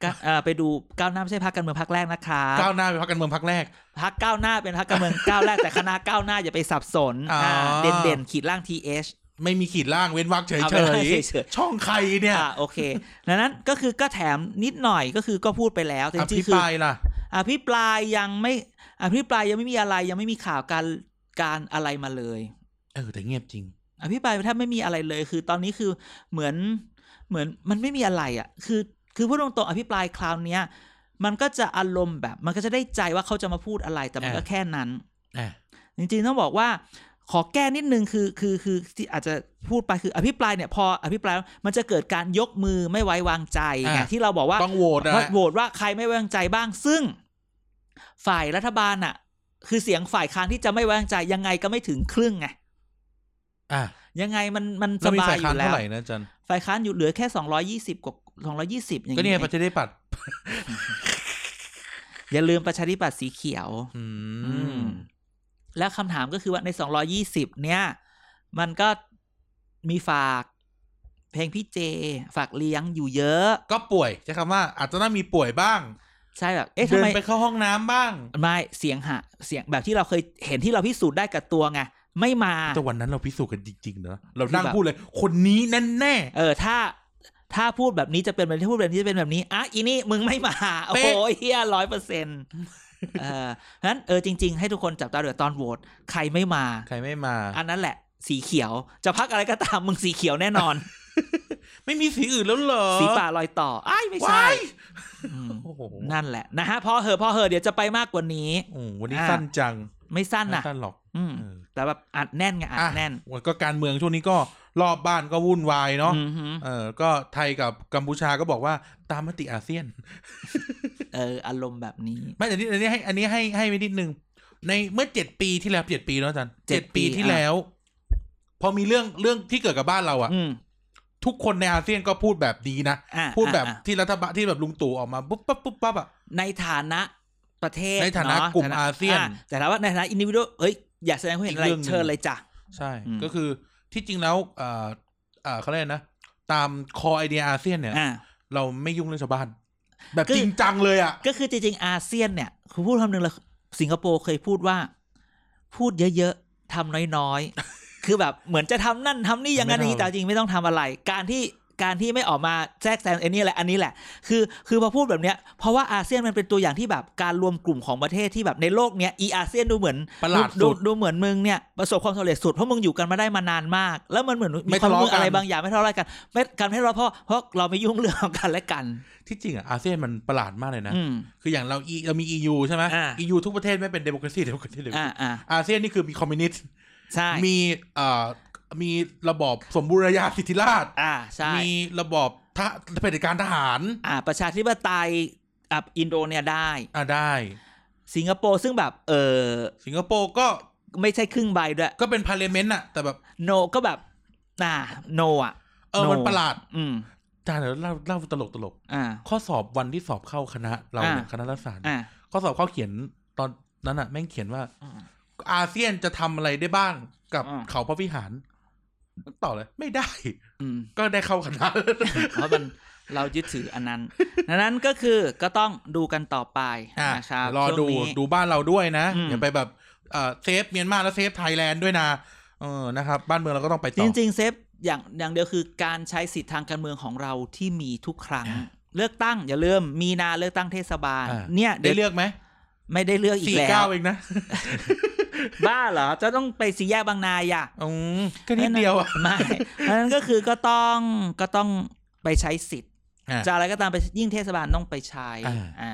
[SPEAKER 1] ก็เออไปดูก้าวหน้าไม่ใช่พักการเมืองพักแรกนะคะ
[SPEAKER 2] ก้าวหน้าเป็นพักการเมืองพักแรก
[SPEAKER 1] พักก้าวหน้าเป็นพักการเมืองก้าวแรกแต่คณะก้าวหน้าอย่าไปสับสน
[SPEAKER 2] อ๋ออ่
[SPEAKER 1] เด่นเด่นๆขีดล่าง th
[SPEAKER 2] ไม่มีขีดล่างเว้นวรรคเฉย
[SPEAKER 1] เอา
[SPEAKER 2] เฉ
[SPEAKER 1] เว้นวรร
[SPEAKER 2] ย
[SPEAKER 1] คเฉย
[SPEAKER 2] ช่องใครเนี่ย
[SPEAKER 1] อ่าโอเค ดังนั้นก็คือก็แถมนิดหน่อยก็คือก็พูดไปแล้วแต่
[SPEAKER 2] อ
[SPEAKER 1] จริ
[SPEAKER 2] ภิ
[SPEAKER 1] งๆ
[SPEAKER 2] ป
[SPEAKER 1] คือ
[SPEAKER 2] รายล่ะ
[SPEAKER 1] อภิปรายยังไม่อภิปรายยังไม่มีอะไรยังไม่มีข่าวการการอะไรมาเลย
[SPEAKER 2] เออแต่เงียบจริง
[SPEAKER 1] อภิปรายแทบไม่มีอะไรเลย คือตอนนี้คือเหมือนเหมือนมันไม่มีอะไรอะ่ะ คือคือพูดตรงๆอภิปรายคราวเนี้ยมันก็จะอารมณ์แบบ มันก็จะได้ใจว่าเขาจะมาพูดอะไรแต่มันก็
[SPEAKER 2] อ่า
[SPEAKER 1] แค่นั้น
[SPEAKER 2] อ่ะ
[SPEAKER 1] จริงๆต้องบอกว่าขอแก้นิดนึงคือคือคือที่อาจจะพูดไปคืออภิปรายเนี่ยพออภิปรายแล้วมันจะเกิดการยกมือไม่ไว้วางใจไงที่เราบอกว่า
[SPEAKER 2] ต้องโหวตอะ
[SPEAKER 1] ว่าโหวตว่าใครไม่ไว้วางใจบ้าง ซึ่ง ฝ่ายรัฐบาลน่ะ คือเสียงฝ่ายค้านที่จะไม่ไว้วางใจยังไงก็ไม่ถึงครึ่งไง
[SPEAKER 2] อ่ะ
[SPEAKER 1] ยังไงมันมันส
[SPEAKER 2] แล้วมี
[SPEAKER 1] บายอ
[SPEAKER 2] ฝ่ายค้าน
[SPEAKER 1] ยู่แล้
[SPEAKER 2] เท่าว ไหร่นะอาจัน
[SPEAKER 1] ฝ่ายค้านอยู่เหลือแค่สองร้อยี่สิบกว่าสองร้อยี่สิบอย่าง
[SPEAKER 2] ก็เนี่ย
[SPEAKER 1] เงี้ย
[SPEAKER 2] ประชาธิปัตย์
[SPEAKER 1] อย่าลืมประชาธิปัตย์สีเขียว
[SPEAKER 2] อื
[SPEAKER 1] อื
[SPEAKER 2] ม
[SPEAKER 1] ม แล้วคำถามก็คือว่าในสองร้อยี่สิบเนี่ย มันก็มีฝาก เพลงพี่เจ ฝากเลี้ยงอยู่เยอะ
[SPEAKER 2] ก็ป่วยใช้คำว่า อาจจะต้องมีป่วยบ้าง
[SPEAKER 1] ใช่แบบเอ๊ะทำ
[SPEAKER 2] เดิน
[SPEAKER 1] ไม
[SPEAKER 2] ไปเข้าห้องน้ำบ้าง
[SPEAKER 1] ไม่เสียงหะเสียงแบบที่เราเคยเห็นที่เราพิสูจน์ได้กับตัวไงไม่มา
[SPEAKER 2] แต่วันนั้นเราพิสูจน์กันจริงๆเนอะเรานั่ง
[SPEAKER 1] ที่แบบ
[SPEAKER 2] พูดเลย คนนี้แน่แน่ๆ
[SPEAKER 1] เออถ้าถ้าพูดแบบนี้จะเป็นแบบนี้ถ้าพูดแบบนี้จะเป็นแบบนี้อ่ะอีนี่มึงไม่มา โอ้โหเฮียร้อยเปอร์เซ็นต์เออนั้นเออจริง ๆ ให้ทุกคนจับตาดูตอนโหวตใครไม่มา
[SPEAKER 2] ใครไม่มา
[SPEAKER 1] อันนั้นแหละ สีเขียว จะพักอะไรก็ตามมึงสีเขียวแน่นอน
[SPEAKER 2] ไม่มีสีอื่นแล้วเหรอ
[SPEAKER 1] สีป่าลอยต่ออ้ายไม่ใช่
[SPEAKER 2] ว้าย
[SPEAKER 1] อืม
[SPEAKER 2] โอ้โห
[SPEAKER 1] นั่นแหละนะฮะพอเหอะพอเหอะเดี๋ยวจะไปมากกว่านี้
[SPEAKER 2] โอ้โหวันนี้
[SPEAKER 1] อ่ะ
[SPEAKER 2] สั้นจัง
[SPEAKER 1] ไม่สั้น
[SPEAKER 2] ไม่
[SPEAKER 1] นะ
[SPEAKER 2] สั้นหรอก
[SPEAKER 1] อืม
[SPEAKER 2] เออ
[SPEAKER 1] แต่แบบอัดแน่นไงอัด
[SPEAKER 2] อ่ะ
[SPEAKER 1] แน่น
[SPEAKER 2] วันก็การเมืองช่วงนี้ก็รอบบ้านก็วุ่นวายเนาะ
[SPEAKER 1] อือหือ
[SPEAKER 2] เออก็ไทยกับกัมพูชาก็บอกว่าตามมติอาเซียน
[SPEAKER 1] เอออารมณ์แบบนี้
[SPEAKER 2] ไม่แต่นี่อันนี้ให้อันนี้ให้ให้ไว้นิดนึง ในเมื่อเจ็ดปีที่แล้วเจ็ดปีเนาะอาจัน
[SPEAKER 1] เจ็
[SPEAKER 2] เจ็ด
[SPEAKER 1] ดปี
[SPEAKER 2] ปีที่
[SPEAKER 1] อ่ะ
[SPEAKER 2] แล้ว พอมีเรื่องเรื่องที่เกิดกับบ้านเราอะ
[SPEAKER 1] อืม
[SPEAKER 2] ทุกคนในอาเซียนก็พูดแบบดีนะ
[SPEAKER 1] อ่ะ
[SPEAKER 2] พูดแบบ
[SPEAKER 1] อ่ะอ่ะ
[SPEAKER 2] ที่รัฐบาลที่แบบลุงตู่ออกมาปุ๊บปั๊บปุ๊บปั๊บอะ
[SPEAKER 1] ในฐานะประเทศ
[SPEAKER 2] ในฐานะ
[SPEAKER 1] เอะ
[SPEAKER 2] กลุ่ม
[SPEAKER 1] ฐ
[SPEAKER 2] อาเซียน
[SPEAKER 1] แต่ถามว่าในฐานะอินดิวิโดเอ้ย อยากแสดงความเห็นอะไร
[SPEAKER 2] อีกเรื่องหนึ่ง
[SPEAKER 1] เชิญเลยจ้ะ
[SPEAKER 2] ใช่
[SPEAKER 1] อืม
[SPEAKER 2] ก็คือที่จริงแล้วเอ่อเอ่อเขาเรียกนะ ตามคอไอเดียอาเซียนเนี่ย
[SPEAKER 1] อ่า
[SPEAKER 2] เราไม่ยุ่งเรื่องชาวบ้าน แบบ
[SPEAKER 1] คือ
[SPEAKER 2] จริงจังเลยอ่ะ
[SPEAKER 1] ก็คือจริงๆอาเซียนเนี่ยคือพูดคำหนึ่งเลยสิงคโปร์เคยพูดว่า พูดเยอะๆทำน้อยๆ คือแบบเหมือนจะทำนั่นทำนี่อย่างนั้น
[SPEAKER 2] ไม่
[SPEAKER 1] อย่าง
[SPEAKER 2] เอา
[SPEAKER 1] นี้แต่จริงๆไม่ต้องทำอะไร การที่การที่ไม่ออกมาแทรกแซงไอ้นี่แหละอันนี้แหละคือคือพอพูดแบบเนี้ยเพราะว่าอาเซียนมันเป็นตัวอย่างที่แบบการรวมกลุ่มของประเทศที่แบบในโลกเนี้ยอีอาเซียนดูเหมือน
[SPEAKER 2] ประหลาด
[SPEAKER 1] ดู
[SPEAKER 2] สุด
[SPEAKER 1] ดูเหมือนมึงเนี่ยประสบความสำเร็จสุดเพราะมึงอยู่กันมาได้มานานมาก แล้วมันเหมือน
[SPEAKER 2] ไม่
[SPEAKER 1] มีความ
[SPEAKER 2] ทะเลาะ
[SPEAKER 1] มืออะไร
[SPEAKER 2] กัน
[SPEAKER 1] บางอย่างไม่ทะเลาะกันไม่การไม่ทะเลาะเพราะเพราะเราไม่ยุ่งเรื่องของกันและกัน
[SPEAKER 2] ที่จริงอ่ะอาเซียนมันประหลาดมากเลยนะ
[SPEAKER 1] อืม
[SPEAKER 2] คืออย่างเรา E เรามี EU ใช่ไหม
[SPEAKER 1] อ่า
[SPEAKER 2] EU ทุกประเทศไม่เป็นเดโมคราซีเดโมคราซีเดโมค
[SPEAKER 1] อ่า
[SPEAKER 2] ราซี
[SPEAKER 1] อ่า
[SPEAKER 2] อาเซียนนี่คือมีคอมมิวนิสต์
[SPEAKER 1] ใช่
[SPEAKER 2] มีเอ่อมีระบอบสมบูรณาญาสิทธิราช
[SPEAKER 1] อ่าใช่
[SPEAKER 2] มีระบอบ ถ้าเผด็จการทหาร
[SPEAKER 1] อ่าประชาธิปไตยอ่ะอินโดเนี่ยได้
[SPEAKER 2] อ่ะได้
[SPEAKER 1] สิงคโปร์ซึ่งแบบเออ
[SPEAKER 2] สิงคโปร์ก็
[SPEAKER 1] ไม่ใช่ครึ่งใบด้วย
[SPEAKER 2] ก็เป็นพาร์เลเมนต์อะแต่แบบ
[SPEAKER 1] โนก็แบบน่าโนอ่ะ
[SPEAKER 2] เออ
[SPEAKER 1] No
[SPEAKER 2] มันประหลาด
[SPEAKER 1] อืม
[SPEAKER 2] จานเดี๋ยวเล่าเล่าตลกตลก
[SPEAKER 1] อ่า
[SPEAKER 2] ข้อสอบวันที่สอบเข้าคณะเราเนี่ย
[SPEAKER 1] อ่ะ
[SPEAKER 2] คณะรัฐศาสตร์
[SPEAKER 1] อ่า
[SPEAKER 2] ข้อสอบเข้าเขียนตอนนั้นอะแม่งเขียนว่า อาเซียนจะทำอะไรได้บ้างกับ
[SPEAKER 1] อ่า
[SPEAKER 2] เขาพระวิหารต่อบเลย ไม่ได้
[SPEAKER 1] อืม
[SPEAKER 2] ก็ได้เข้าคณะ
[SPEAKER 1] เพราะมัน เรายึดถืออันนั้นดังนั้นก็คือก็ต้องดูกันต่อไป
[SPEAKER 2] อ่ะ
[SPEAKER 1] นะครับ
[SPEAKER 2] รอ
[SPEAKER 1] ช่วง
[SPEAKER 2] ดู
[SPEAKER 1] นี้
[SPEAKER 2] ดูบ้านเราด้วยนะ
[SPEAKER 1] อืม
[SPEAKER 2] อย่าไปแบบเอ่อเซฟเมียนมาแล้วเซฟไทยแลนด์ด้วยนะเออนะครับ บ้านเมืองเราก็ต้องไป
[SPEAKER 1] จ
[SPEAKER 2] ต่อ
[SPEAKER 1] ริง ๆ เซฟอย่างอย่างเดียวคือการใช้สิทธิทางการเมืองของเราที่มีทุกครั้ง เลือกตั้งอย่าลืมมีนาเลือกตั้งเทศบาล
[SPEAKER 2] อ่า
[SPEAKER 1] เนี่ย
[SPEAKER 2] ได้
[SPEAKER 1] เดี๋ยว
[SPEAKER 2] เลือกไหม
[SPEAKER 1] ไม่ได้เลือกอี
[SPEAKER 2] สี่
[SPEAKER 1] กแล้
[SPEAKER 2] เก้าว เองนะ
[SPEAKER 1] บ้าเหรอ จะต้องไปสีแยกบางนาอย่ะ
[SPEAKER 2] อืมก็นิดเดียวอ่ะ
[SPEAKER 1] ไม่เพราะฉะนั้นก็คือก็ต้องก็ต้องไปใช้สิทธิ์
[SPEAKER 2] อ่ะ
[SPEAKER 1] จะอะไรก็ตามไปยิ่งเทศบาลต้องไปใช้
[SPEAKER 2] อ่า
[SPEAKER 1] อ่า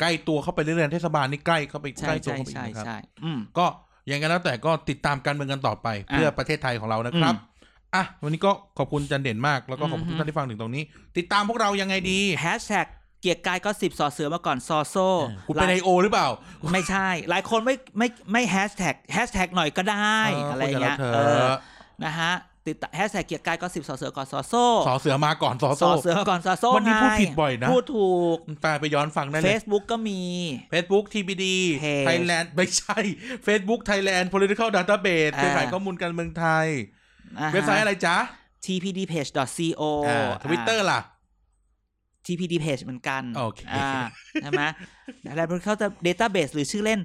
[SPEAKER 2] ใกล้ตัวเข้าไปเรื่อยๆเทศบาลนี่ใกล้เข้าไป
[SPEAKER 1] ใช่
[SPEAKER 2] ใกล้ตัว
[SPEAKER 1] ใช่
[SPEAKER 2] เข้าไปอี
[SPEAKER 1] ใช่
[SPEAKER 2] กนะครับ
[SPEAKER 1] ใช่อืม
[SPEAKER 2] ก็ยังไงแล้วแต่ก็ติดตามการเมืองกันต่อไปเพื่อประเทศไทยของเรานะครับ
[SPEAKER 1] อืม
[SPEAKER 2] อ่ะวันนี้ก็ขอบคุณจันเด่นมากแล้วก็ขอบคุณ
[SPEAKER 1] อื
[SPEAKER 2] ทุ
[SPEAKER 1] ม
[SPEAKER 2] กท่านที่ฟังถึงตรงนี้ ติดตามพวกเรายังไงดี
[SPEAKER 1] แฮชแท็กเกียร์กายก็สิบสอเสือมาก่อนซอโซ่
[SPEAKER 2] คุณเป็นไอโอหรือเปล่า
[SPEAKER 1] ไม่ใช่ หลายคนไม่ไม่ไม่แฮชแท็กแฮชแท็กหน่อยก็ได้
[SPEAKER 2] เอออ
[SPEAKER 1] อะไรอย่างเงี้ย
[SPEAKER 2] คุยกับ
[SPEAKER 1] เอ
[SPEAKER 2] เราเถ
[SPEAKER 1] อ
[SPEAKER 2] อะ
[SPEAKER 1] นะฮะติดแฮชแท็กเกียร์กายก็สิบสอเสือก่อนซอโซ่
[SPEAKER 2] สอเสือมาก่อนสอ
[SPEAKER 1] ซ
[SPEAKER 2] โซ่
[SPEAKER 1] อเสือมาก่อนซอโซ่
[SPEAKER 2] วันนี้
[SPEAKER 1] ไง
[SPEAKER 2] พูดผิดบ่อยนะ
[SPEAKER 1] พูดถูก
[SPEAKER 2] แปลไปย้อนฟังได้เลย
[SPEAKER 1] Facebook ก็มี
[SPEAKER 2] Facebook TBD
[SPEAKER 1] เพจ
[SPEAKER 2] Thailand ไม่ใช่ Facebook Thailand Political Database
[SPEAKER 1] อ่า
[SPEAKER 2] เครือข่ายข้อมูลการเมืองไทย
[SPEAKER 1] นะฮะ
[SPEAKER 2] เว็บไซต์อะไรจ๊ะ
[SPEAKER 1] tpdpage.co
[SPEAKER 2] ทวิตเตอร์ล่ะ
[SPEAKER 1] TPD page เหมือนกัน
[SPEAKER 2] โอเค
[SPEAKER 1] ใช่ไหมอะไรเขาจะ database หรือชื่อเล่น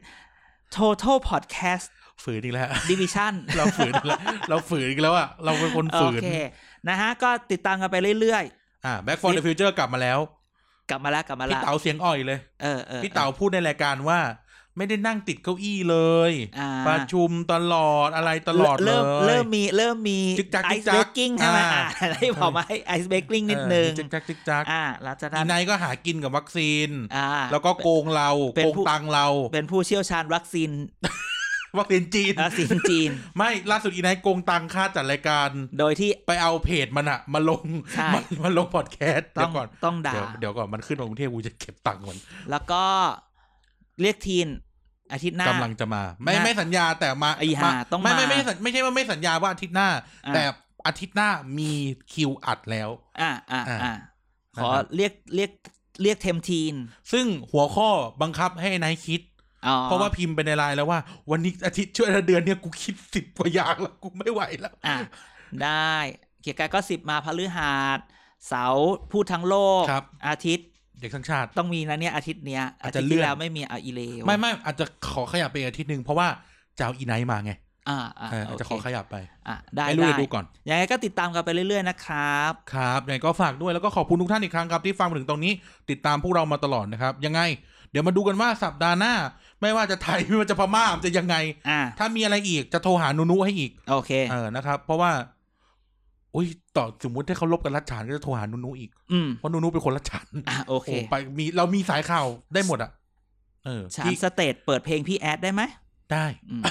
[SPEAKER 1] total podcast
[SPEAKER 2] ฝืนอีกแล้ว
[SPEAKER 1] division
[SPEAKER 2] เราฝืนอีกแล้วเราฝืนอีกแล้วอ่ะ เราเป็นคน
[SPEAKER 1] โอ
[SPEAKER 2] ฝืน
[SPEAKER 1] เค นะฮะ ก็ติดตามกันไปเรื่อย
[SPEAKER 2] อ่า Back for the Future กลับมาแล้ว
[SPEAKER 1] ๆ กลับมาแล้วกลับมา
[SPEAKER 2] พี่
[SPEAKER 1] แล้ว
[SPEAKER 2] เต๋าเสียงอ่อยเลย
[SPEAKER 1] เออเออ
[SPEAKER 2] พี่เต๋าพูดในรายการว่า ไม่ได้นั่งติดเก้าอี้เลย
[SPEAKER 1] อ่า
[SPEAKER 2] ประชุมตลอดอะไรตลอดเลย
[SPEAKER 1] เริ่มเริ่มมีเริ่มมี
[SPEAKER 2] จึกจัก
[SPEAKER 1] Ice
[SPEAKER 2] จึกจัก
[SPEAKER 1] Breaking ใช่ไหม
[SPEAKER 2] อ่า
[SPEAKER 1] อ่า อะไรบอกมาให้ Ice Breaking นิดนึง
[SPEAKER 2] เออจิกจักจิกจัก
[SPEAKER 1] อ่าหลังจาก
[SPEAKER 2] อี
[SPEAKER 1] นั้น
[SPEAKER 2] นายก็หากินกับวัคซีน
[SPEAKER 1] อ่า
[SPEAKER 2] แล้วก็โกงเรา
[SPEAKER 1] เป็น
[SPEAKER 2] โกง
[SPEAKER 1] ผู้
[SPEAKER 2] ตังเรา
[SPEAKER 1] เป็นผู้เชี่ยวชาญวัค ซีน
[SPEAKER 2] วัคซีนจีน
[SPEAKER 1] วัคซีนจีน
[SPEAKER 2] ไม่ล่าสุดอีไนท์โกงตังค่าจัดรายการ
[SPEAKER 1] โดยที่
[SPEAKER 2] ไปเอาเพจมันอะมาลง
[SPEAKER 1] ใช่
[SPEAKER 2] มันมาลงพอดแคสต์
[SPEAKER 1] ต้
[SPEAKER 2] เดี๋
[SPEAKER 1] อย ง
[SPEAKER 2] วก่อน
[SPEAKER 1] ต้องด่า
[SPEAKER 2] เดี๋ยวเดี๋ยวก่อนมันขึ้นมากรุงเทพกูจะเก็บตังค์มัน
[SPEAKER 1] แล้วก็เรียกทีนอาทิตย์หน้า
[SPEAKER 2] กำลังจะมา ไม่
[SPEAKER 1] น่า
[SPEAKER 2] ไม่สัญญาแต่มา
[SPEAKER 1] ไอ้ห่าต้อง
[SPEAKER 2] ไม่
[SPEAKER 1] มา
[SPEAKER 2] ไม่ไม่สัญไม่ใช่ว่าไม่สัญญาว่าอาทิตย์หน้า
[SPEAKER 1] อ่ะ
[SPEAKER 2] แต่อาทิตย์หน้ามีคิวอัดแล้ว
[SPEAKER 1] อ่าอ่า
[SPEAKER 2] อ่า
[SPEAKER 1] อ่าขอ
[SPEAKER 2] นะครับ
[SPEAKER 1] เรียกเรียกเรียกเทมทีน
[SPEAKER 2] ซึ่งหัวข้อบังคับให้ไนายคิด
[SPEAKER 1] อ๋อ
[SPEAKER 2] เพราะว่าพิมพ์ไปในไลน์แล้วว่า วันนี้อาทิตย์ช่วยเดือนเนี่ยกูคิดสิบกว่าอย่างแล้วกูไม่ไหวแล้ว
[SPEAKER 1] อ่ะได้ เกียร์กายก็สิบมาพฤหัสเสาร์พูดทั้งโลก
[SPEAKER 2] ครับ
[SPEAKER 1] อาทิตย์
[SPEAKER 2] เด็กทั้งชาติ
[SPEAKER 1] ต้องมีนะเนี่ยอาทิตย์เนี้ย
[SPEAKER 2] อา
[SPEAKER 1] อา
[SPEAKER 2] จ
[SPEAKER 1] ทิ
[SPEAKER 2] จะ
[SPEAKER 1] ตย์
[SPEAKER 2] เลื่
[SPEAKER 1] ที่
[SPEAKER 2] อน
[SPEAKER 1] แล้วไม่มีเอาอีเลว
[SPEAKER 2] ไม่ไม่อาจจะขอขยับไปอีกอาทิตย์หนึ่งเพราะว่าจะเอาอีไนท์มาไง
[SPEAKER 1] อ่าอ่า
[SPEAKER 2] เอออา
[SPEAKER 1] โอ
[SPEAKER 2] จจะ
[SPEAKER 1] เค
[SPEAKER 2] ขอขยับไป
[SPEAKER 1] อ่ะได้
[SPEAKER 2] ให้ลูก
[SPEAKER 1] ได้
[SPEAKER 2] ได้ดูก่อน
[SPEAKER 1] ยังไงก็ติดตามกันไปเรื่อยๆนะครับ
[SPEAKER 2] ครับยังไงก็ฝากด้วยแล้วก็ขอบคุณทุกท่านอีกครั้งครับที่ฟังมาถึงตรงนี้ ติดตามพวกเรามาตลอดนะครับ ยังไง เดี๋ยวมาดูกันว่าสัปดาห์หน้า ไม่ว่าจะไทย ไม่ว่าจะพม่ามันจะยังไง
[SPEAKER 1] อ่ะ
[SPEAKER 2] ถ้ามีอะไรอีกจะโทรหานุนุให้อีก
[SPEAKER 1] โอเค
[SPEAKER 2] เออนะครับ เพราะว่าอุ้ยต่อสมมติถ้าเขาลบกันรัชฉานก็จะโทรหานุนุอีก
[SPEAKER 1] อืม
[SPEAKER 2] เพราะนุนุเป็นคนรัชฉาน
[SPEAKER 1] อ่ะโอเค
[SPEAKER 2] โอ้ไปมีเรามีสายข่าวได้หมดอ่ะเออ
[SPEAKER 1] สาม
[SPEAKER 2] ที่
[SPEAKER 1] สเตจเปิดเพลงพี่แอดได้ไหม
[SPEAKER 2] ได้
[SPEAKER 1] อืม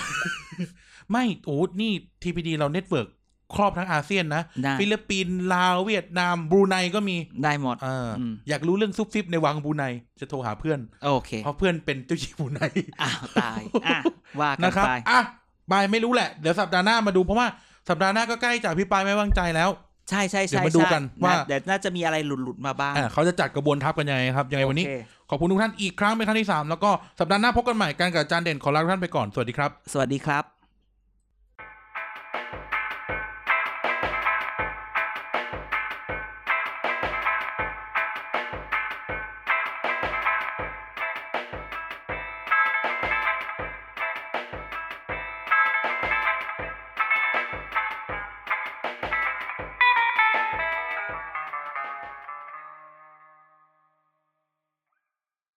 [SPEAKER 2] ไม่โอ้นี่ทีพีดีเราเน็ตเวิร์กครอบทั้งอาเซียนนะ
[SPEAKER 1] ได้
[SPEAKER 2] ฟิลิปปินส์ลาวเวียดนามบรูไนก็มี
[SPEAKER 1] ได้หมด
[SPEAKER 2] เอออ
[SPEAKER 1] ม
[SPEAKER 2] อยากรู้เรื่องซุบซิบในวังบูไนจะโทรหาเพื่อน
[SPEAKER 1] โอเค
[SPEAKER 2] เพราะเพื่อนเป็นเจ้าหญิงบูไน
[SPEAKER 1] อ้าว ตาย อ่ะ ว่ากั
[SPEAKER 2] นะ
[SPEAKER 1] น
[SPEAKER 2] ครับ
[SPEAKER 1] ไป
[SPEAKER 2] อ่ะบายไม่รู้แหละ เดี๋ยวสัปดาห์หน้ามาดูเพราะว่าสัปดาห์หน้าก็ใกล้จะพิปรายไม่วางใจแล้ว
[SPEAKER 1] ใช่ใช่
[SPEAKER 2] เดี๋
[SPEAKER 1] ใช่
[SPEAKER 2] ยวมาดูกัน
[SPEAKER 1] ใช่
[SPEAKER 2] ว่า
[SPEAKER 1] น่เดี๋ยวน่าจะมีอะไรหลุดหลุดๆมาบ้าง
[SPEAKER 2] อ่ะเขาจะจัดกระบวนทัพกันยังไงครับ ยังไงวันนี้
[SPEAKER 1] โอเค
[SPEAKER 2] ขอบคุณทุกท่านอีกครั้งเป็นครั้งที่ 3 แล้วก็สัปดาห์หน้าพบกันใหม่กันกับอาจานเด่นขอลาทุกท่านไปก่อน สวัสดีครับ
[SPEAKER 1] สวัสดีครับ